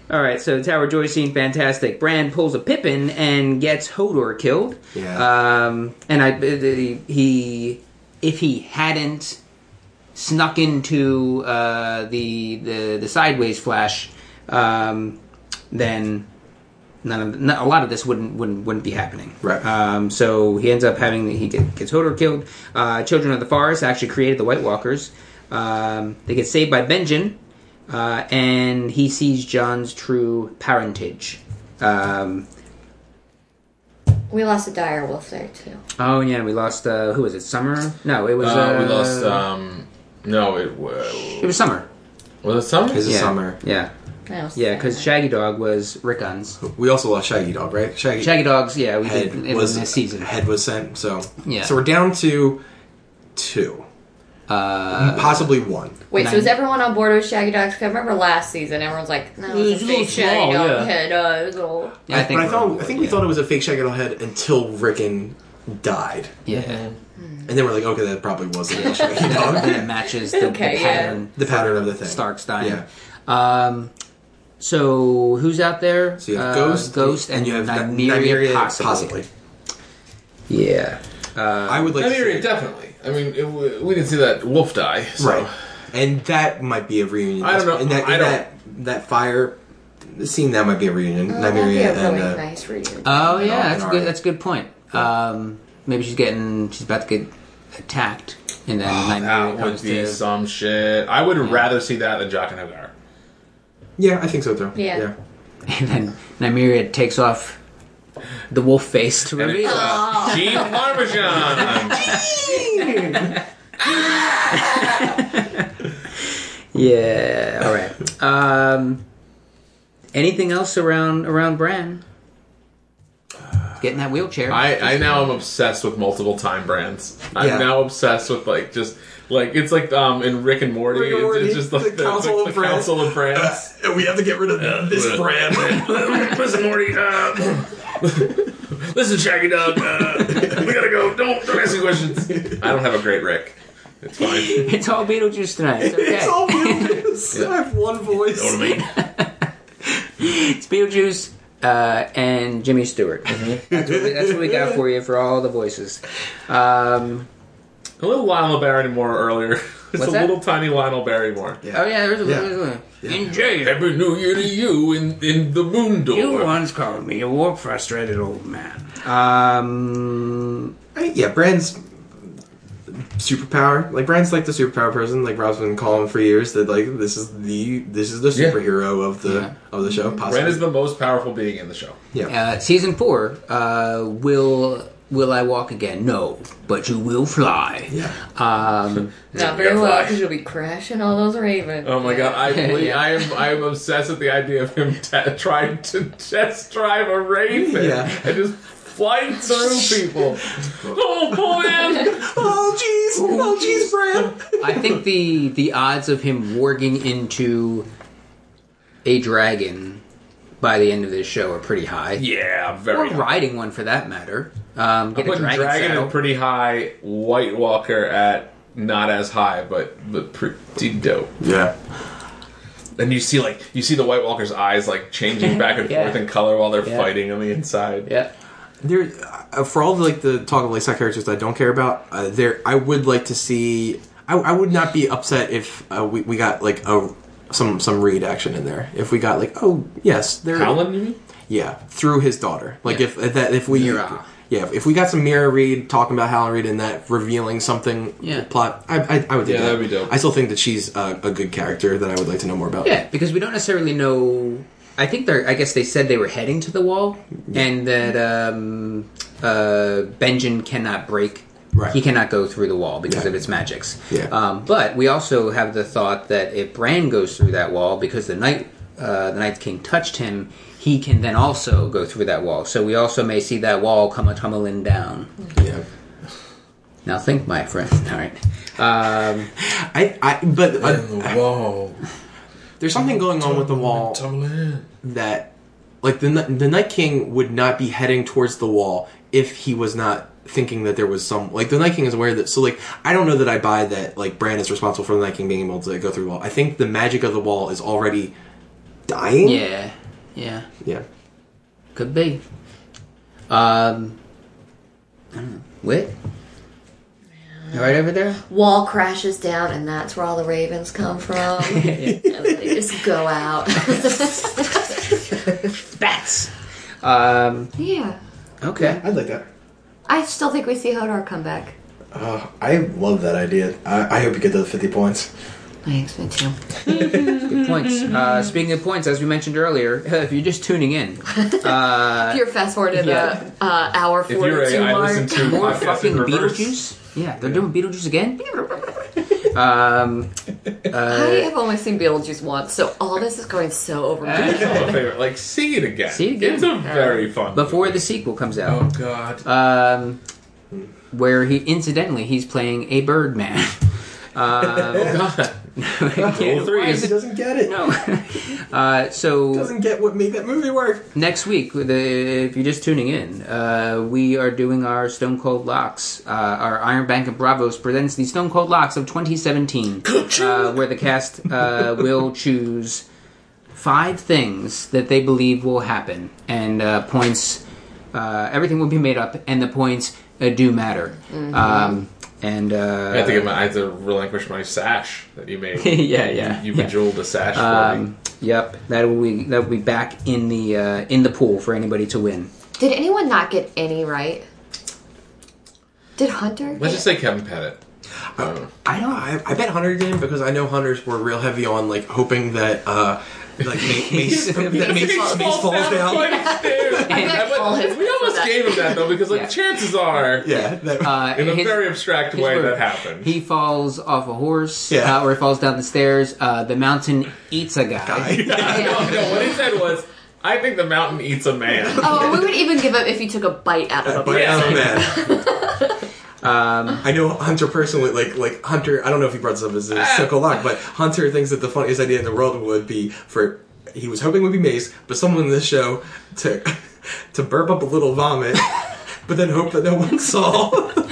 A: [laughs] all right, so Tower Joy scene, fantastic. Bran pulls a Pippin and gets Hodor killed.
C: Yeah.
A: Um, and I, he, if he hadn't snuck into uh, the, the the sideways flash, um, then none of no- a lot of this wouldn't wouldn't wouldn't be happening.
C: Right.
A: Um, so he ends up having he get, gets Hodor killed. Uh, Children of the Forest actually created the White Walkers. Um, they get saved by Benjen, uh, and he sees John's true parentage. Um,
B: We lost a dire wolf there too.
A: oh yeah, we lost uh, who was it? Summer? No, it was
D: Uh,
A: uh,
D: we lost. Um, no, it was
A: it was Summer.
D: was it some.
C: It's a
A: Yeah.
C: summer.
A: Yeah,
B: That was
A: yeah, because Shaggy Dog was Rickon's.
C: We also lost Shaggy Dog, right? Shaggy,
A: Shaggy Dogs, yeah, we
C: head
A: did it was
C: was
A: this season.
C: Head was sent. So
A: Yeah.
C: So we're down to two,
A: Uh,
C: possibly one.
B: Wait,
A: Nine.
B: so is everyone on board with Shaggy Dogs? 'Cause I remember last season, everyone's like, "No,
A: It was
B: it's
A: a
B: a
A: little
B: fake Shaggy
A: small,
B: Dog
A: yeah.
B: head." Uh, it's all-
A: yeah, I think we're
C: but I
A: on
C: thought I
A: board,
C: think we
A: yeah.
C: thought it was a fake Shaggy Dog head until Rickon died,
A: yeah.
C: and then we're like, okay, that probably was the
A: [laughs]
C: real Shaggy Dog.
A: that matches the,
B: Okay,
A: the
B: yeah.
A: pattern
C: The pattern of the thing.
A: Stark's dying.
C: Yeah.
A: Um, so who's out there?
C: So you have
A: Uh,
C: Ghost,
A: Ghost, and,
C: you have
A: Nymeria,
C: Nymeria
A: possibly. Uh,
C: possibly.
A: Yeah,
C: I would like
D: I
C: to
D: mean,
C: see-
D: yeah, definitely. I mean, it, w- we didn't see that wolf die. So.
C: Right. And that might be a reunion.
D: I don't know.
C: And that,
D: I
C: and
D: don't-
C: that, that fire scene, that might be a reunion.
B: Oh, that'd be
C: Nymeria
B: a really
C: and, uh,
B: nice reunion.
A: Oh
C: And all-
A: yeah,
C: and
A: that's
C: all
A: good.
C: right.
A: That's a good point. Um, maybe she's getting she's about to get attacked, and then
C: Oh,
A: Nymeria
D: That
A: comes
D: would be
A: to.
D: some shit. I would rather see that than Jock and Hagar.
C: Yeah, I think so, too.
B: Yeah.
A: [laughs] And then Nymeria takes off the wolf face to
D: And it's,
A: reveal.
C: [laughs]
D: uh, Gene Parmesan.
A: Yeah. All right. Um, anything else around around Bran? Getting that wheelchair.
D: I, I now am obsessed with multiple time brands. I'm
C: Yeah.
D: now obsessed with like just like it's like um in Rick and Morty.
C: Rick and
D: it's-
C: Morty,
D: it's just like
C: the Council of Brands.
D: Council of
C: [laughs]
D: Brands.
C: And we have to get rid of this brand.
B: [laughs]
E: Listen, Morty.
D: [laughs]
E: Uh, listen, Shaggy Dog. Uh, we gotta go. Don't don't ask me questions.
D: I don't have a great Rick. It's fine.
A: [laughs] It's all Beetlejuice tonight. It's okay.
C: [laughs] It's all Beetlejuice. [laughs] I have one voice.
E: Know what I mean?
A: It's Beetlejuice uh, and Jimmy Stewart. Mm-hmm. That's, what we, that's what we got for you for all the voices. Um,
D: [laughs] a little Lionel Barrymore earlier. [laughs] It's
A: What's
D: a
A: that?
D: little tiny Lionel Barrymore.
A: oh yeah, there's a,
C: Yeah.
A: there's a in jail.
D: Happy New Year to you in in the Moon Door.
A: You once called me a war frustrated old man. Um,
C: I mean, yeah, brands. superpower. Like Brian's like the superpower person. Like Rob's been calling for years that like this is the this is the
D: Yeah.
C: superhero of the
A: Yeah.
C: of the show. Possibly.
D: Ren is the most powerful being in the show.
C: yeah.
A: Uh, season four. Uh, will Will I walk again? No, but you will fly.
C: yeah.
A: Um,
B: Not
D: Yeah,
B: very well
D: fly.
B: because you'll be crashing all those ravens.
D: Oh my god, I
A: [laughs]
D: really,
A: Yeah.
D: I am I am obsessed with the idea of him [laughs] t- trying to test drive a raven
C: Yeah.
D: and just flying
A: [laughs]
D: through people. oh man!
C: Oh jeez. Oh jeez, Brian.
A: I think the the odds of him warging into a dragon by the end of this show are pretty high.
D: [laughs] Yeah, I'm
A: Or
D: very high.
A: riding one for that matter. Um, get a
D: Putting
A: dragon,
D: dragon
A: saddle.
D: at pretty high, White Walker at not as high, but but pretty dope.
C: Yeah.
D: And you see like you see the White Walker's eyes like
A: [laughs]
D: changing back and
A: Yeah.
D: forth in color while they're
A: Yeah.
D: fighting on the inside.
A: yeah.
C: there uh, for all the, like the talk of like side characters that I don't care about. Uh, there, I would like to see. I, I would not be upset if uh, we, we got like a some some read action in there. If we got like oh yes, there
D: Howlin', you mean?
C: yeah through his daughter. Like if if that if we
A: Mira.
C: yeah if we got some Mira Reed talking about Howlin' Reed and that revealing something
A: Yeah.
C: plot, I I, I would do
D: Yeah,
C: that.
D: that'd be dope.
C: I still think that she's uh, a, a good character that I would like to know more about.
A: Yeah, because we don't necessarily know. I think they're. I guess they said they were heading to the wall, and that um, uh, Benjen cannot break.
C: Right.
A: He cannot go through the wall because
C: Yeah.
A: of its magics.
C: Yeah.
A: Um, but we also have the thought that if Bran goes through that wall, because the night uh, the Night King touched him, he can then also go through that wall. So we also may see that wall come a tumbling down.
C: yeah.
A: Now think, my friend. All right. Um,
C: I I but uh,
E: And the wall.
C: there's something going on with the wall.
E: Tumble in.
C: that like the Ni- the Night King would not be heading towards the wall if he was not thinking that there was some like the Night King is aware that so like I don't know that I buy that like Bran is responsible for the Night King being able to go through the wall. I think the magic of the wall is already dying.
A: yeah. Yeah.
C: Yeah.
A: Could be. Um, I don't know. Wit? You Right over there?
B: Wall crashes down, and that's where all the ravens come
D: [laughs]
B: from. and they just go out. [laughs]
A: Bats! Um,
B: yeah.
A: okay.
F: I'd like that.
B: I still think we see Hodor come back.
F: Uh, I love that idea. I, I hope you get those 50 points.
B: Thanks, me too.
A: Good points. Uh, speaking of points, as we mentioned earlier, [laughs] if you're just tuning in,
B: If you're fast forward to
A: Yeah.
B: the uh, hour
D: Uh, If you're a
B: 42
D: I
B: mark.
D: listen to
A: more
D: podcasts
A: fucking
D: in reverse.
A: Beetlejuice. Yeah, they're doing Beetlejuice again. Um,
B: I have only seen Beetlejuice once, so all this is going so over my head.
A: [laughs]
D: a favorite. Like sing it again.
A: Sing it again.
D: It's a very fun.
A: before the sequel comes
D: Oh
A: out,
D: god.
A: um, where he incidentally he's playing a Birdman. [laughs] Um,
D: god.
A: yeah,
D: three.
A: why is
F: He
A: it- [laughs]
F: doesn't get it.
A: no. Uh, so
C: Doesn't get what made that movie work.
A: next week, with the, if you're just tuning in, uh, we are doing our Stone Cold Locks. Uh, our Iron Bank of Bravos presents the Stone Cold Locks of 2017, uh, where the cast uh, will choose five things that they believe will happen, and uh, points. Uh, everything will be made up, and the points uh, do matter. Um, and uh,
D: [laughs]
A: [laughs]
D: I have to get my I have to relinquish my sash that you made.
A: yeah, yeah,
D: You, you
A: yeah.
D: bejeweled the sash for me.
A: Um, yep, that will be that will be back in the uh, in the pool for anybody to win.
B: [laughs] Did anyone not get any right? Did Hunter?
D: Let's just say Kevin Pettit. Um,
C: I don't. I, I bet Hunter didn't because I know hunters were real heavy on like hoping that uh like Mace, Mace, that Mace, Mace falls down.
B: bet all his-
D: we almost gave him that though because like
A: Yeah.
D: chances are
C: Yeah. That, [laughs]
A: Uh,
D: in a
A: his-
D: very abstract
A: his
D: way
A: word.
D: that happened.
A: He falls off a horse,
C: Yeah.
A: uh, or he falls down the stairs. Uh, the mountain eats a guy.
D: no, [laughs] no, what he said was, I think the mountain eats a man.
B: [laughs] Oh, we would even give up if you took a bite out of
C: But
B: him.
D: Yeah.
C: yeah. I know Hunter personally, like like Hunter. I don't know if he brought this up as a circle lock, but Hunter thinks that the funniest idea in the world would be for he was hoping would be Mace, but someone in this show to [laughs] to burp up a little vomit, but then hope that no one saw. [laughs]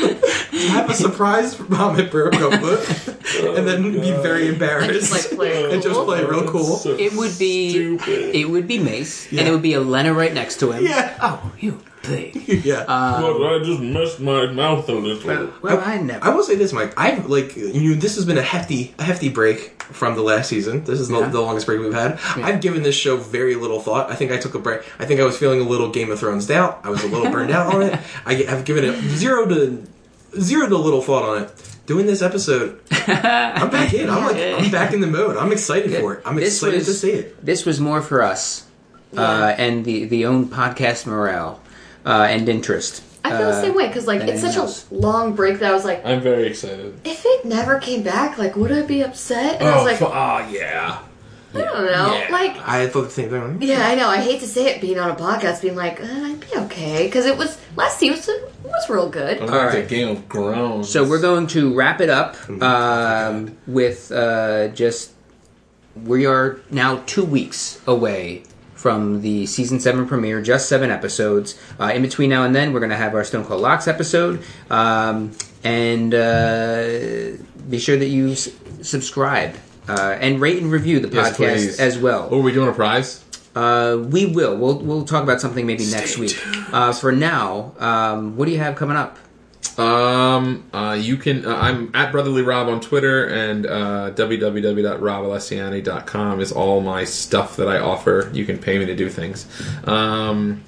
C: To have a surprise vomit burp notebook, and then be very embarrassed
B: Just [laughs] like play.
C: [laughs] and just play real cool.
A: It would be
E: Stupid.
A: it would be Mace,
C: Yeah.
A: and it would be Elena right next to him.
C: Yeah.
A: Oh, you pig.
C: yeah.
E: Look, I just messed my mouth a little.
A: Well, I never.
C: I will say this, Mike. I've like you. Know, this has been a hefty, a hefty break from the last season. This is
A: Yeah.
C: the, the longest break we've had. I've given this show very little thought. I think I took a break. I think I was feeling a little Game of
A: [laughs]
C: Thrones doubt. I was a little burned out on it. I have given it zero to zero to little thought on it. doing this episode, I'm back in. I'm like, I'm back in the mode. I'm excited for it. I'm
A: This
C: excited
A: was-
C: to see it.
A: This was more for us uh, and the the own podcast morale uh, and interest.
B: I feel the
A: Uh,
B: same way because like
A: than
B: it's such
A: anything else.
B: a long break that I was like,
D: I'm very excited.
B: if it never came back, like would I be upset? And I was like,
D: fu- oh yeah.
B: I don't know,
D: Yeah.
B: like.
C: I thought the same thing.
B: Yeah, I know. I hate to say it, being on a podcast, being like, uh, I'd be okay, because it was last season was real good.
D: I'm
A: All
D: back to
A: right.
D: Game of Thrones.
A: So we're going to wrap it up
D: Mm-hmm.
A: um, with uh, just we are now two weeks away from the season seven premiere, just seven episodes. Uh, in between now and then, we're going to have our Stone Cold Locks episode, um, and uh, be sure that you s- subscribe. Uh, and rate and review the
D: Yes,
A: podcast
D: please.
A: as well.
D: Oh, are we doing a prize?
A: Uh, we will. We'll we'll talk about something maybe next week. Uh, for now, um, what do you have coming up?
D: Um, uh, you can. Uh, I'm at brotherly rob on Twitter and uh, www.robalessiani.com is all my stuff that I offer. You can pay me to do things. Um,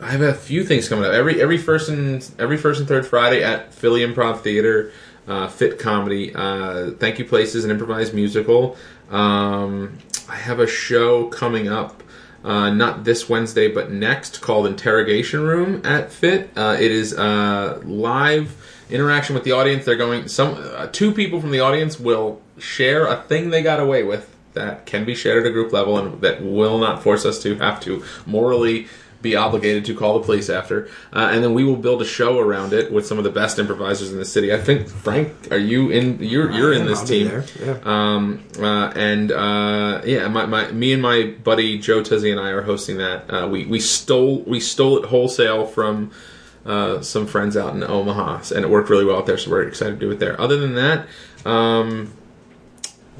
D: I have a few things coming up. Every every first and every first and third Friday at Philly Improv Theater, uh, Fit Comedy, uh, Thank You Places, an improvised musical. Um, I have a show coming up. Uh, not this Wednesday, but next, called Interrogation Room at Fit. Uh, it is uh, live interaction with the audience. They're going. Some uh, two people from the audience will share a thing they got away with that can be shared at a group level and that will not force us to have to morally be obligated to call the police after. Uh, and then we will build a show around it with some of the best improvisers in the city. I think Frank, are you in? You're you're in this
C: I'll be
D: team.
C: there, yeah.
D: Um, uh, and uh, yeah, my, my me and my buddy Joe Tizzy and I are hosting that. Uh, we we stole we stole it wholesale from uh, some friends out in Omaha, and it worked really well out there. So we're excited to do it there. Other than that, um,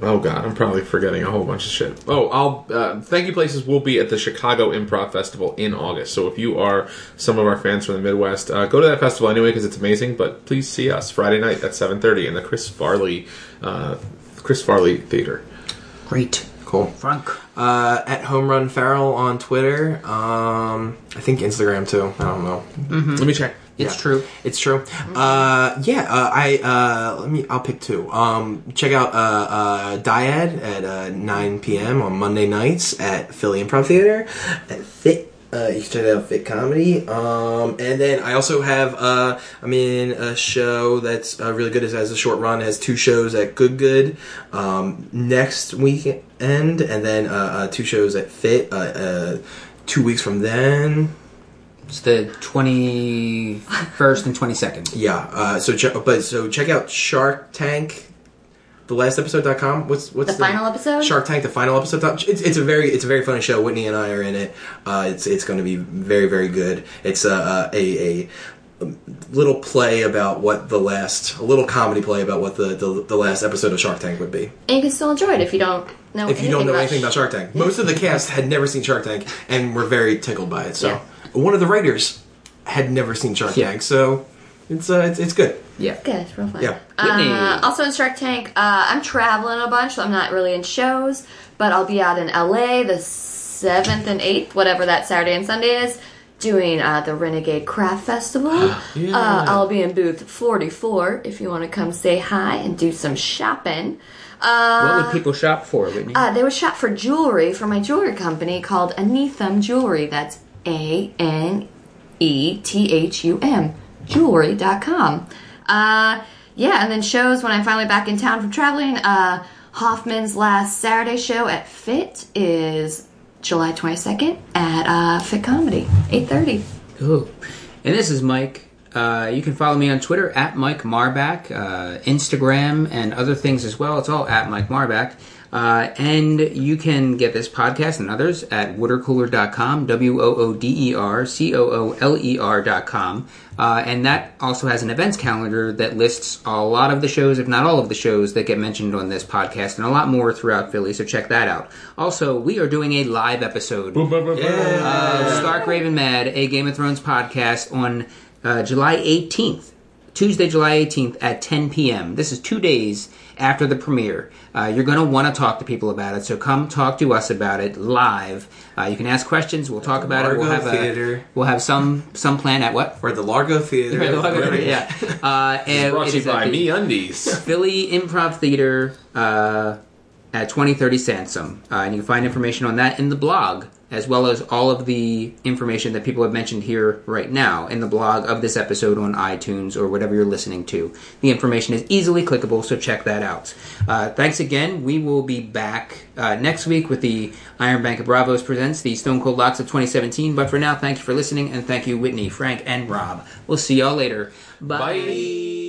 D: Oh god, I'm probably forgetting a whole bunch of shit. Oh, I'll uh, thank you. Places will be at the Chicago Improv Festival in August. So if you are some of our fans from the Midwest, uh, go to that festival anyway because it's amazing. But please see us Friday night at 7:30 in the Chris Farley, uh, Chris Farley Theater.
A: Great,
C: Cool.
A: Frank.
C: Uh, at Home Run Farrell on Twitter. Um, I think Instagram too. I don't know.
D: Let me check.
A: Mm-hmm. It's
C: Yeah.
A: true.
C: It's true. Uh, yeah, uh, I uh, let me. I'll pick two. Um, check out uh, uh, Dyad at uh, 9 p.m. on Monday nights at Philly Improv Theater.
F: At Fit. Uh, you can check out Fit Comedy.
C: Um, and then I also have uh, I'm in a show that's uh, really good. It has a short run. It has two shows at Good Good um, next weekend, and then uh, uh, two shows at Fit uh, uh, two weeks from then.
A: It's the twenty first and twenty second.
C: Yeah. Uh, so check, but so check out Shark Tank, the last episode.com. What's what's
B: The final episode?
C: Shark Tank, the final episode. dot- It's, it's a very it's a very funny show. Whitney and I are in it. Uh, it's it's going to be very very good. It's a a, a little play about what the last a little comedy play about what the the, the last episode of Shark Tank would be.
B: And you can still enjoy it if you don't know.
C: If you don't know anything
B: sh-
C: about Shark Tank, most of the cast had never seen Shark Tank and were very tickled by it. So one of the writers had never seen Shark
A: Yeah.
C: Tank, so it's uh, it's, it's good.
A: Yeah.
B: Good, it's real fun.
C: Yeah.
B: Uh,
A: Whitney.
B: also in Shark Tank, uh, I'm traveling a bunch, so I'm not really in shows, but I'll be out in LA the 7th and 8th, whatever that Saturday and Sunday is, doing uh, the Renegade Craft Festival.
C: [gasps]
B: uh, I'll be in booth 44 if you want to come say hi and do some shopping.
A: what would people shop for, Whitney?
B: Uh, they would shop for jewelry for my jewelry company called Anethum Jewelry. That's A N E T H U M, jewelry.com. Uh, yeah, and then shows when I'm finally back in town from traveling. Uh, Hoffman's last Saturday show at Fit is July 22nd at uh, Fit Comedy, 8.30.
A: Ooh. And this is Mike. Uh, you can follow me on Twitter at Mike Marback, uh, Instagram, and other things as well. It's all at Mike Marback. Uh, and you can get this podcast and others at watercooler.com, W O O D E R C O O L E R.com. Uh, and that also has an events calendar that lists a lot of the shows, if not all of the shows, that get mentioned on this podcast and a lot more throughout Philly, so check that out. Also, we are doing a live episode of Stark Raven Mad, a Game of Thrones podcast on uh, July 18th. Tuesday, July 18th at 10 p.m. This is two days after the premiere. Uh, you're going to want to talk to people about it, so come talk to us about it live. Uh, you can ask questions. We'll talk about it. We'll
C: Largo
A: have a,
C: Theater.
A: we'll have some some plan at
D: [laughs]
A: what.
C: We're at the Largo Theater.
A: yeah. Uh, and
D: Brought
A: it
D: to you
A: is at
D: by
A: the-
D: Me Undies.
A: Philly Improv Theater uh, at 2030 Sansom. Uh, and you can find information on that in the blog, as well as all of the information that people have mentioned here right now in the blog of this episode on iTunes or whatever you're listening to. The information is easily clickable, so check that out. Uh, thanks again. We will be back uh, next week with the Iron Bank of Bravos presents the Stone Cold Locks of 2017. But for now, thank you for listening, and thank you, Whitney, Frank, and Rob. We'll see y'all later. Bye.
D: Bye.